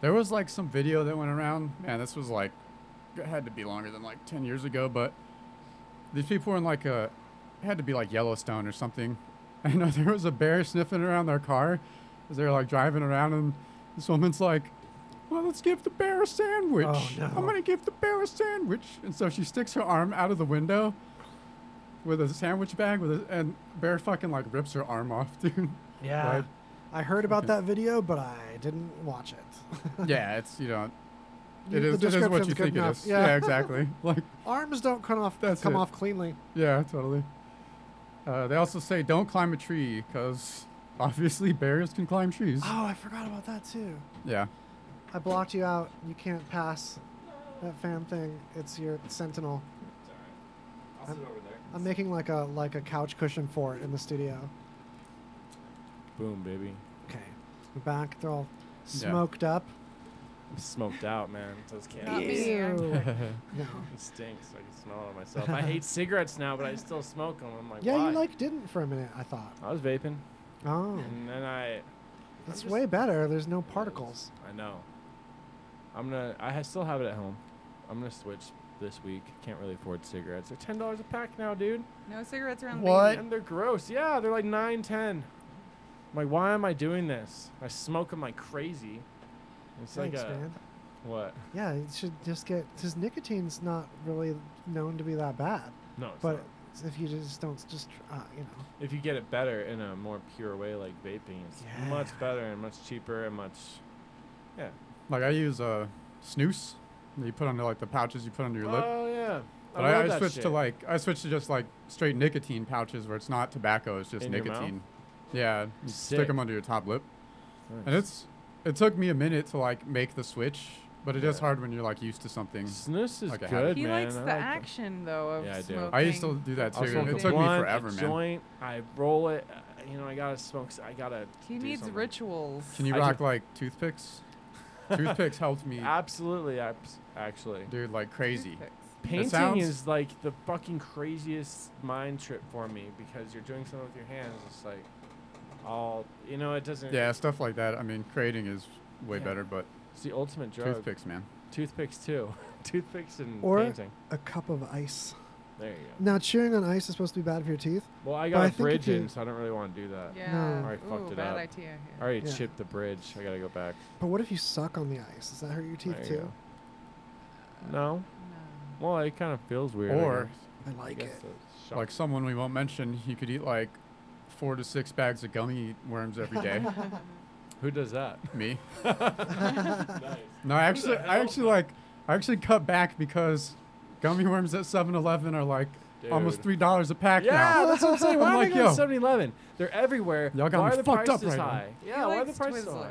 Speaker 1: There was like some video that went around. Man, this was like, it had to be longer than like 10 years ago, but these people were in like a, it had to be like Yellowstone or something. I know there was a bear sniffing around their car as they were like driving around, and this woman's like, well, let's give the bear a sandwich.
Speaker 3: Oh,
Speaker 1: I'm going to give the bear a sandwich. And so she sticks her arm out of the window with a sandwich bag, with a, and bear fucking like rips her arm off, dude.
Speaker 3: yeah.
Speaker 1: Right?
Speaker 3: I heard about
Speaker 1: Okay.
Speaker 3: that video, but I didn't watch it.
Speaker 1: yeah, it's you know,
Speaker 3: You-
Speaker 1: it
Speaker 3: the
Speaker 1: is, it is what
Speaker 3: description's
Speaker 1: you
Speaker 3: good
Speaker 1: think it
Speaker 3: enough.
Speaker 1: is.
Speaker 3: Yeah.
Speaker 1: Yeah, exactly. Like
Speaker 3: Arms don't come off
Speaker 1: That's
Speaker 3: come
Speaker 1: it.
Speaker 3: off cleanly.
Speaker 1: yeah, totally. Uh, they also say don't climb a tree because obviously bears can climb trees.
Speaker 3: Oh, I forgot about that too.
Speaker 1: Yeah,
Speaker 3: I blocked you out. You can't pass that fan thing. It's your sentinel.
Speaker 2: I'll sit over there.
Speaker 3: I'm making like a like a couch cushion fort in the studio.
Speaker 2: Boom, baby.
Speaker 3: Okay, we're back. They're all
Speaker 2: Yeah.
Speaker 3: smoked up.
Speaker 2: I'm smoked out, man. Those
Speaker 4: Not
Speaker 2: candles.
Speaker 4: me. I'm like,
Speaker 3: No.
Speaker 2: It stinks. I can smell it on myself. I hate cigarettes now, but I still smoke them. I'm like,
Speaker 3: yeah,
Speaker 2: why?
Speaker 3: you like didn't for a minute. I thought.
Speaker 2: I was vaping,
Speaker 3: Oh,
Speaker 2: and then I.
Speaker 3: that's
Speaker 2: just-
Speaker 3: way better. There's no particles.
Speaker 2: I know. I'm gonna. I ha- still have it at home. I'm gonna switch this week. Can't really afford cigarettes. They're ten dollars a pack now, dude.
Speaker 4: no cigarettes around the
Speaker 1: What?
Speaker 4: baby.
Speaker 2: And they're gross. Yeah, they're like nine, ten. I'm like, why am I doing this? I smoke them like crazy. It's
Speaker 3: Thanks,
Speaker 2: like a
Speaker 3: man.
Speaker 2: what?
Speaker 3: Yeah, you should just get because nicotine's not really known to be that bad.
Speaker 2: No, it's
Speaker 3: but
Speaker 2: not.
Speaker 3: if you just don't just tr- uh, you know
Speaker 2: If you get it better in a more pure way, like vaping, it's much better and much cheaper and much. Yeah.
Speaker 1: like I use uh, snus that you put under like the pouches you put under your lip.
Speaker 2: Oh yeah.
Speaker 1: But
Speaker 2: love
Speaker 1: I, I
Speaker 2: that
Speaker 1: switched to
Speaker 2: shit.
Speaker 1: like I switched to just like straight nicotine pouches where it's not tobacco, it's just
Speaker 2: In your mouth?
Speaker 1: nicotine. Yeah, you stick
Speaker 2: Sick.
Speaker 1: them under your top lip, and
Speaker 2: Nice.
Speaker 1: it's it took me a minute to like make the switch, but it is
Speaker 2: Yeah.
Speaker 1: hard when you're like used to something.
Speaker 2: Snus is
Speaker 1: Like a habit.
Speaker 2: good,
Speaker 4: He
Speaker 2: man.
Speaker 4: likes
Speaker 2: I
Speaker 4: the
Speaker 2: like that.
Speaker 4: action though of
Speaker 2: Yeah, I do.
Speaker 4: smoking.
Speaker 1: I used to do that
Speaker 2: I'll
Speaker 1: too.
Speaker 2: smoke
Speaker 1: It
Speaker 2: a
Speaker 1: took me
Speaker 2: blunt,
Speaker 1: forever,
Speaker 2: a
Speaker 1: man.
Speaker 2: joint, I roll it. uh, You know, I gotta smoke. s- I gotta.
Speaker 4: He
Speaker 2: do
Speaker 4: needs
Speaker 2: something.
Speaker 4: rituals.
Speaker 1: Can you
Speaker 2: I
Speaker 1: rock
Speaker 2: ju-
Speaker 1: like toothpicks? toothpicks helped me,
Speaker 2: Absolutely, abs- actually.
Speaker 1: dude, like crazy.
Speaker 4: Toothpicks.
Speaker 2: Painting
Speaker 1: sounds-
Speaker 2: is like the fucking craziest mind trip for me because you're doing something with your hands. It's like, all you know, it doesn't.
Speaker 1: Yeah, stuff like that. I mean, creating is way
Speaker 2: Yeah.
Speaker 1: better, but
Speaker 2: It's the ultimate drug.
Speaker 1: toothpicks, man.
Speaker 2: Toothpicks too. Toothpicks and
Speaker 3: Or-
Speaker 2: painting.
Speaker 3: a cup of ice.
Speaker 2: There you go.
Speaker 3: Now chewing on ice is supposed to be bad for your teeth.
Speaker 2: Well, I
Speaker 3: But I
Speaker 2: got a
Speaker 3: think if
Speaker 2: bridge in,
Speaker 3: you-
Speaker 2: so I don't really want to do that.
Speaker 4: Yeah.
Speaker 2: Alright,
Speaker 4: Ooh,
Speaker 2: fucked it
Speaker 4: bad
Speaker 2: up.
Speaker 4: idea. Here.
Speaker 2: I already
Speaker 3: Yeah.
Speaker 2: chipped the bridge. I gotta go back.
Speaker 3: But what if you suck on the ice? Does that hurt your teeth
Speaker 2: There you
Speaker 3: too?
Speaker 2: go. No. Well, it kind of feels weird. I
Speaker 1: Or-
Speaker 2: guess.
Speaker 3: I
Speaker 2: I
Speaker 3: like
Speaker 2: guess
Speaker 3: it.
Speaker 2: that's shock-
Speaker 1: Like someone we won't mention, you could eat like four to six bags of gummy worms every day.
Speaker 2: who does that?
Speaker 1: me. No, I actually, I actually like, I actually cut back because gummy worms at 7-Eleven are like almost
Speaker 2: Dude.
Speaker 1: three dollars a pack
Speaker 2: Yeah,
Speaker 1: now.
Speaker 2: that's what I'm saying. Why
Speaker 1: I'm
Speaker 2: are
Speaker 1: like,
Speaker 2: they going
Speaker 1: yo,
Speaker 2: 7 Eleven? They're everywhere.
Speaker 1: Y'all got
Speaker 2: why
Speaker 1: me
Speaker 2: are the
Speaker 1: fucked up
Speaker 2: prices
Speaker 1: right now.
Speaker 2: high?
Speaker 4: He
Speaker 2: Yeah, why are the
Speaker 4: likes
Speaker 2: prices so high?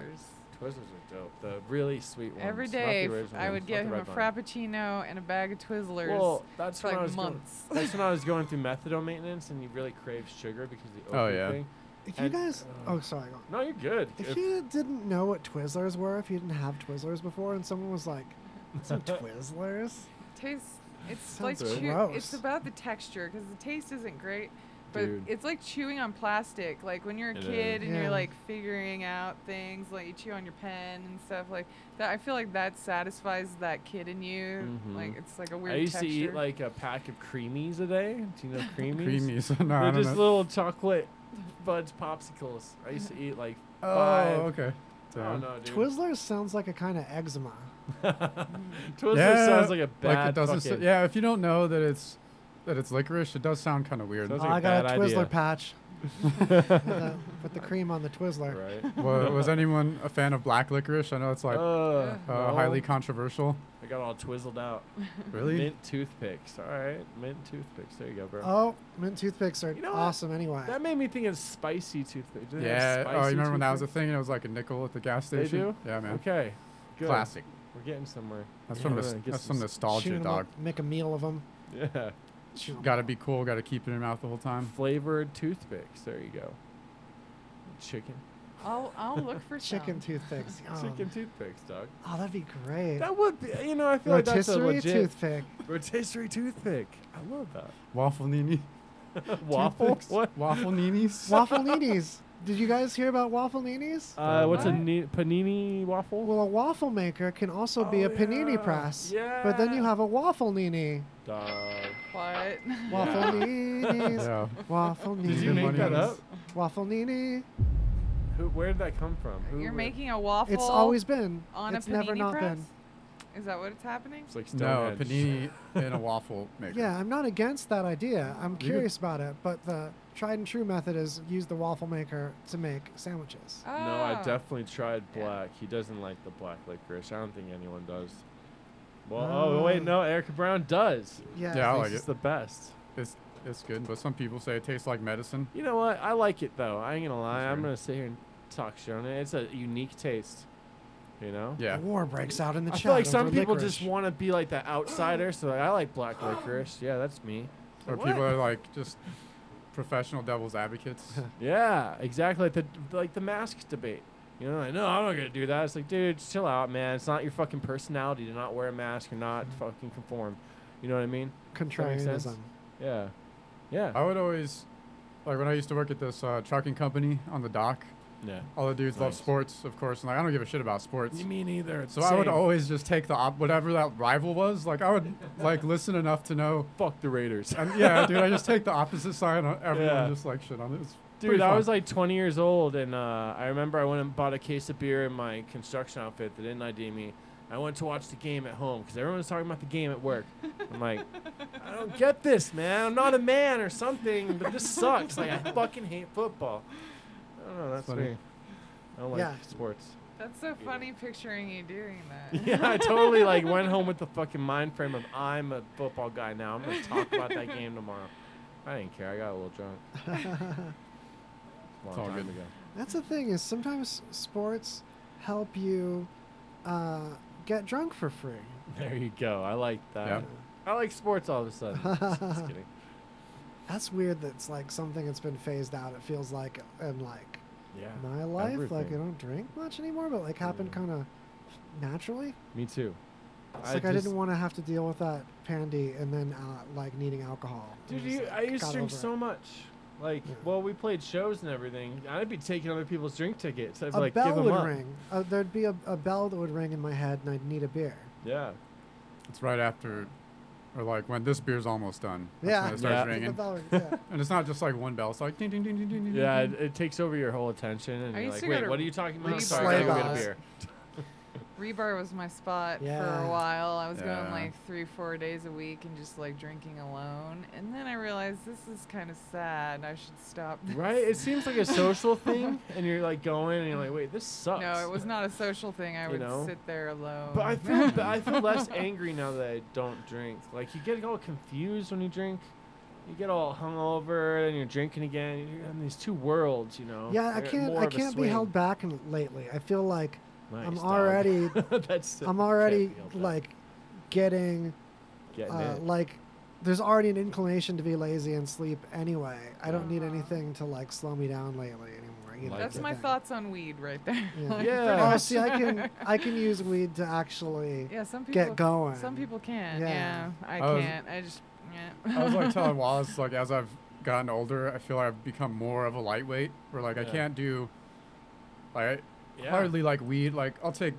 Speaker 4: Twizzlers.
Speaker 2: Twizzlers are dope. The really sweet ones.
Speaker 4: Every
Speaker 2: not
Speaker 4: day,
Speaker 2: the
Speaker 4: f-
Speaker 2: original
Speaker 4: I
Speaker 2: ones,
Speaker 4: would
Speaker 2: not
Speaker 4: get
Speaker 2: the
Speaker 4: him a
Speaker 2: red one.
Speaker 4: frappuccino and a bag of Twizzlers.
Speaker 2: Well, that's
Speaker 4: for
Speaker 2: when
Speaker 4: like
Speaker 2: I was
Speaker 4: months.
Speaker 2: Going, that's when I was going through methadone maintenance, and you really craved sugar because of the
Speaker 1: Oh,
Speaker 2: opioid
Speaker 1: yeah.
Speaker 2: thing.
Speaker 3: If you
Speaker 2: And-
Speaker 3: guys,
Speaker 2: uh,
Speaker 3: oh sorry, go on.
Speaker 2: No, you're good.
Speaker 3: If,
Speaker 2: If-
Speaker 3: you didn't know what Twizzlers were, if you didn't have Twizzlers before, and someone was like, "Some Twizzlers,"
Speaker 4: tastes. It's like
Speaker 3: Sounds
Speaker 4: chew-
Speaker 3: gross.
Speaker 4: it's about the texture because the taste isn't great, but
Speaker 2: Dude.
Speaker 4: it's like chewing on plastic. Like when you're a
Speaker 2: It
Speaker 4: kid
Speaker 3: is.
Speaker 4: and
Speaker 3: Yeah.
Speaker 4: you're like figuring out things, like you chew on your pen and stuff like that. I feel like that satisfies that kid in you.
Speaker 2: Mhm.
Speaker 4: Like it's like a weird.
Speaker 2: I used
Speaker 4: texture.
Speaker 2: to eat like a pack of creamies a day. Do you know creamies?
Speaker 1: creamies. no, I
Speaker 2: They're
Speaker 1: don't
Speaker 2: just
Speaker 1: know.
Speaker 2: little chocolate fudge popsicles. I used to eat like
Speaker 1: Oh,
Speaker 2: five.
Speaker 1: okay.
Speaker 2: I
Speaker 1: Damn.
Speaker 2: don't know, dude.
Speaker 3: Twizzlers sounds like a kind of eczema.
Speaker 2: Twizzler sounds like a bad
Speaker 1: it doesn't. s-
Speaker 2: fucking.
Speaker 1: yeah, if you don't know that it's that it's licorice, it does sound kind of weird.
Speaker 2: Sounds
Speaker 3: Oh,
Speaker 2: like a
Speaker 3: I got a
Speaker 2: bad
Speaker 3: Twizzler
Speaker 2: idea.
Speaker 3: patch. put, the, put the cream on the Twizzler.
Speaker 2: Right.
Speaker 1: Wa- was anyone a fan of black licorice? I know it's like
Speaker 2: Uh,
Speaker 1: uh,
Speaker 2: no.
Speaker 1: highly controversial.
Speaker 2: I got all twizzled out.
Speaker 1: Really?
Speaker 2: Mint toothpicks. All right, mint toothpicks. There you go, bro.
Speaker 3: Oh, mint toothpicks are
Speaker 2: know what?
Speaker 3: awesome anyway.
Speaker 2: That made me think of spicy toothpicks. Do they have
Speaker 1: Yeah. Oh, you
Speaker 2: spicy
Speaker 1: remember when that was a
Speaker 2: toothpicks?
Speaker 1: thing? and It was like a nickel at the gas
Speaker 2: They
Speaker 1: station.
Speaker 2: do?
Speaker 1: Yeah, man.
Speaker 2: Okay. Good.
Speaker 1: Classic.
Speaker 2: We're getting somewhere.
Speaker 1: That's
Speaker 2: Yeah,
Speaker 1: from
Speaker 2: we're
Speaker 1: nos-
Speaker 2: gonna get
Speaker 1: that's
Speaker 2: some
Speaker 1: from
Speaker 2: s-
Speaker 1: nostalgia,
Speaker 3: Shoot 'em
Speaker 1: dog.
Speaker 3: up, make a meal of them.
Speaker 2: Yeah.
Speaker 1: Got to be cool. Got to keep it in your mouth the whole time.
Speaker 2: Flavored toothpicks. There you go. Chicken.
Speaker 4: I'll I'll look for
Speaker 3: Chicken
Speaker 4: some.
Speaker 3: toothpicks.
Speaker 2: Chicken
Speaker 3: Yum.
Speaker 2: toothpicks, dog.
Speaker 3: Oh, that'd be great.
Speaker 2: That would be, you know, I feel like that's a
Speaker 3: Rotisserie
Speaker 2: legit
Speaker 3: toothpick.
Speaker 2: rotisserie toothpick. I love that.
Speaker 1: Waffle nini.
Speaker 2: Waffle?
Speaker 1: Toothpicks?
Speaker 2: What?
Speaker 1: Waffle ninis.
Speaker 3: waffle ninis. Did you guys hear about waffle ninis?
Speaker 2: Uh, what's a
Speaker 1: What?
Speaker 2: ni- panini waffle?
Speaker 3: well, a waffle maker can also be a
Speaker 2: Oh,
Speaker 3: panini
Speaker 2: yeah.
Speaker 3: press. But then you have a waffle nini.
Speaker 2: Dog.
Speaker 4: What?
Speaker 3: Waffle
Speaker 2: Yeah.
Speaker 3: ninis.
Speaker 1: Yeah.
Speaker 3: Waffle ninis.
Speaker 2: Did you make that up?
Speaker 3: Waffle nini.
Speaker 2: Who, where did that come from? Who
Speaker 4: You're
Speaker 2: would-
Speaker 4: making a waffle.
Speaker 3: It's always been.
Speaker 4: on
Speaker 3: it's
Speaker 4: a panini
Speaker 3: never not
Speaker 4: press.
Speaker 3: been.
Speaker 4: Is that what it's happening?
Speaker 2: It's like
Speaker 1: No, a
Speaker 2: Stonehenge.
Speaker 1: panini and a waffle maker.
Speaker 3: Yeah, I'm not against that idea. I'm
Speaker 1: could-
Speaker 3: curious about it, but the tried and true method is use the waffle maker to make sandwiches.
Speaker 4: Oh.
Speaker 2: No, I definitely tried black. He doesn't like the black licorice. I don't think anyone does. Well, oh, wait,
Speaker 3: Ah.
Speaker 2: no, Erica Brown does.
Speaker 3: Yeah.
Speaker 1: Yeah, I
Speaker 2: Thinks
Speaker 1: like
Speaker 2: it's
Speaker 1: it.
Speaker 2: the best.
Speaker 1: It's it's good, but some people say it tastes like medicine.
Speaker 2: You know what? I like it though. I ain't gonna lie.
Speaker 1: That's
Speaker 2: I'm
Speaker 1: weird.
Speaker 2: gonna sit here and talk shit on it. It's a unique taste. You know.
Speaker 1: Yeah.
Speaker 3: A war breaks out in the
Speaker 2: I
Speaker 3: chat.
Speaker 2: feel like
Speaker 3: over
Speaker 2: some people
Speaker 3: licorice.
Speaker 2: just want to be like the outsider. So like, I like black licorice. Yeah, that's me.
Speaker 1: Or
Speaker 2: What?
Speaker 1: people are like just professional devil's advocates.
Speaker 2: Yeah, exactly. Like the like the mask debate. You know, like no, I'm not gonna do that. It's like, dude, chill out, man. It's not your fucking personality to not wear a mask or not fucking conform. You know what I mean? makes sense.
Speaker 3: contrarianism.
Speaker 2: Yeah, yeah,
Speaker 1: I would always, like when I used to work at this uh, trucking company on the dock,
Speaker 2: yeah.
Speaker 1: all the dudes love
Speaker 2: Nice.
Speaker 1: sports, of course, and like I don't give a shit about sports.
Speaker 2: me neither.
Speaker 1: So I would always just take the op- whatever that rival was. Like I would like listen enough to know.
Speaker 2: fuck the Raiders.
Speaker 1: And yeah, dude, I just take the opposite side on everyone,
Speaker 2: Yeah.
Speaker 1: just like shit on it. It's
Speaker 2: Dude,
Speaker 1: pretty
Speaker 2: I
Speaker 1: fun.
Speaker 2: was like 20 years old, and uh, I remember I went and bought a case of beer in my construction outfit that didn't ID me. I went to watch the game at home because everyone was talking about the game at work. I'm like, I don't get this, man. I'm not a man or something, but this sucks. Like, I fucking hate football. I don't know. That's
Speaker 1: Funny.
Speaker 2: me. I don't like
Speaker 3: Yeah.
Speaker 2: sports.
Speaker 4: That's so funny picturing you doing that.
Speaker 2: Yeah, I totally like went home with the fucking mind frame of I'm a football guy now. I'm gonna talk about that game tomorrow. I didn't care. I got a little drunk. Long
Speaker 1: It's all
Speaker 2: time
Speaker 1: good.
Speaker 2: ago.
Speaker 3: That's the thing is sometimes sports help you uh, get drunk for free.
Speaker 2: There you go. I like that.
Speaker 1: Yeah.
Speaker 2: I like sports all of a sudden. Just- just kidding.
Speaker 3: That's weird. That's like something that's been phased out. It feels like in like
Speaker 2: Yeah.
Speaker 3: my life, like I
Speaker 2: everything.
Speaker 3: don't drink much anymore, but like happened kind of naturally.
Speaker 2: Me too.
Speaker 3: It's like I didn't want to have to deal with that pandy and then uh, like needing alcohol. I
Speaker 2: Dude,
Speaker 3: just,
Speaker 2: you,
Speaker 3: like,
Speaker 2: I used
Speaker 3: got
Speaker 2: to drink
Speaker 3: over it.
Speaker 2: so much. Like,
Speaker 3: Yeah.
Speaker 2: well, we played shows and everything. I'd be taking other people's drink tickets. I'd
Speaker 3: a
Speaker 2: like give
Speaker 3: bell
Speaker 2: them
Speaker 3: would
Speaker 2: up.
Speaker 3: ring. Uh, there'd be a, a bell that would ring in my head, and I'd need a beer.
Speaker 2: Yeah.
Speaker 1: It's right after, or like when this beer's almost done. That's
Speaker 3: Yeah.
Speaker 1: When it starts
Speaker 2: Yeah.
Speaker 3: The
Speaker 1: ringing.
Speaker 3: bell rings, yeah.
Speaker 1: And it's not just like one bell. It's like ding ding ding ding ding. ding,
Speaker 2: Yeah,
Speaker 1: ding.
Speaker 2: it, it takes over your whole attention, and
Speaker 4: I
Speaker 2: you're
Speaker 4: used
Speaker 2: like,
Speaker 4: to go
Speaker 2: "Wait,
Speaker 4: to
Speaker 2: what are you talking about?"
Speaker 4: Reebok.
Speaker 2: Sorry, I gotta go get a
Speaker 3: Slaybos.
Speaker 2: beer.
Speaker 4: Rebar was my spot for
Speaker 3: Yeah.
Speaker 4: a while. I was
Speaker 1: Yeah.
Speaker 4: going like three, four days a week and just like drinking alone. And then I realized this is kind of sad. I should stop. this.
Speaker 2: Right? It seems like a social thing, and you're like going, and you're like, "Wait, this sucks."
Speaker 4: No, it was not a social thing. I
Speaker 2: You
Speaker 4: would
Speaker 2: know?
Speaker 4: sit there alone.
Speaker 3: Oh,
Speaker 2: But I feel ba- I feel less angry now that I don't drink. Like you get all confused when you drink. You get all hungover and you're drinking again. You're in these two worlds, you know.
Speaker 3: Yeah, I
Speaker 2: They're
Speaker 3: can't.
Speaker 2: Oh, more
Speaker 3: I
Speaker 2: of a
Speaker 3: can't be
Speaker 2: swing.
Speaker 3: held back in, lately. I feel like
Speaker 2: Nice,
Speaker 3: I'm
Speaker 2: dog.
Speaker 3: already-
Speaker 2: That's. it.
Speaker 3: I'm
Speaker 2: You
Speaker 3: already
Speaker 2: can't be held back.
Speaker 3: like getting
Speaker 2: Getting
Speaker 3: uh,
Speaker 2: it.
Speaker 3: like there's already an inclination to be lazy and sleep anyway. I don't need
Speaker 4: Uh-huh.
Speaker 3: anything to like slow me down lately anymore. You know,
Speaker 2: Like
Speaker 4: That's
Speaker 3: it's a
Speaker 4: my
Speaker 3: thing.
Speaker 4: thoughts on weed right there.
Speaker 3: Yeah.
Speaker 4: Like,
Speaker 2: Yeah.
Speaker 4: pretty
Speaker 3: Oh,
Speaker 4: much.
Speaker 3: see, I can I can use weed to actually
Speaker 4: Yeah, some people
Speaker 3: get going.
Speaker 4: Some people can.
Speaker 3: Yeah.
Speaker 4: Yeah, I,
Speaker 1: I was-
Speaker 4: can't. I just. Yeah.
Speaker 1: I was like telling Wallace, like as I've gotten older, I feel like I've become more of a lightweight. Where like I
Speaker 2: Yeah.
Speaker 1: can't do, like
Speaker 2: Yeah.
Speaker 1: hardly like weed. Like I'll take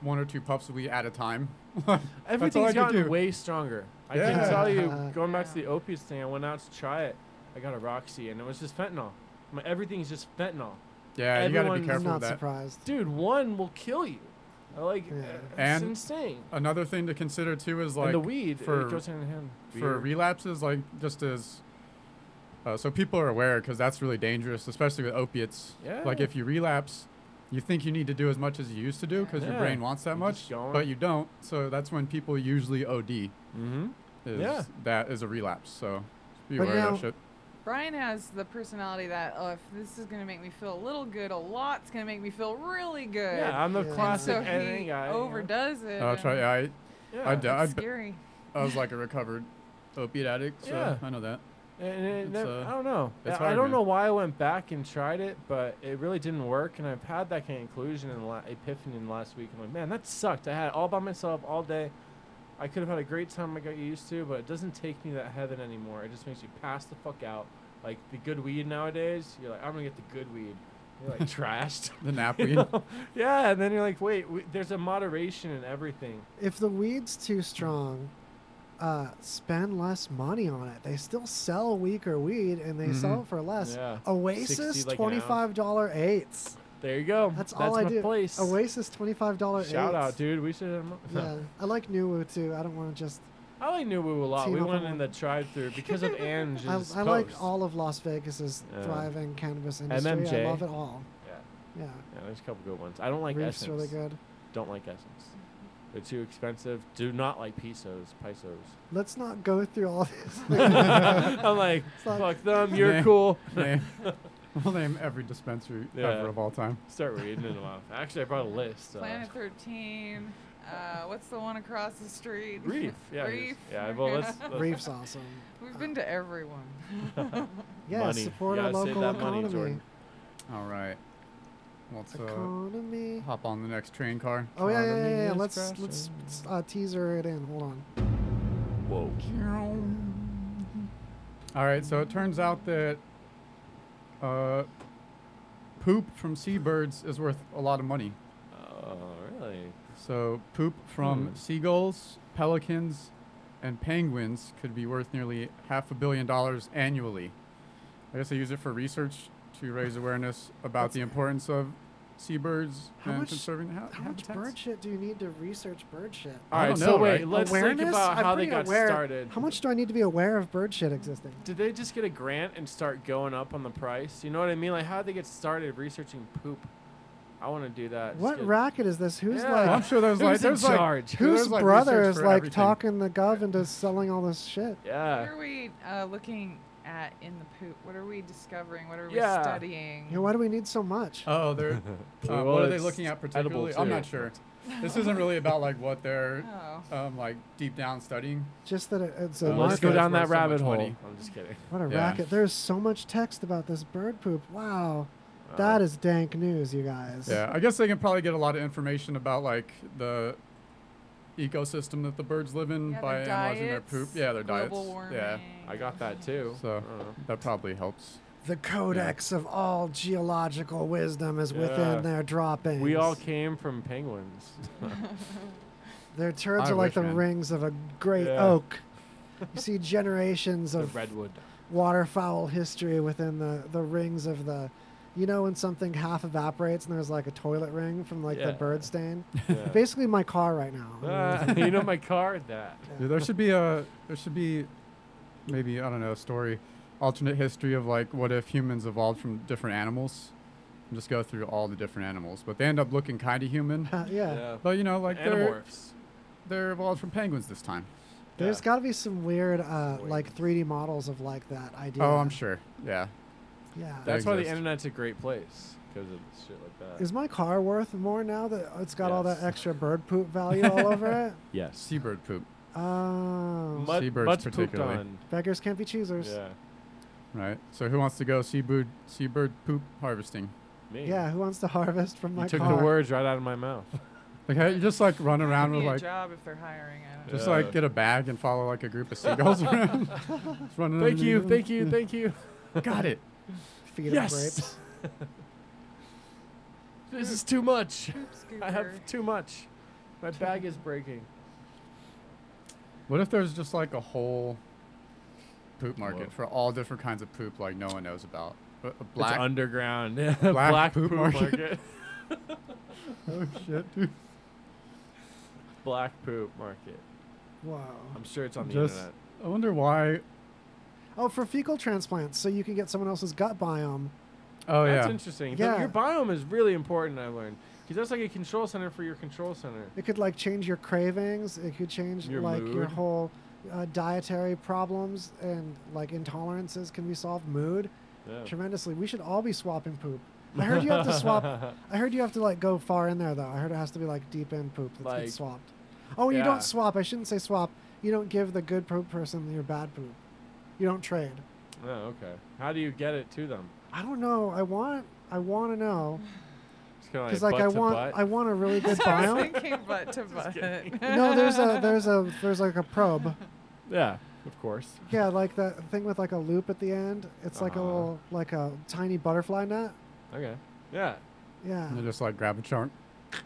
Speaker 1: one or two puffs of weed at a time. That's all I
Speaker 2: Everything's
Speaker 1: could
Speaker 2: gotten
Speaker 1: do.
Speaker 2: way stronger. I
Speaker 1: Yeah.
Speaker 2: can tell you,
Speaker 3: Uh,
Speaker 2: going back to
Speaker 4: yeah.
Speaker 2: the opiates thing, I went out to try it. I got a Roxy, and it was just fentanyl. My, everything's just fentanyl.
Speaker 1: Yeah, you gotta
Speaker 2: Everyone
Speaker 1: be
Speaker 2: is
Speaker 3: I'm
Speaker 1: careful
Speaker 3: not
Speaker 1: with that.
Speaker 3: surprised.
Speaker 2: Dude, one will kill you. I Like,
Speaker 3: Yeah.
Speaker 2: uh, it's
Speaker 1: And-
Speaker 2: insane.
Speaker 1: Another thing to consider too is like
Speaker 2: and the weed,
Speaker 1: for
Speaker 2: it goes hand in hand.
Speaker 1: for
Speaker 2: Beer.
Speaker 1: relapses, like just as Uh, so people are aware because that's really dangerous, especially with opiates. Like
Speaker 2: Yeah.
Speaker 1: if you relapse, you think you need to do as much as you used to do because your
Speaker 2: Yeah.
Speaker 1: brain wants that
Speaker 2: You're
Speaker 1: much,
Speaker 2: just going.
Speaker 1: but you don't. So that's when people usually OD.
Speaker 2: Mm-hmm.
Speaker 1: Is
Speaker 2: Yeah.
Speaker 1: That is a relapse. So be
Speaker 3: But
Speaker 1: aware of
Speaker 3: now-
Speaker 1: that shit.
Speaker 4: Brian has the personality that oh, if this is gonna make me feel a little good, a lot's gonna make me feel really good.
Speaker 2: Yeah, I'm the
Speaker 4: And
Speaker 2: classic
Speaker 4: so
Speaker 2: editing
Speaker 4: he
Speaker 2: guy, you know.
Speaker 4: Overdoes it.
Speaker 1: I'll Uh, try. I,
Speaker 2: Yeah.
Speaker 1: I, d- I
Speaker 4: That's
Speaker 1: b-
Speaker 4: scary.
Speaker 1: I was like a recovered opiate addict, so
Speaker 2: Yeah.
Speaker 1: I know that.
Speaker 2: And it
Speaker 1: It's,
Speaker 2: never,
Speaker 1: uh,
Speaker 2: I don't know.
Speaker 1: it's
Speaker 2: I- I
Speaker 1: hard,
Speaker 2: don't
Speaker 1: man.
Speaker 2: know why I went back and tried it, but it really didn't work. And I've had that conclusion and la- epiphany in the last week. I'm like, man, that sucked. I had it all by myself all day. I could have had a great time I got used to, but it doesn't take me that heaven anymore. It just makes you pass the fuck out. Like the good weed nowadays, you're like, I'm gonna get the good weed. You're like trashed.
Speaker 1: The nap
Speaker 2: You
Speaker 1: weed.
Speaker 2: know? Yeah, and then you're like, wait, w- there's a moderation in everything.
Speaker 3: If the weed's too strong, uh, spend less money on it. They still sell weaker weed and they sell
Speaker 2: Mhm.
Speaker 3: it for less.
Speaker 2: Yeah.
Speaker 3: Oasis,
Speaker 2: 60 like an ounce.
Speaker 3: $25 eights.
Speaker 2: There you go.
Speaker 3: That's, all I
Speaker 2: my
Speaker 3: do.
Speaker 2: Place.
Speaker 3: Oasis, $25 eights.
Speaker 2: Shout out, dude. We should. Have mo-
Speaker 3: Yeah. I like Nuwu too. I don't want to just.
Speaker 2: I like Nubu a lot.
Speaker 3: Team
Speaker 2: We
Speaker 3: up
Speaker 2: went
Speaker 3: on
Speaker 2: in the drive through because of Ange's
Speaker 3: I,
Speaker 2: post.
Speaker 3: I like all of Las Vegas's
Speaker 2: Yeah.
Speaker 3: thriving cannabis industry.
Speaker 2: MMJ.
Speaker 3: I love it all.
Speaker 2: Yeah.
Speaker 3: Yeah.
Speaker 2: Yeah, there's a couple good ones. I don't like
Speaker 3: Reef's
Speaker 2: Essence.
Speaker 3: really good.
Speaker 2: Don't like Essence. They're too expensive. Do not like Pisos. Pisos.
Speaker 3: Let's not go through all this.
Speaker 2: I'm like, fuck them. You're
Speaker 1: Name-
Speaker 2: cool.
Speaker 1: name- We'll name every dispensary
Speaker 2: Yeah.
Speaker 1: ever of all time.
Speaker 2: Start reading them off. Actually, I brought a list. Uh,
Speaker 4: Planet 13. Uh, what's the one across the street?
Speaker 2: Reef. Yeah. it is.
Speaker 4: Reef.
Speaker 2: Yeah. Well, let's, let's
Speaker 3: Reef's awesome.
Speaker 4: We've been to everyone.
Speaker 3: Yeah,
Speaker 2: Money.
Speaker 3: support
Speaker 2: You
Speaker 3: our
Speaker 2: gotta save
Speaker 3: local
Speaker 2: that money,
Speaker 3: economy.
Speaker 2: Jordan.
Speaker 1: All right. Let's uh,
Speaker 3: Economy.
Speaker 1: hop on the next train car.
Speaker 3: Oh yeah, yeah,
Speaker 2: Economy
Speaker 3: yeah. yeah.
Speaker 2: is
Speaker 3: Let's
Speaker 2: crashing.
Speaker 3: let's s- uh, teaser it in. Hold on.
Speaker 2: Whoa.
Speaker 1: All right, so it turns out that uh, poop from seabirds is worth a lot of money.
Speaker 2: Oh, really?
Speaker 1: So poop from
Speaker 2: Hmm.
Speaker 1: seagulls, pelicans, and penguins could be worth nearly half a billion dollars annually. I guess they use it for research to raise awareness about the importance of seabirds
Speaker 3: How
Speaker 1: and
Speaker 3: much-
Speaker 1: conserving ha-
Speaker 3: How much
Speaker 1: habitats.
Speaker 3: bird shit do you need to research bird shit?
Speaker 2: All
Speaker 1: I
Speaker 2: right.
Speaker 1: don't
Speaker 2: So
Speaker 1: know,
Speaker 2: wait.
Speaker 1: right?
Speaker 2: Let's think
Speaker 3: Awareness?
Speaker 2: about
Speaker 3: I'm
Speaker 2: how they
Speaker 3: pretty
Speaker 2: got
Speaker 3: aware.
Speaker 2: started.
Speaker 3: How much do I need to be aware of bird shit existing?
Speaker 2: Did they just get a grant and start going up on the price? You know what I mean? Like, how did they get started researching poop? I want to do that. Just
Speaker 3: What
Speaker 2: get-
Speaker 3: racket is this? Who's
Speaker 2: Yeah.
Speaker 1: Well, I'm
Speaker 3: like?
Speaker 1: sure there's
Speaker 2: Who's
Speaker 1: like
Speaker 2: in
Speaker 1: there's like
Speaker 2: charge?
Speaker 1: there's,
Speaker 3: Whose
Speaker 1: like,
Speaker 3: brother
Speaker 1: research
Speaker 3: is
Speaker 1: for
Speaker 3: like
Speaker 1: everything.
Speaker 3: talking the gov into selling all this shit?
Speaker 4: What
Speaker 2: Yeah.
Speaker 4: are we uh, looking at in the poop? What are we discovering? What are we
Speaker 2: Yeah.
Speaker 4: studying?
Speaker 3: You know, why do we need so much?
Speaker 1: Oh, they're. Uh,
Speaker 2: Well,
Speaker 1: what are they
Speaker 2: it's
Speaker 1: looking at
Speaker 2: edible,
Speaker 1: particularly? I'm not
Speaker 2: too.
Speaker 1: sure. This isn't really about like what they're
Speaker 4: Oh.
Speaker 1: um, like deep down studying.
Speaker 3: Just that it, it's a
Speaker 1: Uh,
Speaker 2: Let's
Speaker 1: Let's
Speaker 2: go
Speaker 3: market.
Speaker 1: go
Speaker 2: down
Speaker 1: explore
Speaker 2: that
Speaker 1: so much
Speaker 2: rabbit hole.
Speaker 1: money.
Speaker 2: I'm just kidding.
Speaker 3: What a
Speaker 1: Yeah.
Speaker 3: racket! There's so much text about this bird poop. Wow, that is dank news, you guys.
Speaker 1: Yeah, I guess they can probably get a lot of information about like the ecosystem that the birds live in
Speaker 4: Yeah,
Speaker 1: by
Speaker 4: their
Speaker 1: analyzing their poop.
Speaker 4: diets,
Speaker 1: Yeah, their
Speaker 4: global
Speaker 1: diets.
Speaker 4: Warming.
Speaker 1: Yeah,
Speaker 2: I got that too.
Speaker 1: so
Speaker 2: Uh,
Speaker 1: that probably helps.
Speaker 3: The codex of all geological wisdom is
Speaker 2: Yeah.
Speaker 3: within their droppings.
Speaker 2: we all came from penguins.
Speaker 3: Their turds
Speaker 1: I
Speaker 3: are like
Speaker 1: wish,
Speaker 3: the
Speaker 1: man.
Speaker 3: rings of a great
Speaker 2: Yeah.
Speaker 3: oak. You see generations
Speaker 2: the
Speaker 3: of
Speaker 2: redwood.
Speaker 3: waterfowl history within the, the rings of the. You know when something half evaporates and there's like a toilet ring from like
Speaker 2: Yeah.
Speaker 3: the bird stain?
Speaker 2: Yeah.
Speaker 3: Basically, my car right now. I mean,
Speaker 2: Ah, you know my car? That.
Speaker 1: Dude, there should be a there should be maybe I don't know a story, alternate history of like what if humans evolved from different animals, and just go through all the different animals, but they end up looking kind of human.
Speaker 3: uh, yeah.
Speaker 1: But you know, like they're
Speaker 2: Animorphs.
Speaker 1: they're evolved from penguins this time.
Speaker 3: There's
Speaker 2: Yeah.
Speaker 3: got to be some weird, uh,
Speaker 2: Wait.
Speaker 3: like 3D models of like that idea.
Speaker 1: Oh, I'm sure. Yeah.
Speaker 3: Yeah.
Speaker 1: That-
Speaker 2: That's why the
Speaker 1: exist.
Speaker 2: internet's a great place because of shit like that.
Speaker 3: Is my car worth more now that it's got all that
Speaker 2: Yes.
Speaker 3: extra bird poop value all over it?
Speaker 2: yes.
Speaker 1: Seabird poop.
Speaker 3: Oh.
Speaker 2: Mud,
Speaker 1: Seabirds
Speaker 2: mud's pooped
Speaker 1: particularly.
Speaker 2: on.
Speaker 3: Beggars can't be choosers.
Speaker 2: Yeah.
Speaker 1: Right. So who wants to go seabird seabird poop harvesting?
Speaker 2: Me.
Speaker 3: Yeah, who wants to harvest from my
Speaker 2: You took
Speaker 3: car?
Speaker 2: the words right out of my mouth.
Speaker 1: Like how you just like run around
Speaker 4: Maybe
Speaker 1: with
Speaker 4: a
Speaker 1: like
Speaker 4: job if they're hiring. I don't
Speaker 1: just
Speaker 2: Yeah.
Speaker 1: like get a bag and follow like a group of seagulls around. Just running
Speaker 2: Thank you,
Speaker 1: underneath
Speaker 2: thank you, thank you.
Speaker 1: them. Got it.
Speaker 3: Feed 'em grapes.
Speaker 2: this is too much.
Speaker 4: know. Poop
Speaker 2: I
Speaker 4: scooper.
Speaker 2: have too much. My bag is breaking.
Speaker 1: What if there's just like a whole poop market
Speaker 2: Whoa.
Speaker 1: for all different kinds of poop like no one knows about? A a black.
Speaker 2: It's underground.
Speaker 1: black poop market. oh shit, dude.
Speaker 2: black poop market.
Speaker 3: Whoa.
Speaker 2: I'm sure it's on the
Speaker 1: Just-
Speaker 2: internet.
Speaker 1: I wonder why.
Speaker 3: Oh, for fecal transplants, so you can get someone else's gut biome.
Speaker 1: Oh
Speaker 2: that's
Speaker 1: yeah.
Speaker 2: interesting. The-
Speaker 3: Yeah.
Speaker 2: your biome is really important. I learned because that's like a control center for your control center.
Speaker 3: It could like change your cravings. It could change
Speaker 2: Your
Speaker 3: like your
Speaker 2: mood.
Speaker 3: whole uh, dietary problems and like intolerances can be solved. Mood,
Speaker 2: Yeah.
Speaker 3: tremendously. We should all be swapping poop. I heard you have to swap. I heard you have to like go far in there though. I heard it has to be like deep in poop that
Speaker 2: Like-
Speaker 3: gets swapped. Oh, you
Speaker 2: Yeah.
Speaker 3: don't swap. I shouldn't say swap. You don't give the good poop person your bad poop. You don't trade.
Speaker 2: Oh, okay. How do you get it to them?
Speaker 3: I don't know. I want. I want to know.
Speaker 2: It's kind
Speaker 3: Because like, I want, I want a really good
Speaker 4: I was
Speaker 3: biome.
Speaker 4: thinking butt to butt.
Speaker 3: no, there's a there's a there's like a probe.
Speaker 2: Yeah, of course.
Speaker 3: Yeah, like that thing with like a loop at the end. It's like a
Speaker 2: Uh-huh.
Speaker 3: little like a tiny butterfly net.
Speaker 2: Okay. Yeah.
Speaker 3: Yeah.
Speaker 1: And just like grab a chart.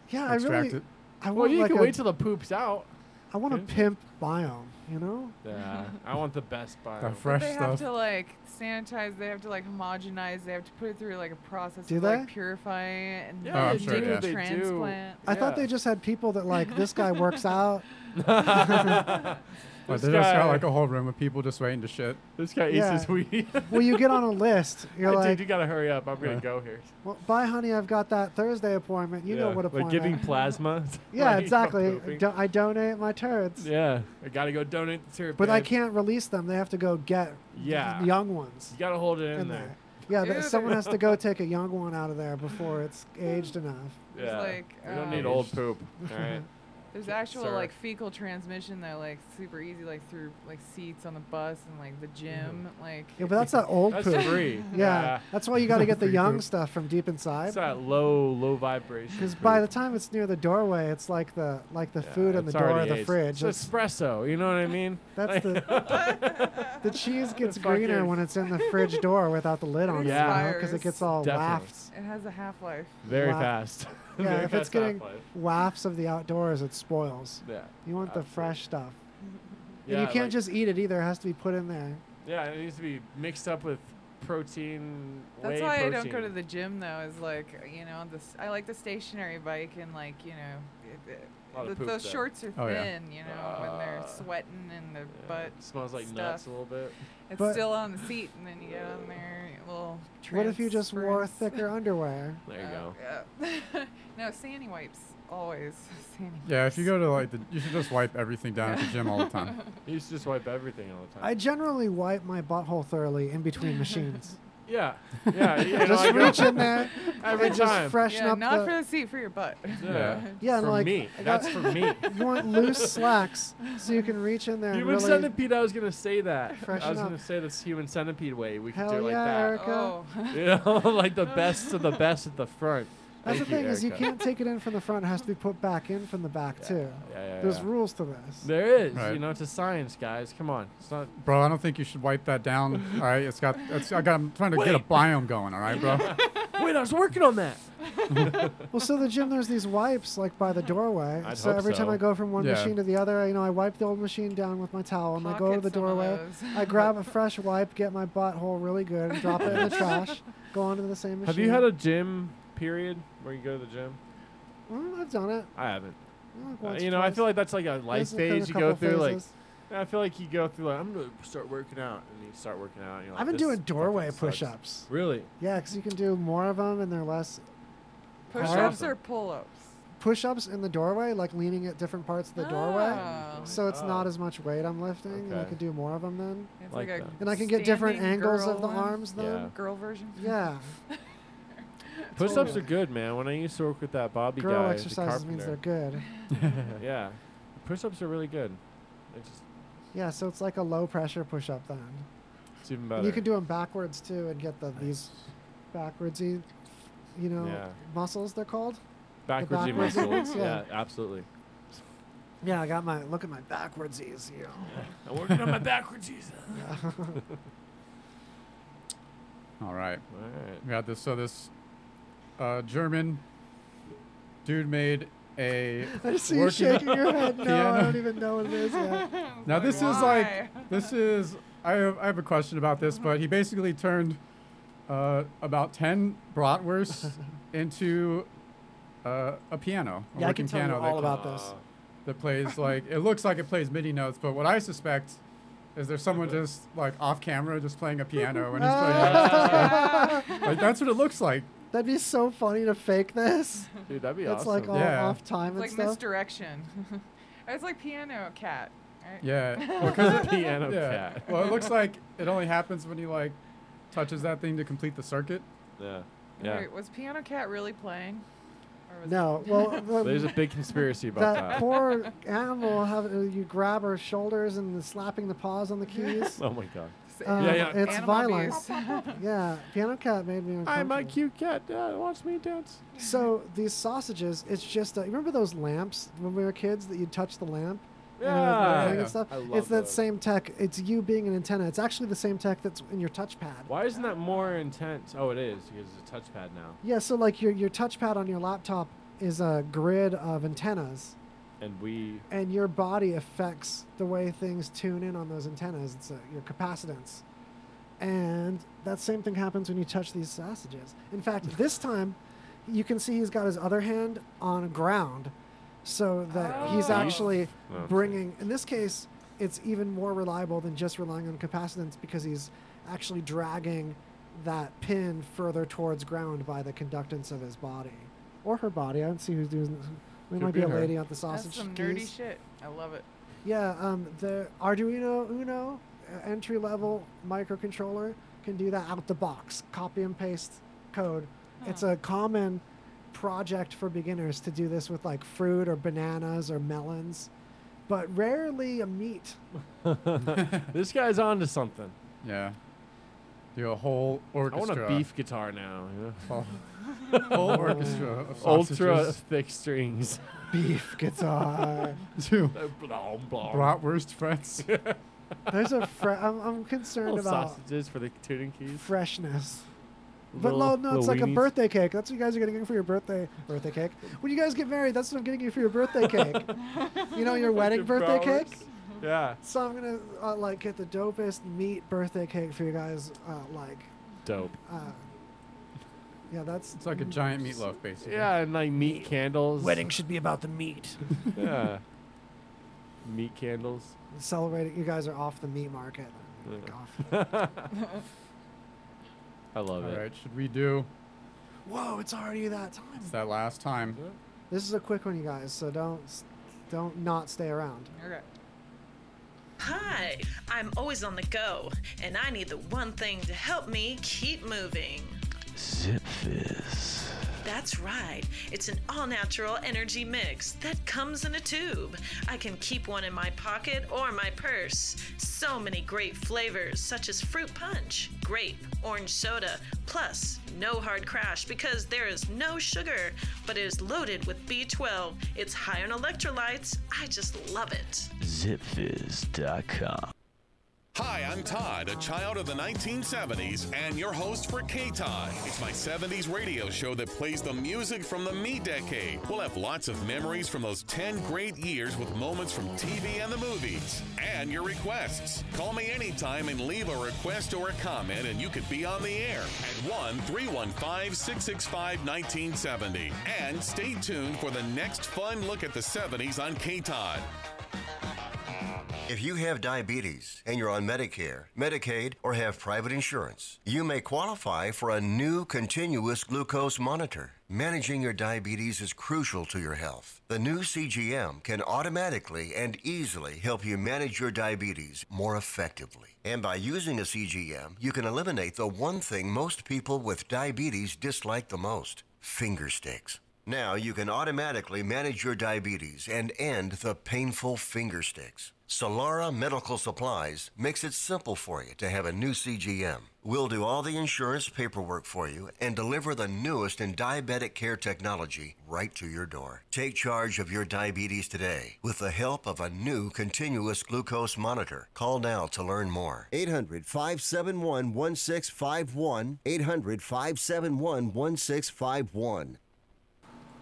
Speaker 3: Yeah, I
Speaker 1: Extract
Speaker 3: really.
Speaker 1: it.
Speaker 3: I
Speaker 2: Well,
Speaker 3: want
Speaker 2: you
Speaker 3: like
Speaker 2: can
Speaker 3: a,
Speaker 2: wait till the poop's out.
Speaker 3: I want a
Speaker 2: couldn't
Speaker 3: pimp biome. You know.
Speaker 2: Yeah. I want the best biome.
Speaker 1: The fresh
Speaker 4: they have
Speaker 1: stuff.
Speaker 4: to like sanitize. They have to like homogenize. They have to put it through like a process
Speaker 3: Do
Speaker 4: of like
Speaker 3: they?
Speaker 4: purifying it and
Speaker 1: Yeah, Oh, I'm
Speaker 4: do
Speaker 1: sure, yeah.
Speaker 2: they do.
Speaker 4: transplant.
Speaker 3: I thought they just had people that like this guy works out.
Speaker 1: Like,
Speaker 2: This
Speaker 1: they just
Speaker 2: guy-
Speaker 1: got like a whole room of people just waiting to shit.
Speaker 2: This guy
Speaker 3: Yeah.
Speaker 2: eats his weed.
Speaker 3: Well, you get on a list. You're
Speaker 2: Dude,
Speaker 3: like,
Speaker 2: you gotta hurry up. I'm gonna
Speaker 1: Yeah.
Speaker 2: go here.
Speaker 3: well, bye, honey. I've got that Thursday appointment. You know
Speaker 2: Yeah,
Speaker 3: what
Speaker 2: Like
Speaker 3: appointment?
Speaker 2: giving plasma.
Speaker 3: yeah,
Speaker 2: Like, I'm
Speaker 3: exactly.
Speaker 2: pooping.
Speaker 3: Do- I donate my turds.
Speaker 2: Yeah, I gotta go donate to her.
Speaker 3: But I
Speaker 2: babe.
Speaker 3: can't release them. They have to go get
Speaker 2: Yeah.
Speaker 3: young ones
Speaker 2: You gotta hold it in,
Speaker 3: in
Speaker 2: there.
Speaker 3: there. Yeah,
Speaker 4: Ew,
Speaker 3: that someone
Speaker 4: they-
Speaker 3: has to go take a young one out of there before it's aged enough.
Speaker 4: There's,
Speaker 2: Yeah.
Speaker 4: like,
Speaker 2: we don't
Speaker 4: um,
Speaker 2: need old poop. All right.
Speaker 4: There's actual
Speaker 2: Sir.
Speaker 4: like fecal transmission though, like super easy, like through like seats on the bus and like the gym, like.
Speaker 3: Yeah, but that's that old
Speaker 2: Mm-hmm. That's
Speaker 3: poop.
Speaker 2: free.
Speaker 3: Yeah, that's why you got to get the young stuff from deep
Speaker 2: It's
Speaker 3: inside.
Speaker 2: that low, low vibration.
Speaker 3: Because by the time it's near the doorway, it's like the like the food on the door of the fridge.
Speaker 2: It's
Speaker 3: That's,
Speaker 2: espresso. You know what I mean?
Speaker 3: that's the the cheese gets
Speaker 2: Fuck
Speaker 3: greener
Speaker 2: you.
Speaker 3: when it's in the fridge door without the lid on it, because it
Speaker 4: expires.
Speaker 3: gets all
Speaker 2: Definitely.
Speaker 3: wafts.
Speaker 4: It has a half life.
Speaker 2: Very
Speaker 3: Wow.
Speaker 2: fast.
Speaker 3: Yeah,
Speaker 2: Very
Speaker 3: if it's
Speaker 2: fast
Speaker 3: getting
Speaker 2: half-life.
Speaker 3: wafts of the outdoors, it spoils.
Speaker 2: Yeah.
Speaker 3: You want the
Speaker 2: absolutely.
Speaker 3: fresh stuff.
Speaker 2: Yeah,
Speaker 3: and you can't
Speaker 2: like-
Speaker 3: just eat it either. It has to be put in there.
Speaker 2: Yeah, it needs to be mixed up with protein. whey
Speaker 4: That's why
Speaker 2: protein.
Speaker 4: I don't go to the gym though. Is like you know this. I like the stationary bike and like you know, it,
Speaker 2: A lot
Speaker 4: it,
Speaker 2: of
Speaker 4: th-
Speaker 2: poop
Speaker 4: those
Speaker 2: there.
Speaker 4: shorts are thin.
Speaker 1: Oh, yeah.
Speaker 4: You know when they're
Speaker 2: Uh,
Speaker 4: sweating and their
Speaker 2: Yeah,
Speaker 4: butt.
Speaker 2: it smells like
Speaker 4: stuff.
Speaker 2: nuts a little bit.
Speaker 4: It's
Speaker 3: But-
Speaker 4: still on the seat, and then you get on there. a Little
Speaker 3: What if you just wore
Speaker 4: transference.
Speaker 3: thicker underwear?
Speaker 2: There you
Speaker 4: Oh,
Speaker 2: go.
Speaker 4: yeah. no, sandy wipes always. Sandy
Speaker 1: Yeah, if you go to like the, you should just wipe everything down at the gym all the time.
Speaker 2: You used to just wipe everything all the time.
Speaker 3: I generally wipe my butthole thoroughly in between machines.
Speaker 2: yeah, yeah. you know, I
Speaker 3: just
Speaker 2: go
Speaker 3: reach in there
Speaker 2: every
Speaker 3: and
Speaker 2: time.
Speaker 3: just freshen
Speaker 4: yeah,
Speaker 3: up
Speaker 4: not
Speaker 3: the.
Speaker 4: for the seat, for your butt.
Speaker 2: yeah.
Speaker 3: yeah, and
Speaker 2: for
Speaker 3: like
Speaker 2: me.
Speaker 3: I got-
Speaker 2: That's for me.
Speaker 3: you want loose slacks so you can reach in there and
Speaker 2: Human
Speaker 3: really.
Speaker 2: centipede. I was gonna say that. I
Speaker 3: Freshen
Speaker 2: was
Speaker 3: up.
Speaker 2: gonna say this human centipede way. We could
Speaker 3: Hell
Speaker 2: do it like
Speaker 3: yeah,
Speaker 2: that.
Speaker 3: Erica.
Speaker 4: Oh.
Speaker 2: You know, like the best of the best at the front.
Speaker 3: That's the
Speaker 2: Thank
Speaker 3: thing is you
Speaker 2: Erica.
Speaker 3: can't take it in from the front. It has to be put back in from the back too.
Speaker 2: Yeah, yeah,
Speaker 3: There's
Speaker 2: yeah.
Speaker 3: rules to this.
Speaker 2: There is. You
Speaker 1: Right.
Speaker 2: know, it's a science, guys. Come on. It's not.
Speaker 1: Bro, I don't think you should wipe that down. All right, it's got. It's, I got. I'm trying to get a biome going. All right, bro.
Speaker 2: Wait, I was working on that.
Speaker 3: Well, so the gym there's these wipes like by the doorway.
Speaker 2: I'd
Speaker 3: so
Speaker 2: hope
Speaker 3: every time
Speaker 2: so.
Speaker 3: I go from one
Speaker 1: Yeah.
Speaker 3: machine to the other, you know, I wipe the old machine down with my towel and I go to
Speaker 4: Pocket
Speaker 3: the
Speaker 4: some of
Speaker 3: doorway.
Speaker 4: those.
Speaker 3: I grab a fresh wipe, get my butthole really good, and drop it in the trash. Go on to the same machine.
Speaker 2: Have you had a gym period where you go to the gym?
Speaker 3: Mm, I've done it.
Speaker 2: I haven't.
Speaker 3: Like
Speaker 2: Uh,
Speaker 3: once,
Speaker 2: you know, I
Speaker 3: twice.
Speaker 2: feel like that's like a life
Speaker 3: There's- there's
Speaker 2: phase
Speaker 3: a
Speaker 2: you go
Speaker 3: couple
Speaker 2: through.
Speaker 3: phases.
Speaker 2: Like, I feel like you go through like I'm gonna start working out, and you start working out. And you're like,
Speaker 3: I've been
Speaker 2: Oh, "This
Speaker 3: doing
Speaker 2: fucking
Speaker 3: doorway
Speaker 2: sucks."
Speaker 3: push-ups.
Speaker 2: Really?
Speaker 3: Yeah, because you can do more of them and they're less
Speaker 4: Push-ups or pull-ups?
Speaker 3: push-ups in the doorway, like leaning at different parts of the doorway.
Speaker 4: Oh,
Speaker 3: So it's
Speaker 2: Oh.
Speaker 3: not as much weight I'm lifting, and I
Speaker 2: Okay.
Speaker 3: can do more of them then.
Speaker 4: it's
Speaker 2: Like
Speaker 4: like,
Speaker 2: that.
Speaker 4: a
Speaker 3: And I can get different
Speaker 4: standing
Speaker 3: angles of
Speaker 4: girl
Speaker 3: the
Speaker 4: one.
Speaker 3: arms then.
Speaker 4: Girl version.
Speaker 3: Yeah.
Speaker 2: Push-ups are good, man. When I used to work with that Bobby
Speaker 3: Girl
Speaker 2: guy,
Speaker 3: exercises
Speaker 2: the
Speaker 3: means they're
Speaker 2: carpenter,
Speaker 3: good.
Speaker 2: yeah, push-ups are really good. They just,
Speaker 3: Yeah, so it's like a low pressure push up then.
Speaker 2: it's even better.
Speaker 3: And you can do them backwards too and get the these backwardsy, you know,
Speaker 2: Yeah.
Speaker 3: muscles they're called.
Speaker 2: backwards
Speaker 3: backwardsy ones,
Speaker 2: muscles.
Speaker 3: yeah.
Speaker 2: yeah, absolutely.
Speaker 3: Yeah, I got my look at my backwardsies, you know.
Speaker 2: I'm working on my backwardsies.
Speaker 1: All right.
Speaker 2: All right.
Speaker 1: We got this. So this uh, German dude made a.
Speaker 3: I just see you
Speaker 1: working-
Speaker 3: shaking your head. No, I
Speaker 1: Piano.
Speaker 3: don't even know what it is yet.
Speaker 2: Oh
Speaker 1: Now this is
Speaker 4: Why?
Speaker 1: like this is I have, I have a question about this, but he basically turned uh, about ten bratwursts into uh, a piano, a
Speaker 3: Yeah, I
Speaker 1: working
Speaker 3: can tell you
Speaker 1: piano that,
Speaker 3: all about
Speaker 2: Uh,
Speaker 3: this.
Speaker 1: that plays like it looks like it plays MIDI notes, but what I suspect Is there someone just like off camera just playing a piano and
Speaker 3: Ah.
Speaker 1: it's like, like that's what it looks like.
Speaker 3: That'd be so funny to fake this.
Speaker 2: Dude, that'd be
Speaker 3: it's like
Speaker 1: awesome.
Speaker 3: all
Speaker 1: Yeah.
Speaker 3: off time
Speaker 4: It's
Speaker 3: and
Speaker 4: like
Speaker 3: stuff.
Speaker 4: misdirection. it's like piano cat. right?
Speaker 1: Yeah.
Speaker 2: Because piano cat.
Speaker 1: Well, it looks like it only happens when he like touches that thing to complete the circuit.
Speaker 2: Yeah.
Speaker 4: Wait, was piano cat really playing? Or was
Speaker 3: No,
Speaker 4: it-
Speaker 3: well, uh, the-
Speaker 2: There's a big conspiracy about
Speaker 3: that,
Speaker 2: that.
Speaker 3: poor animal, having you grab her shoulders and slapping the paws on the keys.
Speaker 2: Oh my god.
Speaker 3: Um,
Speaker 2: yeah, yeah.
Speaker 3: It's
Speaker 4: Animal
Speaker 3: violence.
Speaker 4: abuse.
Speaker 3: yeah, Piano Cat made me uncomfortable.
Speaker 2: I'm a cute cat. Dad, watch me dance.
Speaker 3: So these sausages, it's just uh, you remember those lamps when we were kids that you'd touch the lamp. and it would
Speaker 2: Yeah.
Speaker 3: ring
Speaker 2: Yeah.
Speaker 3: and stuff.
Speaker 2: I love
Speaker 3: it's that
Speaker 2: those.
Speaker 3: same tech. It's you being an antenna. It's actually the same tech that's in your touchpad.
Speaker 2: Why isn't that more intense? Oh, it is because it's a touchpad now.
Speaker 3: Yeah, so like your your touchpad on your laptop is a grid of antennas,
Speaker 2: And we.
Speaker 3: and your body affects the way things tune in on those antennas. It's uh your capacitance, and that same thing happens when you touch these sausages. In fact, this time, you can see he's got his other hand on ground, so that he's
Speaker 2: Oh.
Speaker 3: actually
Speaker 2: Okay.
Speaker 3: bringing. In this case, it's even more reliable than just relying on capacitance because he's actually dragging that pin further towards ground by the conductance of his body or her body. I don't see who's doing. It
Speaker 2: Could
Speaker 3: might be,
Speaker 2: be
Speaker 3: a
Speaker 2: her.
Speaker 3: lady at the sausage.
Speaker 4: That's some nerdy
Speaker 3: keys.
Speaker 4: shit. I love it.
Speaker 3: Yeah, um, the Arduino Uno uh, entry level microcontroller can do that out the box. Copy and paste code. It's a common project for beginners to do this with like fruit or bananas or melons, but rarely a meat.
Speaker 2: this guy's onto something.
Speaker 1: Yeah. Do a whole
Speaker 2: I want
Speaker 1: orchestra.
Speaker 2: a beef guitar now. You know?
Speaker 1: Whole orchestra of sausages.
Speaker 2: Ultra thick strings.
Speaker 3: Beef guitar.
Speaker 1: Two.
Speaker 2: Blah, blah.
Speaker 1: Bratwurst frets.
Speaker 3: There's a fre- I'm, I'm concerned
Speaker 2: Little
Speaker 3: about
Speaker 2: sausages for the tuning keys.
Speaker 3: freshness. But
Speaker 2: Little-
Speaker 3: no, no, it's
Speaker 2: little
Speaker 3: like a
Speaker 2: weenies.
Speaker 3: birthday cake. That's what you guys are getting for your birthday birthday cake. When you guys get married, that's what I'm getting you for your birthday cake. you know your wedding birthday
Speaker 2: flowers.
Speaker 3: cake.
Speaker 2: Yeah.
Speaker 3: So I'm gonna uh, like get the dopest meat birthday cake for you guys. Uh, like,
Speaker 2: Dope.
Speaker 3: uh, yeah, that's
Speaker 1: It's like a giant meatloaf, basically.
Speaker 2: Yeah, and like meat candles.
Speaker 13: Wedding should be about the meat.
Speaker 2: Yeah. meat candles.
Speaker 3: celebrating. You guys are off the meat market. Oh
Speaker 2: Yeah.
Speaker 3: Off.
Speaker 2: I love
Speaker 1: All
Speaker 2: it.
Speaker 1: right. Should we do?
Speaker 3: Whoa, it's already that time.
Speaker 1: It's that last time.
Speaker 3: This is a quick one, you guys. So don't s- don't not stay around.
Speaker 4: Okay.
Speaker 14: Hi, I'm always on the go, and I need the one thing to help me keep moving.
Speaker 13: Zip fizz.
Speaker 14: That's right, it's an all natural energy mix that comes in a tube. I can keep one in my pocket or my purse. So many great flavors, such as fruit punch, grape, orange soda, plus no hard crash because there is no sugar, but it is loaded with B12. It's high on electrolytes. I just love it.
Speaker 13: Zipfizz.com.
Speaker 15: Hi, I'm Todd, a child of the 1970s, and your host for K Todd. It's my 70s radio show that plays the music from the me decade. We'll have lots of memories from those 10 great years with moments from TV and the movies, and your requests. Call me anytime and leave a request or a comment, and you could be on the air at 1 315 665 1970. And stay tuned for the next fun look at the 70s on K Todd.
Speaker 16: If you have diabetes and you're on Medicare, Medicaid, or have private insurance, you may qualify for a new continuous glucose monitor. Managing your diabetes is crucial to your health. The new CGM can automatically and easily help you manage your diabetes more effectively. And by using a CGM, you can eliminate the one thing most people with diabetes dislike the most finger sticks. Now you can automatically manage your diabetes and end the painful finger sticks. Solara Medical Supplies makes it simple for you to have a new CGM. We'll do all the insurance paperwork for you and deliver the newest in diabetic care technology right to your door. Take charge of your diabetes today with the help of a new continuous glucose monitor. Call now to learn more.
Speaker 17: 800 571 1651. 800 571 1651.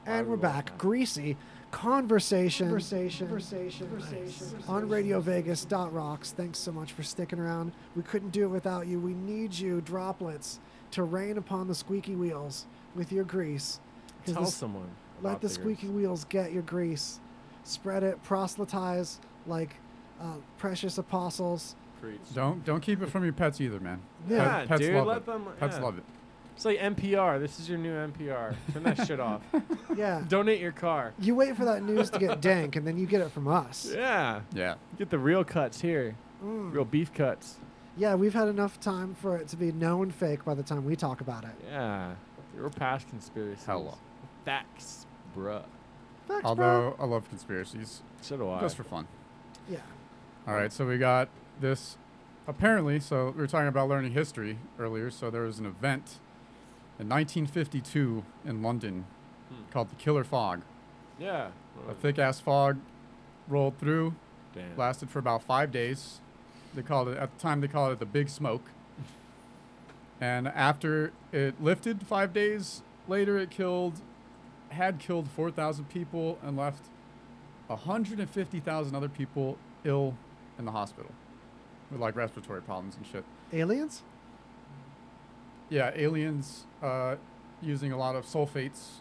Speaker 3: And we're back. Greasy conversation.
Speaker 17: Conversation.
Speaker 3: Conversation. Conversation. On Radio Vegas. Dot rocks. Thanks so much for sticking around. We couldn't do it without you. We need you, droplets, to rain upon the squeaky wheels with your grease. 'Cause
Speaker 2: Tell
Speaker 3: this-
Speaker 2: someone.
Speaker 3: Let
Speaker 2: about
Speaker 3: the
Speaker 2: their-
Speaker 3: squeaky wheels get your grease. Spread it. Proselytize like uh, precious apostles.
Speaker 2: for each.
Speaker 1: Don't don't keep it from your pets either, man. Pet-
Speaker 2: Yeah,
Speaker 1: pets
Speaker 2: dude,
Speaker 1: love
Speaker 2: let
Speaker 1: it.
Speaker 2: them.
Speaker 1: Pets
Speaker 2: yeah.
Speaker 1: love it.
Speaker 2: It's like NPR. This is your new NPR. Turn that shit off.
Speaker 3: Yeah.
Speaker 2: Donate your car.
Speaker 3: You wait for that news to get dank, and then you get it from us.
Speaker 2: Yeah.
Speaker 1: Yeah.
Speaker 2: Get the real cuts here.
Speaker 3: Mm.
Speaker 2: Real beef cuts.
Speaker 3: Yeah, we've had enough time for it to be known fake by the time we talk about it.
Speaker 2: Yeah. We're past conspiracies.
Speaker 1: Hello.
Speaker 2: Facts, bruh.
Speaker 3: Facts,
Speaker 1: Although I love conspiracies.
Speaker 2: So do I.
Speaker 1: Just for fun.
Speaker 3: Yeah.
Speaker 1: All right, so we got this. Apparently, so we were talking about learning history earlier. So there was an event in 1952 in London called the Killer Fog.
Speaker 2: Hmm. Yeah.
Speaker 1: A thick ass fog rolled through,
Speaker 2: Damn.
Speaker 1: lasted for about five days. They called it at the time they called it the Big Smoke. and after it lifted five days later, it killed, had killed 4,000 people and left 150,000 other people ill in the hospital with like respiratory problems and shit.
Speaker 3: Aliens?
Speaker 1: Yeah, aliens uh, using a lot of sulfates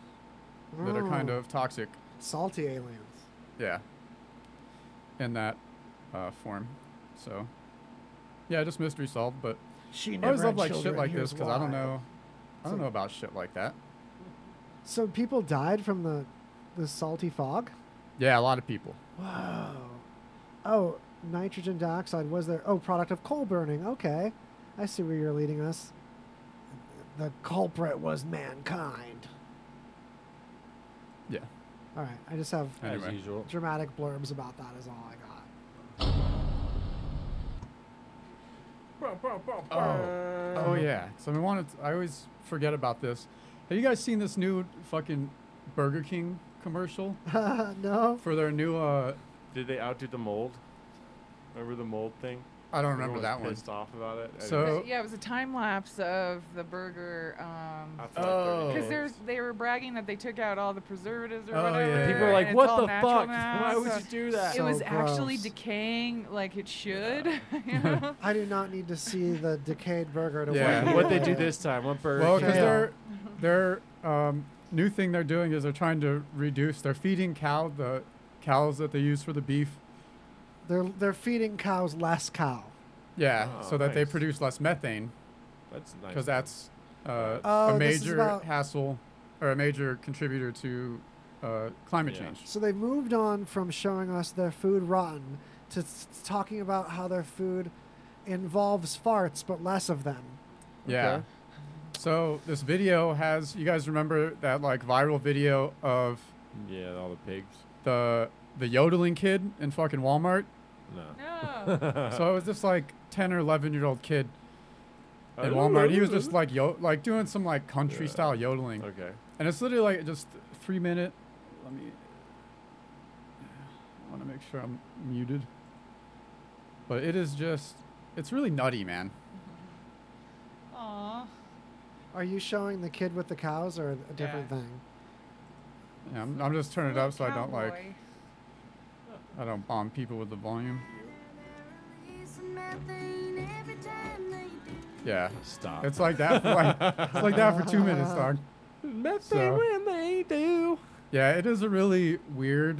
Speaker 1: that are kind
Speaker 3: Oh.
Speaker 1: of toxic.
Speaker 3: Salty aliens.
Speaker 1: Yeah. In that uh, form. So, yeah, just mystery solved. But
Speaker 3: She
Speaker 1: I always
Speaker 3: never
Speaker 1: love
Speaker 3: had
Speaker 1: like shit
Speaker 3: children,
Speaker 1: like this
Speaker 3: here's
Speaker 1: because I don't
Speaker 3: why.
Speaker 1: know. I
Speaker 3: So-
Speaker 1: don't know about shit like that.
Speaker 3: So people died from the, the salty fog?
Speaker 1: Yeah, a lot of people.
Speaker 3: Wow. Oh, nitrogen dioxide was there. Oh, product of coal burning. Okay. I see where you're leading us. The culprit was mankind.
Speaker 1: Yeah.
Speaker 3: All right. I just have
Speaker 1: As Anyway. usual.
Speaker 3: dramatic blurbs about that, is all I got.
Speaker 1: Oh, oh yeah. So I wanted. I always forget about this. Have you guys seen this new fucking Burger King commercial?
Speaker 3: no.
Speaker 1: For their new. Uh,
Speaker 2: Did they outdo the mold? Remember the mold thing?
Speaker 1: I don't remember
Speaker 2: Everyone was
Speaker 1: that one.
Speaker 2: Pissed off about it. I
Speaker 1: So-
Speaker 2: didn't-
Speaker 1: Oh.
Speaker 4: Yeah, it was a time lapse of the burger. Um,
Speaker 2: After like 30
Speaker 1: Oh.
Speaker 4: because there's they were bragging that they took out all the preservatives or
Speaker 1: Oh,
Speaker 4: whatever.
Speaker 1: yeah. People
Speaker 2: were
Speaker 4: and
Speaker 2: like,
Speaker 4: it's
Speaker 2: "What
Speaker 4: all
Speaker 2: the
Speaker 4: natural
Speaker 2: fuck?
Speaker 4: now,"
Speaker 2: Why would
Speaker 4: so
Speaker 2: you do that?
Speaker 4: It was
Speaker 3: So
Speaker 4: actually
Speaker 3: gross.
Speaker 4: decaying like it should.
Speaker 3: I do not need to see the decayed burger to
Speaker 1: Yeah.
Speaker 3: worry
Speaker 2: What they
Speaker 3: about
Speaker 2: do
Speaker 3: it.
Speaker 2: this time? What Burger
Speaker 1: Well,
Speaker 2: King?
Speaker 1: because they're they're um, new thing they're doing is they're trying to reduce. They're feeding cow the cows that they use for the beef.
Speaker 3: They're they're feeding cows less cow.
Speaker 1: Yeah,
Speaker 2: Oh,
Speaker 1: so that they
Speaker 2: nice.
Speaker 1: produce less methane.
Speaker 2: That's nice.
Speaker 1: Because that's uh,
Speaker 3: Oh,
Speaker 1: a
Speaker 3: this is
Speaker 1: major
Speaker 3: about-
Speaker 1: hassle or a major contributor to uh, climate change.
Speaker 3: So they moved on from showing us their food rotten to s- talking about how their food involves farts but less of them.
Speaker 1: Yeah.
Speaker 3: Okay.
Speaker 1: So this video has you guys remember that like viral video of
Speaker 2: Yeah, all the pigs.
Speaker 1: the the yodeling kid in fucking Walmart?
Speaker 2: No.
Speaker 4: No.
Speaker 1: so it was this like 10 or 11 year old kid in Walmart. He was just like yo like doing some like country
Speaker 2: Yeah.
Speaker 1: style yodeling.
Speaker 2: Okay.
Speaker 1: And it's literally like just 3 minute let me I want to make sure I'm muted. But it is just it's really nutty, man.
Speaker 4: Aw.
Speaker 3: Are you showing the kid with the cows or a different thing?
Speaker 1: Yeah, I'm, I'm just turning it
Speaker 4: Little
Speaker 1: up so I don't like
Speaker 4: cowboy.
Speaker 1: I don't bomb people with the volume. Yeah.
Speaker 2: Stop.
Speaker 1: It's like that for like it's like that for two minutes, dog. So-
Speaker 2: when they do.
Speaker 1: Yeah, it is a really weird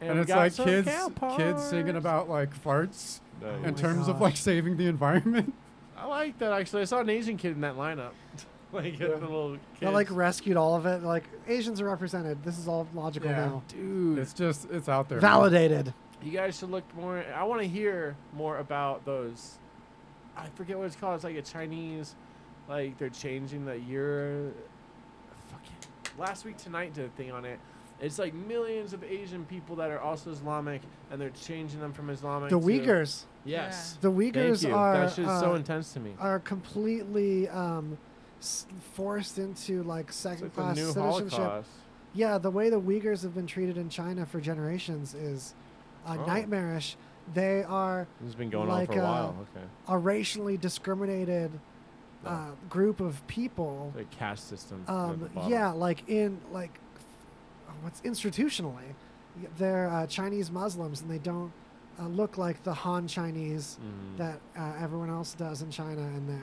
Speaker 2: And
Speaker 1: and,
Speaker 2: we
Speaker 1: it's
Speaker 2: got
Speaker 1: like
Speaker 2: some
Speaker 1: kids
Speaker 2: cow
Speaker 1: kids singing
Speaker 2: parts.
Speaker 1: about like farts
Speaker 2: Oh my
Speaker 1: in terms of
Speaker 3: gosh.
Speaker 1: like saving the environment.
Speaker 2: I like that actually. I saw an Asian kid in that lineup. like a little
Speaker 3: They
Speaker 2: kid.
Speaker 3: like rescued all of it. Like Asians are represented. This is all logical now.
Speaker 2: Dude.
Speaker 1: It's just it's out there. man.
Speaker 3: Validated.
Speaker 2: You guys should look more. I want to hear more about those. I forget what it's called. It's like a Chinese, like they're changing the year. Fucking last week tonight did a thing on it. It's like millions of Asian people that are also Islamic, and they're changing them from Islamic.
Speaker 3: The
Speaker 2: to-
Speaker 3: Uyghurs.
Speaker 2: Yes.
Speaker 3: The
Speaker 2: Thank
Speaker 3: Uyghurs
Speaker 2: you.
Speaker 3: are
Speaker 2: That's just so
Speaker 3: uh,
Speaker 2: intense to me.
Speaker 3: Are completely um, s- forced into like second
Speaker 2: like the
Speaker 3: class
Speaker 2: new
Speaker 3: citizenship.
Speaker 2: Holocaust.
Speaker 3: Yeah, the way the Uyghurs have been treated in China for generations is uh,
Speaker 2: Oh.
Speaker 3: nightmarish. They are
Speaker 2: This has been going on
Speaker 3: like
Speaker 2: for
Speaker 3: uh,
Speaker 2: a while. Okay.
Speaker 3: a racially discriminated uh, group of people.
Speaker 2: The caste system. at the
Speaker 3: Um,
Speaker 2: bottom.
Speaker 3: yeah, like in like uh, what's institutionally, Y- they're uh, Chinese Muslims and they don't uh, look like the Han Chinese
Speaker 2: Mhm.
Speaker 3: that uh, everyone else does in China, and they're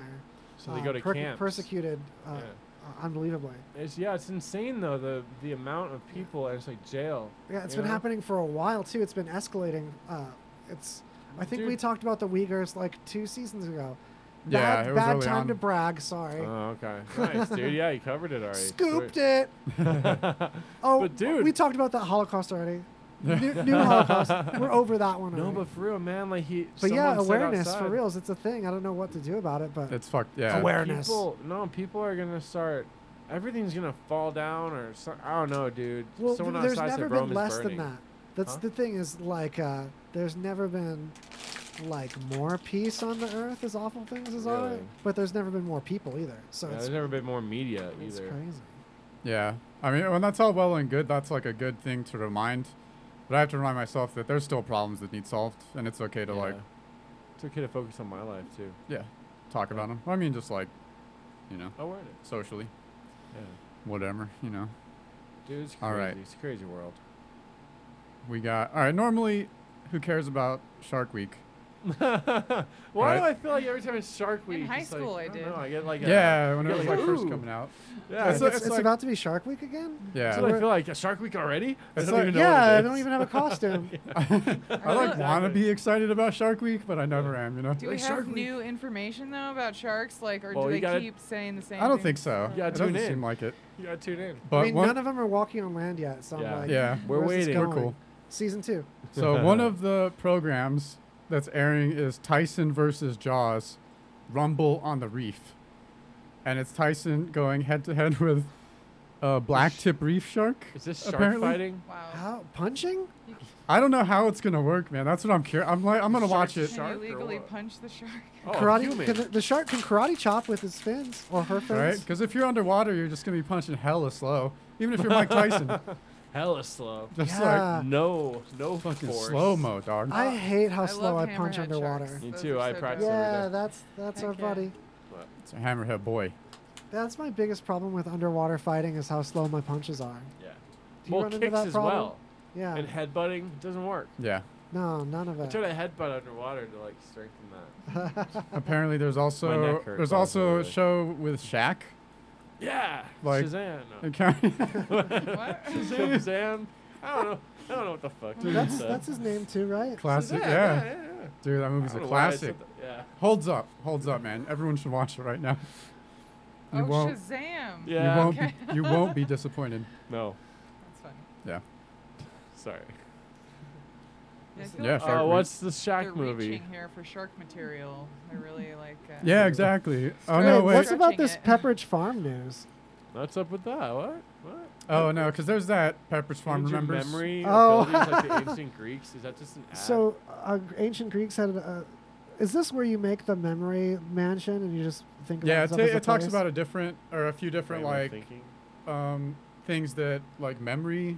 Speaker 2: So they
Speaker 3: uh,
Speaker 2: go to
Speaker 3: per-
Speaker 2: camps.
Speaker 3: persecuted uh,
Speaker 2: Yeah.
Speaker 3: uh, unbelievably.
Speaker 2: It's yeah, it's insane though the the amount of people and it's like jail.
Speaker 3: Yeah, it's
Speaker 2: you
Speaker 3: been
Speaker 2: know?
Speaker 3: happening for a while too. It's been escalating. Uh, it's I think we
Speaker 2: Dude.
Speaker 3: talked about the Uyghurs like two seasons ago. Bad,
Speaker 2: Yeah, it was
Speaker 3: bad
Speaker 2: early
Speaker 3: time to
Speaker 2: on.
Speaker 3: brag. Sorry.
Speaker 2: Oh, okay. Nice, dude. Yeah, you covered it already.
Speaker 3: Scooped
Speaker 2: Sweet.
Speaker 3: it. oh,
Speaker 2: But dude-
Speaker 3: we talked about that Holocaust already. New, new Holocaust. We're over that one.
Speaker 2: No,
Speaker 3: already.
Speaker 2: but for real, man, like he.
Speaker 3: But yeah,
Speaker 2: someone said
Speaker 3: awareness for
Speaker 2: outside-
Speaker 3: reals. It's a thing. I don't know what to do about it, but
Speaker 1: It's fucked. Yeah.
Speaker 3: Awareness.
Speaker 2: People, no, people are gonna start. Everything's gonna fall down, or some, I don't know, dude.
Speaker 3: well,
Speaker 2: Someone
Speaker 3: th- there's
Speaker 2: outside
Speaker 3: never
Speaker 2: said Rome
Speaker 3: been
Speaker 2: is
Speaker 3: less
Speaker 2: burning.
Speaker 3: than that. That's
Speaker 2: Huh?
Speaker 3: the thing is like uh, there's never been like more peace on the earth as awful things as are,
Speaker 2: Really?
Speaker 3: but there's never been more people either. So
Speaker 2: yeah,
Speaker 3: it's
Speaker 2: there's never been more media either.
Speaker 3: it's crazy.
Speaker 1: Yeah. I mean, when that's all well and good, that's like a good thing to remind. But I have to remind myself that there's still problems that need solved, and it's okay to like,
Speaker 2: It's okay to focus on my life too.
Speaker 1: yeah, talk about them. I mean, just like, you know,
Speaker 2: Awareness.
Speaker 1: socially,
Speaker 2: Yeah,
Speaker 1: whatever, you know.
Speaker 2: dude, it's crazy.
Speaker 1: All right.
Speaker 2: It's a crazy world.
Speaker 1: We got all right. Normally, who cares about Shark Week?
Speaker 2: Why do
Speaker 1: Right.
Speaker 2: I feel like every time it's Shark Week?
Speaker 4: high
Speaker 2: it's like,
Speaker 4: school I
Speaker 2: don't
Speaker 4: did.
Speaker 2: know, I get like a-
Speaker 1: Yeah, when
Speaker 2: I
Speaker 1: it
Speaker 2: get
Speaker 1: was,
Speaker 2: like
Speaker 1: like, first
Speaker 2: ooh.
Speaker 1: coming out.
Speaker 2: Yeah,
Speaker 3: it's,
Speaker 2: it's,
Speaker 3: it's
Speaker 2: like,
Speaker 3: about to be Shark Week again.
Speaker 1: Yeah.
Speaker 2: that's what I feel like a Shark Week already. I
Speaker 1: It's
Speaker 2: don't
Speaker 1: like-
Speaker 2: even know. what
Speaker 3: Yeah,
Speaker 2: it
Speaker 3: I don't
Speaker 2: is.
Speaker 3: even have a costume.
Speaker 1: I like want to be excited about Shark Week, but I never am. You know.
Speaker 4: Do we have new information though about sharks? Like, or
Speaker 1: Well,
Speaker 4: do
Speaker 1: you
Speaker 4: they
Speaker 1: gotta-
Speaker 4: keep saying the same?
Speaker 1: I don't
Speaker 4: thing?
Speaker 1: think so.
Speaker 2: Yeah,
Speaker 1: it
Speaker 2: tune
Speaker 1: doesn't
Speaker 2: in.
Speaker 1: seem like it.
Speaker 2: You gotta tune in.
Speaker 1: But
Speaker 3: I mean,
Speaker 1: one-
Speaker 3: none of them are walking on land yet, so
Speaker 2: Yeah.
Speaker 3: I'm like,
Speaker 1: Yeah. We're
Speaker 3: where's this
Speaker 1: waiting. We're
Speaker 3: going?
Speaker 1: cool.
Speaker 3: Season two.
Speaker 1: So one of the programs that's airing is Tyson versus Jaws, Rumble on the Reef, and it's Tyson going head to head with a black tip reef shark.
Speaker 2: Is this shark
Speaker 1: apparently.
Speaker 2: fighting?
Speaker 3: How punching?
Speaker 1: I don't know how it's gonna work, man. That's what I'm curious. I'm like, I'm gonna watch it.
Speaker 4: Can you legally punch the shark?
Speaker 2: Oh,
Speaker 1: Oh.
Speaker 3: karate. Can the, the shark can karate chop with his fins or her fins.
Speaker 1: Right? Because if you're underwater, you're just gonna be punching hella slow. Even if you're Mike Tyson,
Speaker 2: Hella slow.
Speaker 1: Just
Speaker 3: Yeah.
Speaker 1: like
Speaker 2: no, no
Speaker 1: fucking
Speaker 2: force.
Speaker 1: slow mo, dog.
Speaker 3: I hate how slow I
Speaker 4: love
Speaker 3: punch
Speaker 4: hammerhead
Speaker 3: underwater.
Speaker 4: sharks.
Speaker 2: Me
Speaker 4: Those
Speaker 2: too.
Speaker 4: are
Speaker 2: I
Speaker 4: so
Speaker 2: practice
Speaker 3: Yeah,
Speaker 2: every day.
Speaker 3: that's that's
Speaker 4: Heck
Speaker 3: our
Speaker 4: yeah.
Speaker 3: buddy.
Speaker 2: But-
Speaker 1: It's a hammerhead boy.
Speaker 3: That's my biggest problem with underwater fighting is how slow my punches are.
Speaker 2: Yeah.
Speaker 3: you
Speaker 2: well,
Speaker 3: run into
Speaker 2: kicks
Speaker 3: that
Speaker 2: as
Speaker 3: problem?
Speaker 2: well.
Speaker 3: Yeah.
Speaker 2: And headbutting doesn't work.
Speaker 1: Yeah.
Speaker 3: No, none of
Speaker 2: I
Speaker 3: it.
Speaker 2: tried to headbutt underwater to like strengthen that.
Speaker 1: Apparently, there's
Speaker 2: My
Speaker 1: also
Speaker 2: neck hurts
Speaker 1: there's
Speaker 2: also,
Speaker 1: also a
Speaker 2: really.
Speaker 1: show with Shaq.
Speaker 2: Yeah.
Speaker 1: Like
Speaker 2: Shazam. No.
Speaker 1: it kind
Speaker 2: what? Shazam. Shazam. I don't know. I don't know what the fuck.
Speaker 1: Dude,
Speaker 2: it
Speaker 3: That's
Speaker 2: said.
Speaker 3: that's his name too, right?
Speaker 1: classic.
Speaker 2: Shazam,
Speaker 1: Yeah,
Speaker 2: yeah, yeah, yeah.
Speaker 1: Dude, that movie's
Speaker 2: I
Speaker 1: a
Speaker 2: don't know why I said
Speaker 1: classic.
Speaker 2: that, yeah.
Speaker 1: Holds up. Holds up, man. Everyone should watch it right now. You
Speaker 4: Oh,
Speaker 1: won't.
Speaker 4: Shazam!
Speaker 2: Yeah.
Speaker 1: You won't.
Speaker 4: Okay.
Speaker 1: Be, you won't be disappointed.
Speaker 2: No.
Speaker 4: That's funny.
Speaker 1: Yeah.
Speaker 2: Sorry.
Speaker 4: Yeah, I feel
Speaker 1: Yeah,
Speaker 4: like
Speaker 1: Shark
Speaker 4: they're-
Speaker 1: Week.
Speaker 2: Uh, what's the Shaq
Speaker 4: they're
Speaker 2: movie?
Speaker 4: reaching here for shark material. They're really like. Uh,
Speaker 1: Yeah, exactly. Oh
Speaker 3: Wait,
Speaker 1: no, wait.
Speaker 3: what's about
Speaker 4: Stretching
Speaker 3: this
Speaker 4: it.
Speaker 3: Pepperidge Farm news?
Speaker 2: What's up with that? What? What?
Speaker 1: Oh no, because there's that Pepper's Farm.
Speaker 2: Ancient
Speaker 1: Remembers.
Speaker 2: memory
Speaker 3: Oh.
Speaker 2: oh. abilities like the ancient Greeks? Is that just an ad?
Speaker 3: So, uh, ancient Greeks had. Uh, is this where you make the memory mansion and you just think?
Speaker 1: Yeah, it,
Speaker 3: about
Speaker 1: ta-
Speaker 3: as a
Speaker 1: it talks
Speaker 3: place?
Speaker 1: about a different or a few different
Speaker 2: Frame of
Speaker 1: like
Speaker 2: thinking.
Speaker 1: um, things that like memory,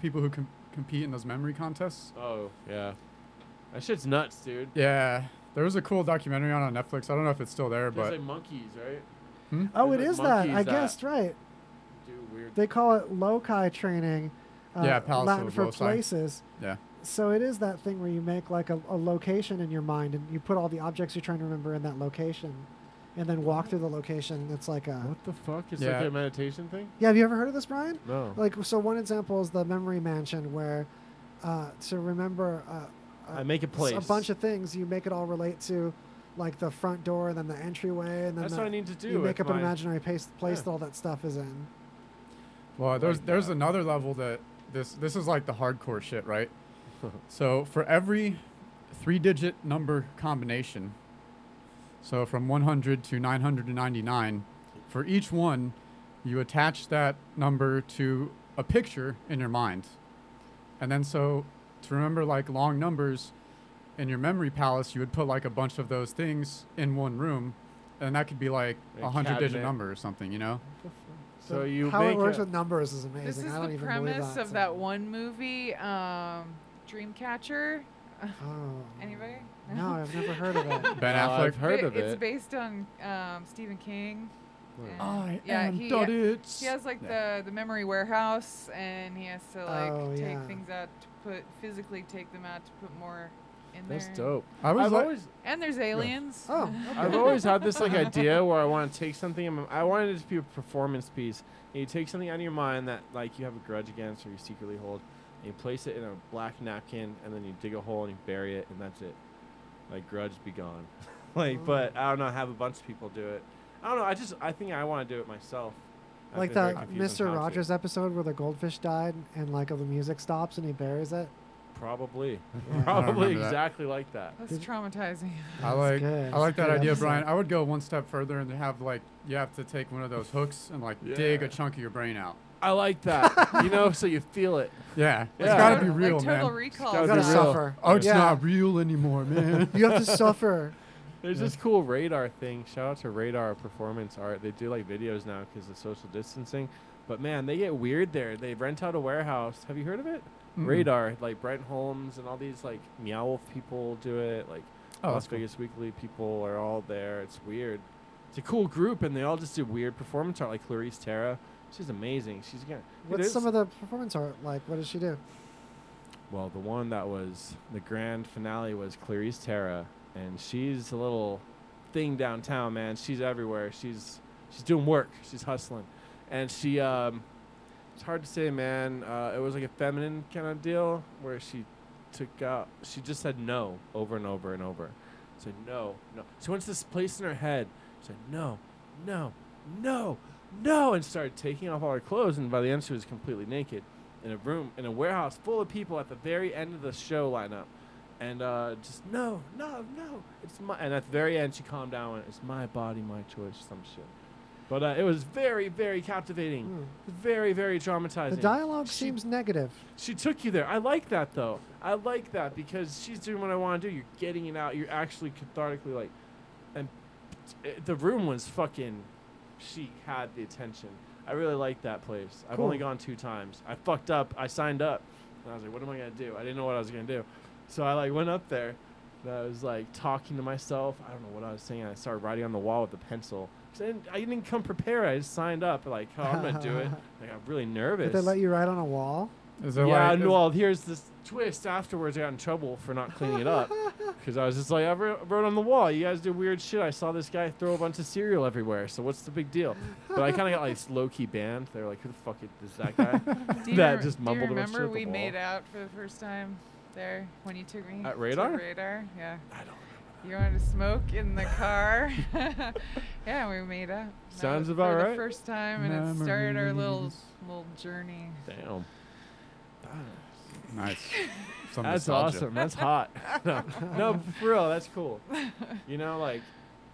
Speaker 1: people who com- compete in those memory contests.
Speaker 2: Oh, yeah. That shit's nuts, dude.
Speaker 1: Yeah, there was a cool documentary on on Netflix. I don't know if it's still there,
Speaker 2: There's
Speaker 1: but
Speaker 2: like monkeys, right?
Speaker 1: Hmm?
Speaker 3: Oh, it
Speaker 2: There's, like,
Speaker 3: is that. I
Speaker 2: monkeys
Speaker 3: guessed right.
Speaker 2: Do weird.
Speaker 3: They call it loci training. Uh,
Speaker 1: Yeah, Palace
Speaker 3: Latin
Speaker 1: of
Speaker 3: for
Speaker 1: Loci.
Speaker 3: places.
Speaker 1: yeah,
Speaker 3: So it is that thing where you make like a, a location in your mind and you put all the objects you're trying to remember in that location, and then walk through the location. It's like a.
Speaker 2: what the fuck? It's
Speaker 1: Yeah.
Speaker 2: like a meditation thing?
Speaker 3: Yeah, have you ever heard of this, Brian?
Speaker 2: No.
Speaker 3: Like, so one example is the memory mansion, where uh, to remember uh, uh,
Speaker 2: I make a
Speaker 3: s-
Speaker 2: place.
Speaker 3: a bunch of things, you make it all relate to, like the front door and then the entryway, and then
Speaker 2: That's
Speaker 3: the-
Speaker 2: what I need to do
Speaker 3: You make
Speaker 2: with
Speaker 3: up an
Speaker 2: my-
Speaker 3: imaginary place, place
Speaker 2: Yeah.
Speaker 3: that all that stuff is in.
Speaker 1: Well, there's
Speaker 2: Like
Speaker 1: there's
Speaker 2: that.
Speaker 1: another level that this this is like the hardcore shit, right? so for every three-digit number combination, so from 100 to 999, for each one, you attach that number to a picture in your mind, and then so to remember like long numbers in your memory palace, you would put like a bunch of those things in one room, and that could be like
Speaker 2: A
Speaker 1: a hundred-digit
Speaker 2: cabinet.
Speaker 1: number or something, you know?
Speaker 2: So you
Speaker 3: how
Speaker 2: make
Speaker 3: it works
Speaker 2: a-
Speaker 3: with numbers is amazing.
Speaker 4: This is
Speaker 3: I don't
Speaker 4: the
Speaker 3: even
Speaker 4: premise
Speaker 3: believe that,
Speaker 4: of that one movie, um, Dreamcatcher.
Speaker 3: so- Oh
Speaker 4: Anybody?
Speaker 3: no, I've never heard of it.
Speaker 1: Ben
Speaker 2: Well,
Speaker 1: Affleck.
Speaker 2: I've heard
Speaker 4: Ba-
Speaker 2: of
Speaker 4: it's
Speaker 2: it.
Speaker 4: based on um, Stephen King.
Speaker 2: Wow.
Speaker 4: and-
Speaker 1: I
Speaker 4: yeah,
Speaker 1: am
Speaker 4: he,
Speaker 1: Doddits.
Speaker 4: he has like the, the memory warehouse, and he has to like
Speaker 3: Oh,
Speaker 4: take
Speaker 3: yeah.
Speaker 4: things out to put physically take them out to put more in
Speaker 2: That's
Speaker 4: there.
Speaker 2: dope.
Speaker 1: I was
Speaker 2: I've
Speaker 1: like-
Speaker 2: always
Speaker 4: And there's aliens.
Speaker 3: Oh,
Speaker 2: I've always had this like idea where I want to take something. and I wanted it to be a performance piece. And you take something out of your mind that like you have a grudge against or you secretly hold, and you place it in a black napkin, and then you dig a hole and you bury it, and that's it. Like grudge be gone. like,
Speaker 1: Mm.
Speaker 2: but I don't know. Have a bunch of people do it. I don't know. I just I think I want to do it myself. I've
Speaker 3: like
Speaker 2: been very
Speaker 3: that
Speaker 2: confused on
Speaker 3: Mr.
Speaker 2: how to.
Speaker 3: Rogers episode where the goldfish died and like all the music stops and he buries it.
Speaker 2: Probably.
Speaker 1: I don't
Speaker 2: Probably
Speaker 1: remember that.
Speaker 2: exactly like that.
Speaker 4: That's traumatizing.
Speaker 1: I like
Speaker 3: good.
Speaker 1: I
Speaker 3: That's
Speaker 1: like that
Speaker 3: a good
Speaker 1: idea,
Speaker 3: episode.
Speaker 1: Brian. I would go one step further and have like you have to take one of those hooks and like dig
Speaker 2: Yeah.
Speaker 1: a chunk of your brain out.
Speaker 2: I like that. you know, so you feel it.
Speaker 1: Yeah, it's
Speaker 2: Yeah.
Speaker 1: gotta be
Speaker 2: Like
Speaker 1: real,
Speaker 2: Total
Speaker 1: man.
Speaker 2: Recall.
Speaker 1: It's gotta
Speaker 2: You
Speaker 1: be
Speaker 2: gotta
Speaker 1: real.
Speaker 2: suffer.
Speaker 1: Oh, it's
Speaker 2: Yeah.
Speaker 1: not real anymore, man.
Speaker 3: You have to suffer.
Speaker 2: There's this cool radar thing. Shout out to Radar Performance Art. They do like videos now because of social distancing. But man, they get weird there. They rent out a warehouse. Have you heard of it?
Speaker 1: Mm-mm.
Speaker 2: Radar, like Brent Holmes and all these like Meow Wolf people do it. Like
Speaker 1: Oh,
Speaker 2: Las
Speaker 1: that's cool.
Speaker 2: Vegas Weekly people are all there. It's weird. It's a cool group, and they all just do weird performance art. Like Clarice Tara, she's amazing. She's gonna. Dude,
Speaker 3: What's
Speaker 2: there's-
Speaker 3: some of the performance art like? What does she do?
Speaker 2: well, the one that was the grand finale was Clarice Tara, and she's a little thing downtown, man. She's everywhere. She's she's doing work. She's hustling, and she um, it's hard to say, man. Uh, it was like a feminine kind of deal where she took out. She just said no over and over and over. Said no, no. She went to this place in her head. Said no, no, no, no, and started taking off all her clothes. And by the end, she was completely naked in a room in a warehouse full of people at the very end of the show lineup. And uh, just no, no, no. It's my. And at the very end, she calmed down. and went, It's my body, my choice. Some shit. But uh, it was very, very captivating. Very, very traumatizing.
Speaker 3: Hmm. The dialogue seems negative.
Speaker 2: She took you there. I like that though. I like that because she's doing what I want to do. You're getting it out. You're actually cathartically like, and it, the room was fucking. She had the attention. I really like that place. I've only
Speaker 3: Cool.
Speaker 2: gone two times. I fucked up. I signed up, and I was like, "What am I gonna do?" I didn't know what I was gonna do, so I like went up there, and I was like talking to myself. I don't know what I was saying. I started writing on the wall with a pencil. 'Cause I didn't, I didn't come prepared. I just signed up. Like, oh, I'm gonna do it. Like, I'm really nervous
Speaker 3: Did they let you write on a wall?
Speaker 2: yeah, and well, here's this twist. Afterwards, I got in trouble for not cleaning it up because I was just like, I wrote wrote on the wall. You guys do weird shit. I saw this guy throw a bunch of cereal everywhere. So what's the big deal? But I kind of got like low key banned. They were like, Who the fuck is that guy?
Speaker 4: Do you,
Speaker 2: that
Speaker 4: rem-
Speaker 2: just mumbled
Speaker 4: do you
Speaker 2: a bunch of shit
Speaker 4: remember
Speaker 2: at
Speaker 4: we
Speaker 2: the wall.
Speaker 4: made out for the first time there when you took me
Speaker 2: At
Speaker 4: to
Speaker 2: Radar?
Speaker 4: radar, yeah. I don't. You wanted to smoke in the car. yeah, we made up. That
Speaker 2: Sounds
Speaker 4: was
Speaker 2: about
Speaker 4: for
Speaker 2: right.
Speaker 4: The first time, and it started our little
Speaker 1: Memories.
Speaker 4: little journey.
Speaker 2: Damn.
Speaker 1: Nice. Some
Speaker 2: that's
Speaker 1: nostalgia.
Speaker 2: awesome. That's hot. no, no, for real, that's cool. You know, like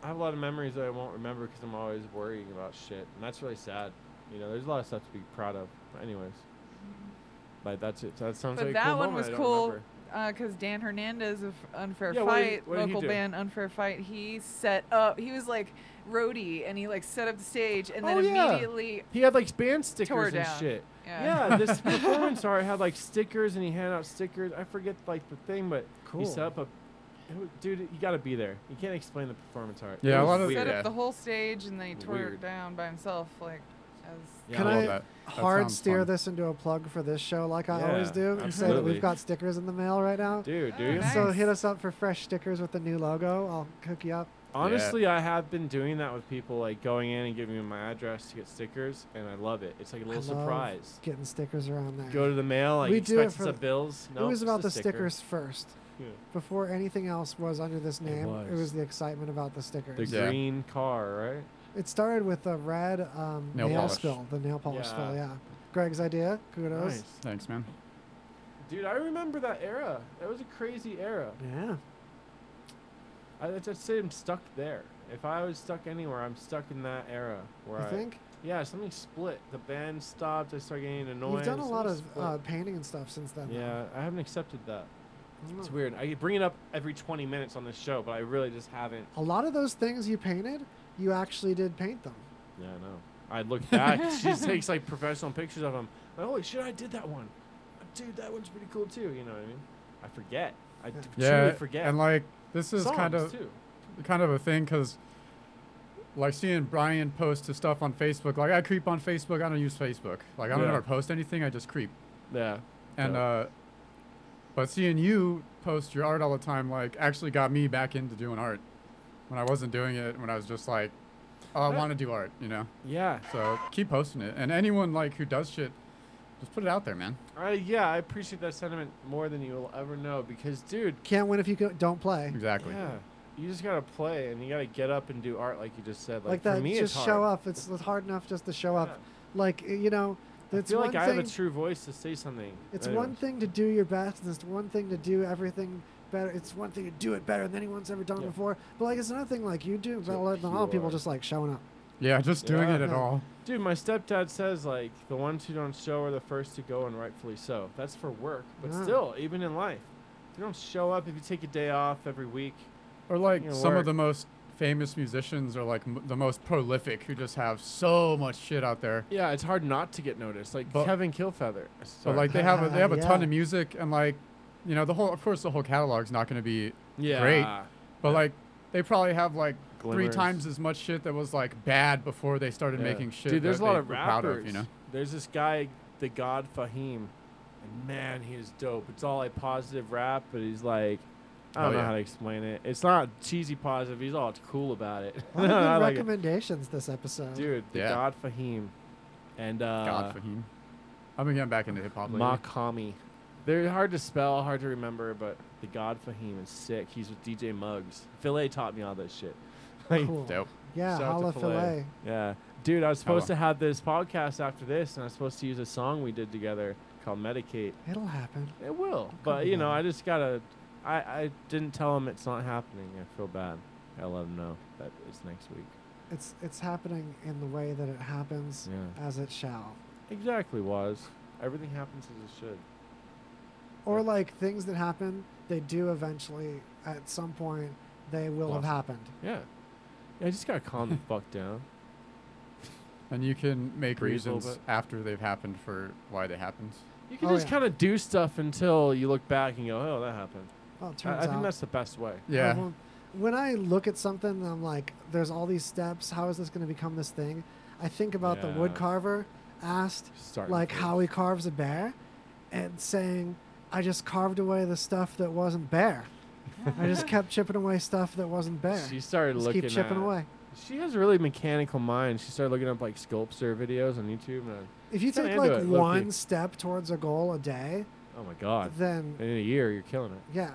Speaker 2: I have a lot of memories that I won't remember because I'm always worrying about shit, and that's really sad. You know, there's a lot of stuff to be proud of. But anyways, like that's it. That sounds
Speaker 4: but
Speaker 2: like a
Speaker 4: that
Speaker 2: cool
Speaker 4: one
Speaker 2: moment.
Speaker 4: was
Speaker 2: I don't
Speaker 4: cool
Speaker 2: remember.
Speaker 4: because Dan Hernandez of Unfair
Speaker 2: Yeah, what did he-
Speaker 4: Fight,
Speaker 2: what did he
Speaker 4: local
Speaker 2: do?
Speaker 4: band Unfair Fight, he set up. He was like roadie, and he like set up the stage, and
Speaker 2: Oh,
Speaker 4: then
Speaker 2: yeah.
Speaker 4: immediately
Speaker 2: He had like band stickers
Speaker 4: tore
Speaker 2: and
Speaker 4: down.
Speaker 2: shit.
Speaker 4: Yeah.
Speaker 2: this performance art had like stickers and he handed out stickers. I forget like the thing, but
Speaker 4: Cool.
Speaker 2: he set up a. it wa- Dude, you gotta be there. You can't explain the performance art.
Speaker 1: Yeah,
Speaker 2: it
Speaker 1: a
Speaker 2: was
Speaker 1: lot of-
Speaker 2: weird.
Speaker 4: set up the whole stage, and then he tore
Speaker 2: Weird.
Speaker 4: it down by himself, like as.
Speaker 3: Can
Speaker 2: I
Speaker 3: I,
Speaker 2: love that. That
Speaker 3: hard
Speaker 2: sounds
Speaker 3: steer
Speaker 2: fun.
Speaker 3: this into a plug for this show like I always
Speaker 2: Yeah,
Speaker 3: do and say that
Speaker 2: absolutely.
Speaker 3: we've got stickers in the mail right now?
Speaker 2: Dude, do you?
Speaker 3: So
Speaker 2: Nice.
Speaker 3: hit us up for fresh stickers with the new logo. I'll hook you up.
Speaker 2: Honestly, I have been doing that with people, like going in and giving them my address to get stickers, and I love it. It's like a
Speaker 3: I
Speaker 2: little
Speaker 3: love
Speaker 2: surprise.
Speaker 3: Getting stickers around there.
Speaker 2: Go to the mail, like,
Speaker 3: we
Speaker 2: you
Speaker 3: do it
Speaker 2: expect
Speaker 3: for
Speaker 2: it's a bills?
Speaker 3: it
Speaker 2: Nope,
Speaker 3: was
Speaker 2: it's
Speaker 3: about
Speaker 2: a
Speaker 3: the
Speaker 2: sticker.
Speaker 3: stickers first.
Speaker 2: Yeah.
Speaker 3: Before anything else was under this name, it
Speaker 2: was.
Speaker 3: was the excitement about the stickers.
Speaker 2: The green car, right?
Speaker 3: It started with the red um,
Speaker 2: Nail
Speaker 3: nail,
Speaker 2: polish.
Speaker 3: spill, the nail polish
Speaker 2: Yeah.
Speaker 3: spill. Yeah, Greg's idea. Kudos.
Speaker 2: Nice.
Speaker 1: Thanks, man.
Speaker 2: Dude, I remember that era. That was a crazy era.
Speaker 3: Yeah.
Speaker 2: I, I'd just say I'm stuck there. If I was stuck anywhere, I'm stuck in that era. Where
Speaker 3: You
Speaker 2: I,
Speaker 3: think?
Speaker 2: Yeah, something split. The band stopped. I started getting annoyed.
Speaker 3: You've done a lot of
Speaker 2: something split.
Speaker 3: uh, painting and stuff since then. though.
Speaker 2: Yeah, I haven't accepted that. It's
Speaker 3: Mm.
Speaker 2: weird. I bring it up every 20 minutes on this show, but I really just haven't.
Speaker 3: A lot of those things you painted, you actually did paint them.
Speaker 2: Yeah, I know. I look back. she takes like professional pictures of them. Like, holy shit, I did that one. Dude, that one's pretty cool too. You know what I mean? I forget. I d-
Speaker 1: Yeah,
Speaker 2: truly forget.
Speaker 1: and like this is
Speaker 2: Songs,
Speaker 1: kind of
Speaker 2: too.
Speaker 1: kind of a thing because like seeing Brian post his stuff on Facebook. Like I creep on Facebook. I don't use Facebook. Like I don't
Speaker 2: Yeah.
Speaker 1: ever post anything. I just creep.
Speaker 2: Yeah.
Speaker 1: And
Speaker 2: Yeah.
Speaker 1: uh, but seeing you post your art all the time, like actually got me back into doing art when I wasn't doing it. When I was just like, oh, I
Speaker 2: Yeah.
Speaker 1: want to do art. You know.
Speaker 2: Yeah.
Speaker 1: So keep posting it. And anyone like who does shit Just put it out there, man.
Speaker 2: Uh, yeah, I appreciate that sentiment more than you will ever know because, dude,
Speaker 3: Can't win if you go- don't play.
Speaker 1: Exactly.
Speaker 2: yeah, you just gotta play and you gotta get up and do art like you just said. Like,
Speaker 3: Like
Speaker 2: for
Speaker 3: that,
Speaker 2: me,
Speaker 3: just
Speaker 2: it's
Speaker 3: show
Speaker 2: hard.
Speaker 3: up. It's it's hard enough just to show up. Like you know,
Speaker 2: I
Speaker 3: it's
Speaker 2: feel
Speaker 3: one
Speaker 2: like
Speaker 3: thing.
Speaker 2: I have a true voice to say something.
Speaker 3: It's
Speaker 2: Anyway.
Speaker 3: one thing to do your best, and it's one thing to do everything better. It's one thing to do it better than anyone's ever done before. But like, it's another thing like you do. But a lot a lot of people just like showing up.
Speaker 1: Yeah, just doing
Speaker 2: Yeah.
Speaker 1: it at all.
Speaker 2: Dude, my stepdad says like the ones who don't show are the first to go, and rightfully so. That's for work, but
Speaker 1: Yeah.
Speaker 2: still, even in life, if you don't show up, if you take a day off every week,
Speaker 1: Or like
Speaker 2: you know,
Speaker 1: some
Speaker 2: work,
Speaker 1: of the most famous musicians are like m- the most prolific who just have so much shit out there.
Speaker 2: Yeah, it's hard not to get noticed. Like
Speaker 1: But-
Speaker 2: Kevin Killfeather.
Speaker 1: But
Speaker 2: Sorry.
Speaker 1: like they have a, they have a ton of music and like you know the whole of course the whole catalog's not going to be great.
Speaker 2: Yeah.
Speaker 1: But like they probably have like three
Speaker 2: Glimmers.
Speaker 1: times as much shit that was like bad before they started
Speaker 2: Yeah.
Speaker 1: making shit.
Speaker 2: Dude, there's
Speaker 1: that
Speaker 2: a lot
Speaker 1: they
Speaker 2: of
Speaker 1: were
Speaker 2: rappers.
Speaker 1: proud of, you know.
Speaker 2: There's this guy, the God Fahim, and man, he is dope. It's all like positive rap, but he's like, I
Speaker 1: Oh,
Speaker 2: don't know
Speaker 1: yeah.
Speaker 2: how to explain it. It's not cheesy positive. He's all cool about it.
Speaker 3: A lot of good
Speaker 2: I like it.
Speaker 3: recommendations this episode.
Speaker 2: Dude, the
Speaker 1: Yeah.
Speaker 2: God Fahim, and uh,
Speaker 1: God Fahim. I've been getting back into hip hop lately.
Speaker 2: Makami. They're hard to spell, hard to remember, but the God Fahim is sick. He's with DJ Muggs. Filet taught me all this shit. Like,
Speaker 3: Cool. Dope. Yeah,
Speaker 2: shout out to
Speaker 3: holla Filet.
Speaker 2: Yeah, dude, I was supposed
Speaker 1: Holla.
Speaker 2: to have this podcast after this, and I was supposed to use a song we did together called Medicate.
Speaker 3: It'll happen.
Speaker 2: It
Speaker 1: Oh,
Speaker 2: will, but you know, I just gotta. I I didn't tell him it's not happening. I feel bad. I let him know that it's next week.
Speaker 3: It's it's happening in the way that it happens,
Speaker 2: Yeah.
Speaker 3: as it shall.
Speaker 2: Exactly, was everything happens as it should.
Speaker 3: Or like things that happen, they do eventually. At some point, they will have
Speaker 2: Blossom.
Speaker 3: happened.
Speaker 2: Yeah. yeah I just gotta calm the fuck down.
Speaker 1: And you can make
Speaker 2: Breathe a little
Speaker 1: reasons after they've happened for why they happened.
Speaker 2: You can
Speaker 3: Oh,
Speaker 2: just kind of do stuff until you look back and go, "Oh, that happened."
Speaker 3: Well, it
Speaker 2: I-
Speaker 3: turns
Speaker 2: I, think
Speaker 3: out-
Speaker 2: that's the best way.
Speaker 1: Yeah.
Speaker 3: Everyone- When I look at something, I'm like, there's all these steps. How is this going to become this thing? I think about the wood
Speaker 2: Yeah.
Speaker 3: carver asked,
Speaker 2: Starting
Speaker 3: like,
Speaker 2: from-
Speaker 3: how he carves a bear and saying, I just carved away the stuff that wasn't bear. I just kept chipping away stuff that wasn't bear.
Speaker 2: She started
Speaker 3: Just
Speaker 2: looking.
Speaker 3: Keep chipping
Speaker 2: at-
Speaker 3: away.
Speaker 2: She has a really mechanical mind. She started looking up like sculpture videos on YouTube. And
Speaker 3: If you
Speaker 2: she's kinda
Speaker 3: take
Speaker 2: into
Speaker 3: like
Speaker 2: it, low-key.
Speaker 3: one step towards a goal a day,
Speaker 2: Oh my god.
Speaker 3: then-
Speaker 2: in a year, you're killing it.
Speaker 3: yeah,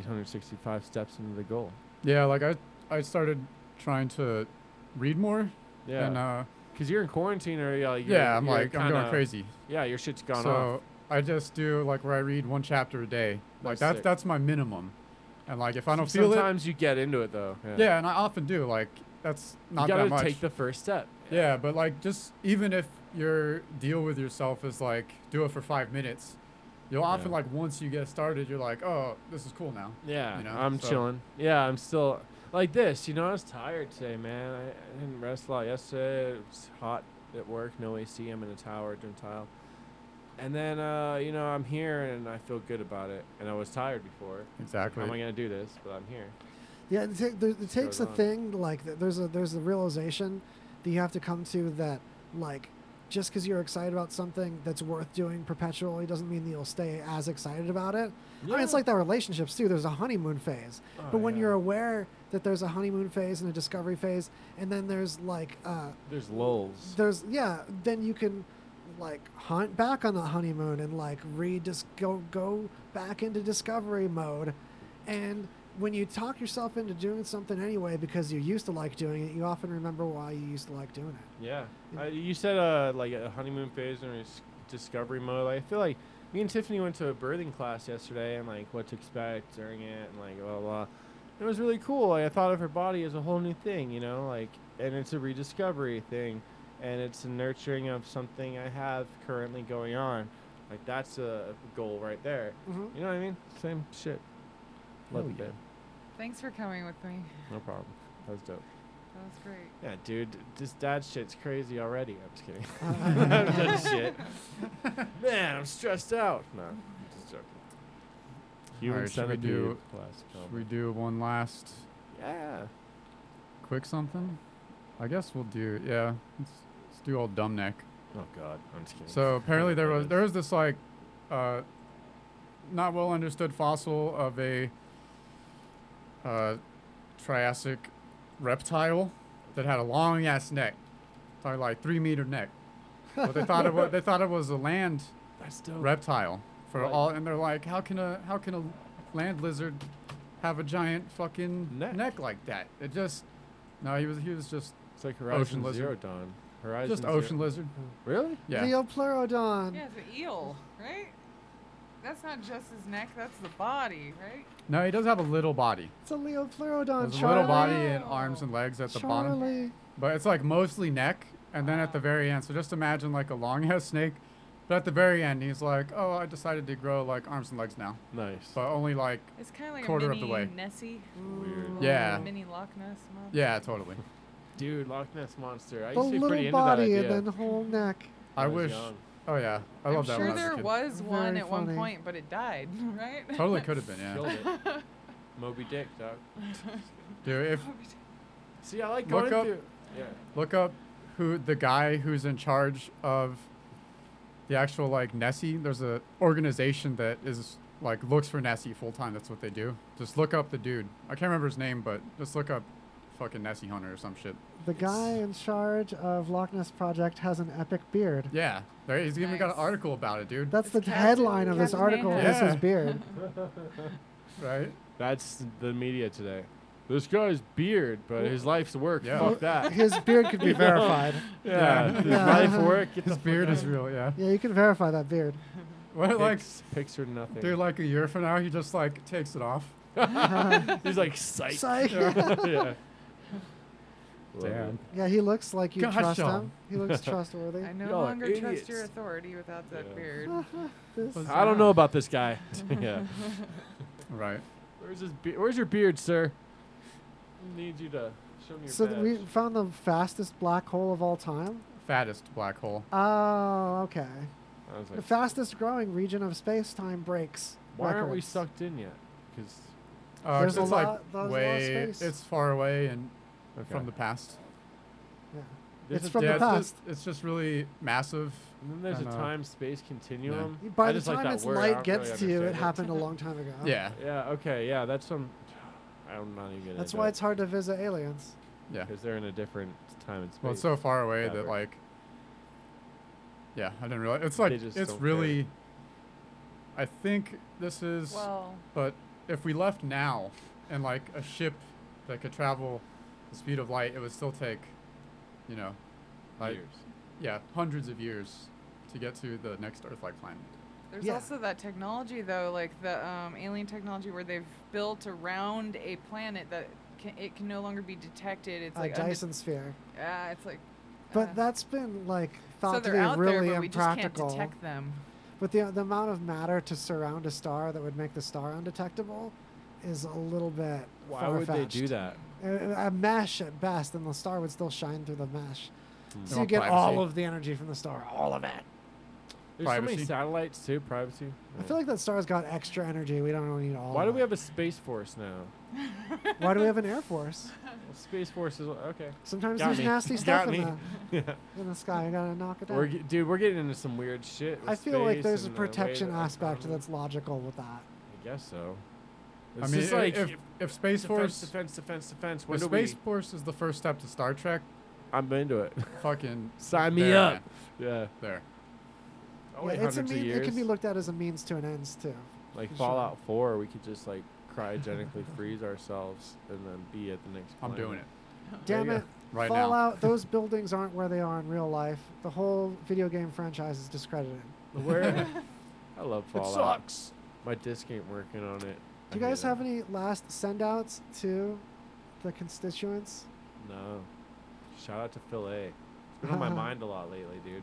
Speaker 2: 365 steps into the goal.
Speaker 1: Yeah, like I I started trying to read more.
Speaker 2: Yeah.
Speaker 1: And uh,
Speaker 2: Cause you're in quarantine or yeah. You're,
Speaker 1: yeah, I'm
Speaker 2: you're
Speaker 1: like I'm going
Speaker 2: kinda-
Speaker 1: crazy.
Speaker 2: Yeah, your shit's gone
Speaker 1: so
Speaker 2: off.
Speaker 1: I just do like where I read one chapter a day. Like
Speaker 2: That's
Speaker 1: that's
Speaker 2: sick.
Speaker 1: that's my minimum. And like if I don't feel it,
Speaker 2: sometimes you get into it though. Yeah.
Speaker 1: yeah, and I often do. Like that's not
Speaker 2: you gotta
Speaker 1: that much.
Speaker 2: take the first step.
Speaker 1: Yeah, but like just even if your deal with yourself is like do it for five minutes, you'll often
Speaker 2: Yeah.
Speaker 1: like once you get started, you're like, oh, this is cool now.
Speaker 2: Yeah,
Speaker 1: you know,
Speaker 2: I'm
Speaker 1: so-
Speaker 2: chilling. Yeah, I'm still like this. You know, I was tired today, man. I, I didn't rest a lot yesterday. It was hot at work, no AC. I'm in a tower, gym tile. And then, uh, you know, I'm here and I feel good about it. And I was tired before.
Speaker 1: Exactly.
Speaker 2: How am I gonna do this? But I'm here.
Speaker 3: Yeah, it, take, there, it takes a
Speaker 2: on.
Speaker 3: thing like th- there's a there's a realization that you have to come to that like just because you're excited about something that's worth doing perpetually doesn't mean that you'll stay as excited about it. I mean, it's
Speaker 2: Yeah.
Speaker 3: like that relationships too. There's a honeymoon phase,
Speaker 2: Oh,
Speaker 3: but when
Speaker 2: yeah.
Speaker 3: you're aware that there's a honeymoon phase and a discovery phase, and then there's like uh,
Speaker 2: There's lulls.
Speaker 3: there's yeah then you can like hunt back on the honeymoon and like re just go go back into discovery mode and when you talk yourself into doing something anyway because you used to like doing it you often remember why you used to like doing it
Speaker 2: Yeah. Uh, you said uh, like a honeymoon phase and a s- discovery mode. Like, I feel like me and Tiffany went to a birthing class yesterday and like what to expect during it and like blah blah. blah. It was really cool. Like, I thought of her body as a whole new thing, you know, like and it's a rediscovery thing, and it's a nurturing of something I have currently going on. Like that's a goal right there.
Speaker 3: Mhm.
Speaker 2: You know what I mean? Same shit. Love
Speaker 1: Mm-hmm. Hell
Speaker 2: you,
Speaker 1: yeah.
Speaker 2: babe.
Speaker 4: Thanks for coming with me.
Speaker 2: No problem. That was dope.
Speaker 4: That was great.
Speaker 2: Yeah, dude, this dad shit's crazy already. I'm just kidding. I've done shit. Man, I'm stressed out. No, I'm just joking. Human
Speaker 1: Alright, should we
Speaker 2: centipede
Speaker 1: do?
Speaker 2: class
Speaker 1: Should we do one last
Speaker 2: Yeah.
Speaker 1: quick something? I guess we'll do. Yeah, let's, let's do old dumb neck.
Speaker 2: Oh God, I'm just kidding.
Speaker 1: So apparently there was there was this like uh, not well understood fossil of a uh, Triassic reptile that had a long ass neck, probably like three meter neck, But they thought it was, they thought it was a land
Speaker 2: That's dope.
Speaker 1: reptile for
Speaker 2: Right.
Speaker 1: all, and they're like, how can a how can a land lizard have a giant fucking neck, like that? It just no, he was he was just
Speaker 2: it's like
Speaker 1: ocean
Speaker 2: Horizon
Speaker 1: lizard.
Speaker 2: Zero Dawn. Horizon
Speaker 1: just
Speaker 2: Zero-
Speaker 1: ocean lizard.
Speaker 2: Really?
Speaker 1: Yeah.
Speaker 3: The Pleurodon.
Speaker 4: Yeah, it's an eel, right? That's not just his neck, that's the body, right?
Speaker 1: No, he does have a little body.
Speaker 3: It's a Leopleurodon,
Speaker 1: There's a
Speaker 3: Oh, Charlie.
Speaker 1: little body and arms and legs at the
Speaker 3: Charlie.
Speaker 1: bottom. But it's like mostly neck and then at the very end. So just imagine like a long ass snake. But at the very end, he's like, oh, I decided to grow like arms and legs now.
Speaker 2: Nice.
Speaker 1: But only like
Speaker 4: It's kind of like
Speaker 1: quarter
Speaker 4: a mini
Speaker 1: of the way.
Speaker 4: Nessie.
Speaker 1: Weird. Yeah.
Speaker 4: Mini Loch Ness. Monster.
Speaker 1: Yeah, totally.
Speaker 2: Dude, Loch Ness monster. I
Speaker 3: The
Speaker 2: used to be pretty
Speaker 3: little
Speaker 2: into that
Speaker 3: body
Speaker 2: idea.
Speaker 3: and then whole neck.
Speaker 1: I,
Speaker 2: I was
Speaker 1: wish.
Speaker 2: young.
Speaker 1: Oh, yeah. I love that
Speaker 4: I'm sure
Speaker 1: one.
Speaker 4: there was one
Speaker 3: Very
Speaker 4: at one
Speaker 3: funny.
Speaker 4: point, but it died, right?
Speaker 1: Totally could have been, yeah.
Speaker 2: Killed it. Moby Dick, dog.
Speaker 1: Dude, if,
Speaker 2: See, I like going
Speaker 1: look up,
Speaker 2: through. Yeah.
Speaker 1: look up who the guy who's in charge of the actual like Nessie. There's a organization that is like looks for Nessie full time. That's what they do. Just look up the dude. I can't remember his name, but just look up fucking Nessie Hunter or some shit.
Speaker 3: The guy in charge of Loch Ness Project has an epic beard.
Speaker 1: Yeah, there, he's even got an article about it, dude.
Speaker 3: That's the headline of this
Speaker 1: Captain
Speaker 3: article.
Speaker 1: Ahab.
Speaker 3: This is
Speaker 1: Yeah.
Speaker 3: beard.
Speaker 1: right.
Speaker 2: That's the media today. This guy's beard, but his life's work.
Speaker 1: Yeah.
Speaker 2: Fuck that.
Speaker 3: His beard could be
Speaker 2: You know?
Speaker 3: verified.
Speaker 2: Yeah.
Speaker 1: Yeah.
Speaker 2: His
Speaker 1: Yeah.
Speaker 2: life work. get
Speaker 1: His
Speaker 2: the fuck
Speaker 1: beard
Speaker 2: out.
Speaker 1: is real, yeah.
Speaker 3: Yeah, you can verify that beard.
Speaker 1: What like,
Speaker 2: Pics- pics or nothing.
Speaker 1: dude? Like a year from now, he just like takes it off.
Speaker 2: He's like psych.
Speaker 3: Psych.
Speaker 2: yeah.
Speaker 1: Damn.
Speaker 3: Yeah, he looks like you
Speaker 1: Gosh,
Speaker 3: trust
Speaker 1: y'all.
Speaker 3: him. He looks trustworthy.
Speaker 4: I no
Speaker 2: Y'all are
Speaker 4: longer trust your
Speaker 2: idiots.
Speaker 4: authority without that
Speaker 2: Yeah.
Speaker 4: beard.
Speaker 3: This-
Speaker 2: I don't know about this guy. yeah.
Speaker 1: Right.
Speaker 2: Where's his be- Where's your beard, sir? Need you to show me your
Speaker 3: So th- we
Speaker 2: badge.
Speaker 3: found the fastest black hole of all time.
Speaker 1: Fattest black hole.
Speaker 3: Oh, okay.
Speaker 2: I was
Speaker 3: The
Speaker 2: like,
Speaker 3: fastest growing region of space time breaks.
Speaker 2: why aren't we
Speaker 3: records.
Speaker 2: sucked in yet? Because
Speaker 1: Uh,
Speaker 3: There's
Speaker 1: 'cause
Speaker 3: a
Speaker 1: it's
Speaker 3: lot- there's a lot
Speaker 1: like
Speaker 3: of
Speaker 1: way.
Speaker 3: space.
Speaker 1: It's far away and
Speaker 2: Okay.
Speaker 1: from the past.
Speaker 3: Yeah.
Speaker 2: There's
Speaker 3: It's
Speaker 2: a
Speaker 3: from
Speaker 1: yeah,
Speaker 3: the
Speaker 1: it's
Speaker 3: past.
Speaker 1: just, it's just really massive.
Speaker 2: and then there's
Speaker 1: and,
Speaker 2: a
Speaker 1: uh,
Speaker 2: time space continuum.
Speaker 3: By
Speaker 2: Um, I
Speaker 3: the
Speaker 2: just like
Speaker 3: time
Speaker 2: that
Speaker 3: its
Speaker 2: word, I
Speaker 3: light
Speaker 2: don't
Speaker 3: gets
Speaker 2: really
Speaker 3: to you, it
Speaker 2: understand
Speaker 3: happened a long time ago.
Speaker 1: Yeah,
Speaker 2: Yeah. Okay. Yeah. That's some. I'm not even. Gonna
Speaker 3: That's
Speaker 2: do
Speaker 3: why
Speaker 2: it.
Speaker 3: it's hard to visit aliens.
Speaker 1: yeah.
Speaker 2: Because they're in a different time and space.
Speaker 1: Well, it's so far away
Speaker 2: fabric.
Speaker 1: that like. Yeah, I didn't realize it's like
Speaker 2: They just
Speaker 1: it's
Speaker 2: don't care.
Speaker 1: really. I think this is.
Speaker 4: Well,
Speaker 1: But if we left now, and like a ship that could travel the speed of light, it would still take, you know, like
Speaker 2: Years.
Speaker 1: yeah, hundreds of years to get to the next Earth-like planet.
Speaker 4: there's
Speaker 3: Yeah.
Speaker 4: also that technology though, like the um, alien technology where they've built around a planet that can, it can no longer be detected. It's
Speaker 3: A
Speaker 4: like unde-
Speaker 3: Uh, Dyson sphere.
Speaker 4: Ah, it's like.
Speaker 3: But
Speaker 4: uh,
Speaker 3: that's been like
Speaker 4: so
Speaker 3: thought
Speaker 4: they're
Speaker 3: to be
Speaker 4: out
Speaker 3: really
Speaker 4: there, but we just can't
Speaker 3: impractical.
Speaker 4: detect them.
Speaker 3: But the, the amount of matter to surround a star that would make the star undetectable is a little bit
Speaker 2: Why would they do
Speaker 3: far-fetched.
Speaker 2: that?
Speaker 3: A, a mesh at best, and the star would still shine through the mesh. So
Speaker 2: Hmm.
Speaker 1: They
Speaker 3: you
Speaker 1: want
Speaker 3: get all
Speaker 1: privacy.
Speaker 3: of the energy from the star, all of it.
Speaker 2: There's so
Speaker 1: Privacy.
Speaker 2: many satellites too. Privacy.
Speaker 3: I feel like that star's got extra energy. We don't really need all.
Speaker 2: Why do
Speaker 3: of
Speaker 2: we have a space force now?
Speaker 3: it. Why do we have an air force?
Speaker 2: Well, space force is okay.
Speaker 3: Sometimes
Speaker 2: Got
Speaker 3: there's
Speaker 2: me.
Speaker 3: nasty
Speaker 2: Got
Speaker 3: stuff in
Speaker 2: me.
Speaker 3: the,
Speaker 2: yeah.
Speaker 3: in the sky. I gotta knock it down.
Speaker 2: We're ge- dude, we're getting into some weird shit. with
Speaker 3: I feel like
Speaker 2: space
Speaker 3: there's a
Speaker 2: and the way
Speaker 3: protection
Speaker 2: that-
Speaker 3: aspect that's logical with that.
Speaker 2: I guess so.
Speaker 1: I
Speaker 2: It's
Speaker 1: mean,
Speaker 2: just
Speaker 1: i-
Speaker 2: like
Speaker 1: if
Speaker 2: if-
Speaker 1: if Space
Speaker 2: defense,
Speaker 1: Force,
Speaker 2: defense, defense, defense. When
Speaker 1: if
Speaker 2: do
Speaker 1: Space
Speaker 2: we?
Speaker 1: Force is the first step to Star Trek,
Speaker 2: I'm into it.
Speaker 1: fucking
Speaker 2: Sign me
Speaker 1: there,
Speaker 2: up.
Speaker 1: man.
Speaker 2: Yeah.
Speaker 1: There.
Speaker 2: Oh,
Speaker 3: Yeah,
Speaker 2: wait,
Speaker 3: it's a
Speaker 2: hundreds of
Speaker 3: mean,
Speaker 2: years.
Speaker 3: it can be looked at as a means to an ends too.
Speaker 2: like
Speaker 3: Sure.
Speaker 2: Fallout 4. We could just like cryogenically freeze ourselves and then be at the next.
Speaker 1: I'm
Speaker 2: planet.
Speaker 1: doing it.
Speaker 3: Damn
Speaker 2: you
Speaker 3: it.
Speaker 2: go.
Speaker 1: Right now.
Speaker 3: Fallout, those buildings aren't where they are in real life. The whole video game franchise is discredited.
Speaker 2: Where? I love Fallout.
Speaker 1: sucks.
Speaker 2: My disc ain't working on it.
Speaker 3: Do you
Speaker 2: I hate
Speaker 3: guys have
Speaker 2: it.
Speaker 3: any last send outs to the constituents?
Speaker 2: No. Shout out to Phil A. It's been on my mind a lot lately, dude.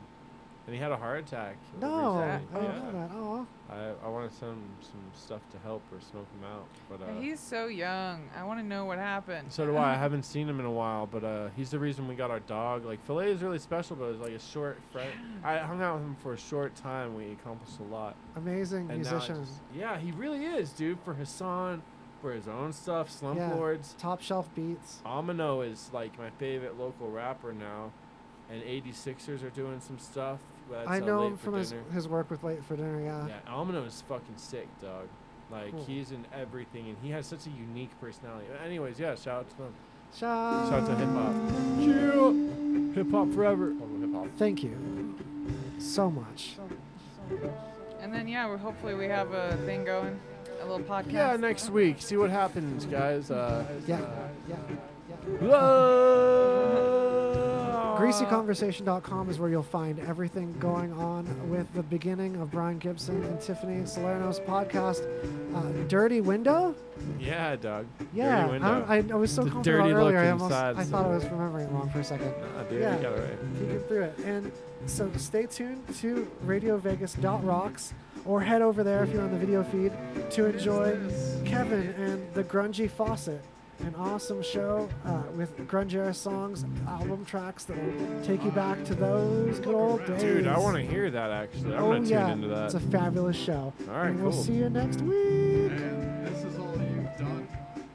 Speaker 2: And he had a heart attack.
Speaker 3: No, I
Speaker 2: recently.
Speaker 3: don't
Speaker 2: Yeah.
Speaker 3: know that. Oh,
Speaker 2: I, I want to send him some stuff to help or smoke him out, but
Speaker 4: Yeah,
Speaker 2: uh,
Speaker 4: He's so young. I want to know what happened.
Speaker 2: so do I. I haven't seen him in a while, but uh, he's the reason we got our dog. Like Filet is really special, but it's like a short friend. I hung out with him for a short time. We accomplished a lot.
Speaker 3: amazing
Speaker 2: And now I
Speaker 3: musician.
Speaker 2: just- yeah, he really is, dude. For Hassan, for his own stuff,
Speaker 3: Yeah,
Speaker 2: Slumlords.
Speaker 3: top shelf beats.
Speaker 2: Amino is like my favorite local rapper now, and 86ers are doing some stuff. That's
Speaker 3: I
Speaker 2: uh,
Speaker 3: know
Speaker 2: Late
Speaker 3: him
Speaker 2: for
Speaker 3: from his,
Speaker 2: Dinner.
Speaker 3: his work with Late for Dinner, yeah.
Speaker 2: Yeah, Amino is fucking sick, dog. Like
Speaker 3: Cool.
Speaker 2: he's in everything, and he has such a unique personality. But anyways, yeah, shout out to them.
Speaker 3: Shout
Speaker 2: Shout out to hip hop. Hip hop forever.
Speaker 1: Total hip hop.
Speaker 3: Thank you. So much.
Speaker 4: And then yeah, we hopefully we have a thing going, a little podcast.
Speaker 2: Yeah, next week. See what happens, guys. Uh,
Speaker 3: Yeah.
Speaker 2: yeah.
Speaker 3: GreasyConversation.com is where you'll find everything going on with the beginning of Brian Gibson and Tiffany Salerno's podcast, uh, Dirty Window.
Speaker 2: Yeah, dog.
Speaker 3: Yeah,
Speaker 2: Dirty window.
Speaker 3: I, I, I was so
Speaker 2: The
Speaker 3: comfortable earlier. I
Speaker 2: looking
Speaker 3: almost
Speaker 2: sides
Speaker 3: I thought I
Speaker 2: of-
Speaker 3: was remembering it wrong for a second.
Speaker 2: Nah, Uh, dude,
Speaker 3: yeah,
Speaker 2: you got it right.
Speaker 3: you get through it. And so stay tuned to RadioVegas.rocks or head over there if you're on the video feed to enjoy Kevin and the Grungy Faucet, an awesome show uh, with grunge era songs, album tracks that will take you back to those good old days.
Speaker 2: Dude, I want to hear that actually. I'm
Speaker 3: oh
Speaker 2: gonna tune
Speaker 3: yeah,
Speaker 2: into that.
Speaker 3: it's a fabulous show.
Speaker 2: All right,
Speaker 3: and we'll
Speaker 2: cool.
Speaker 3: see you next week.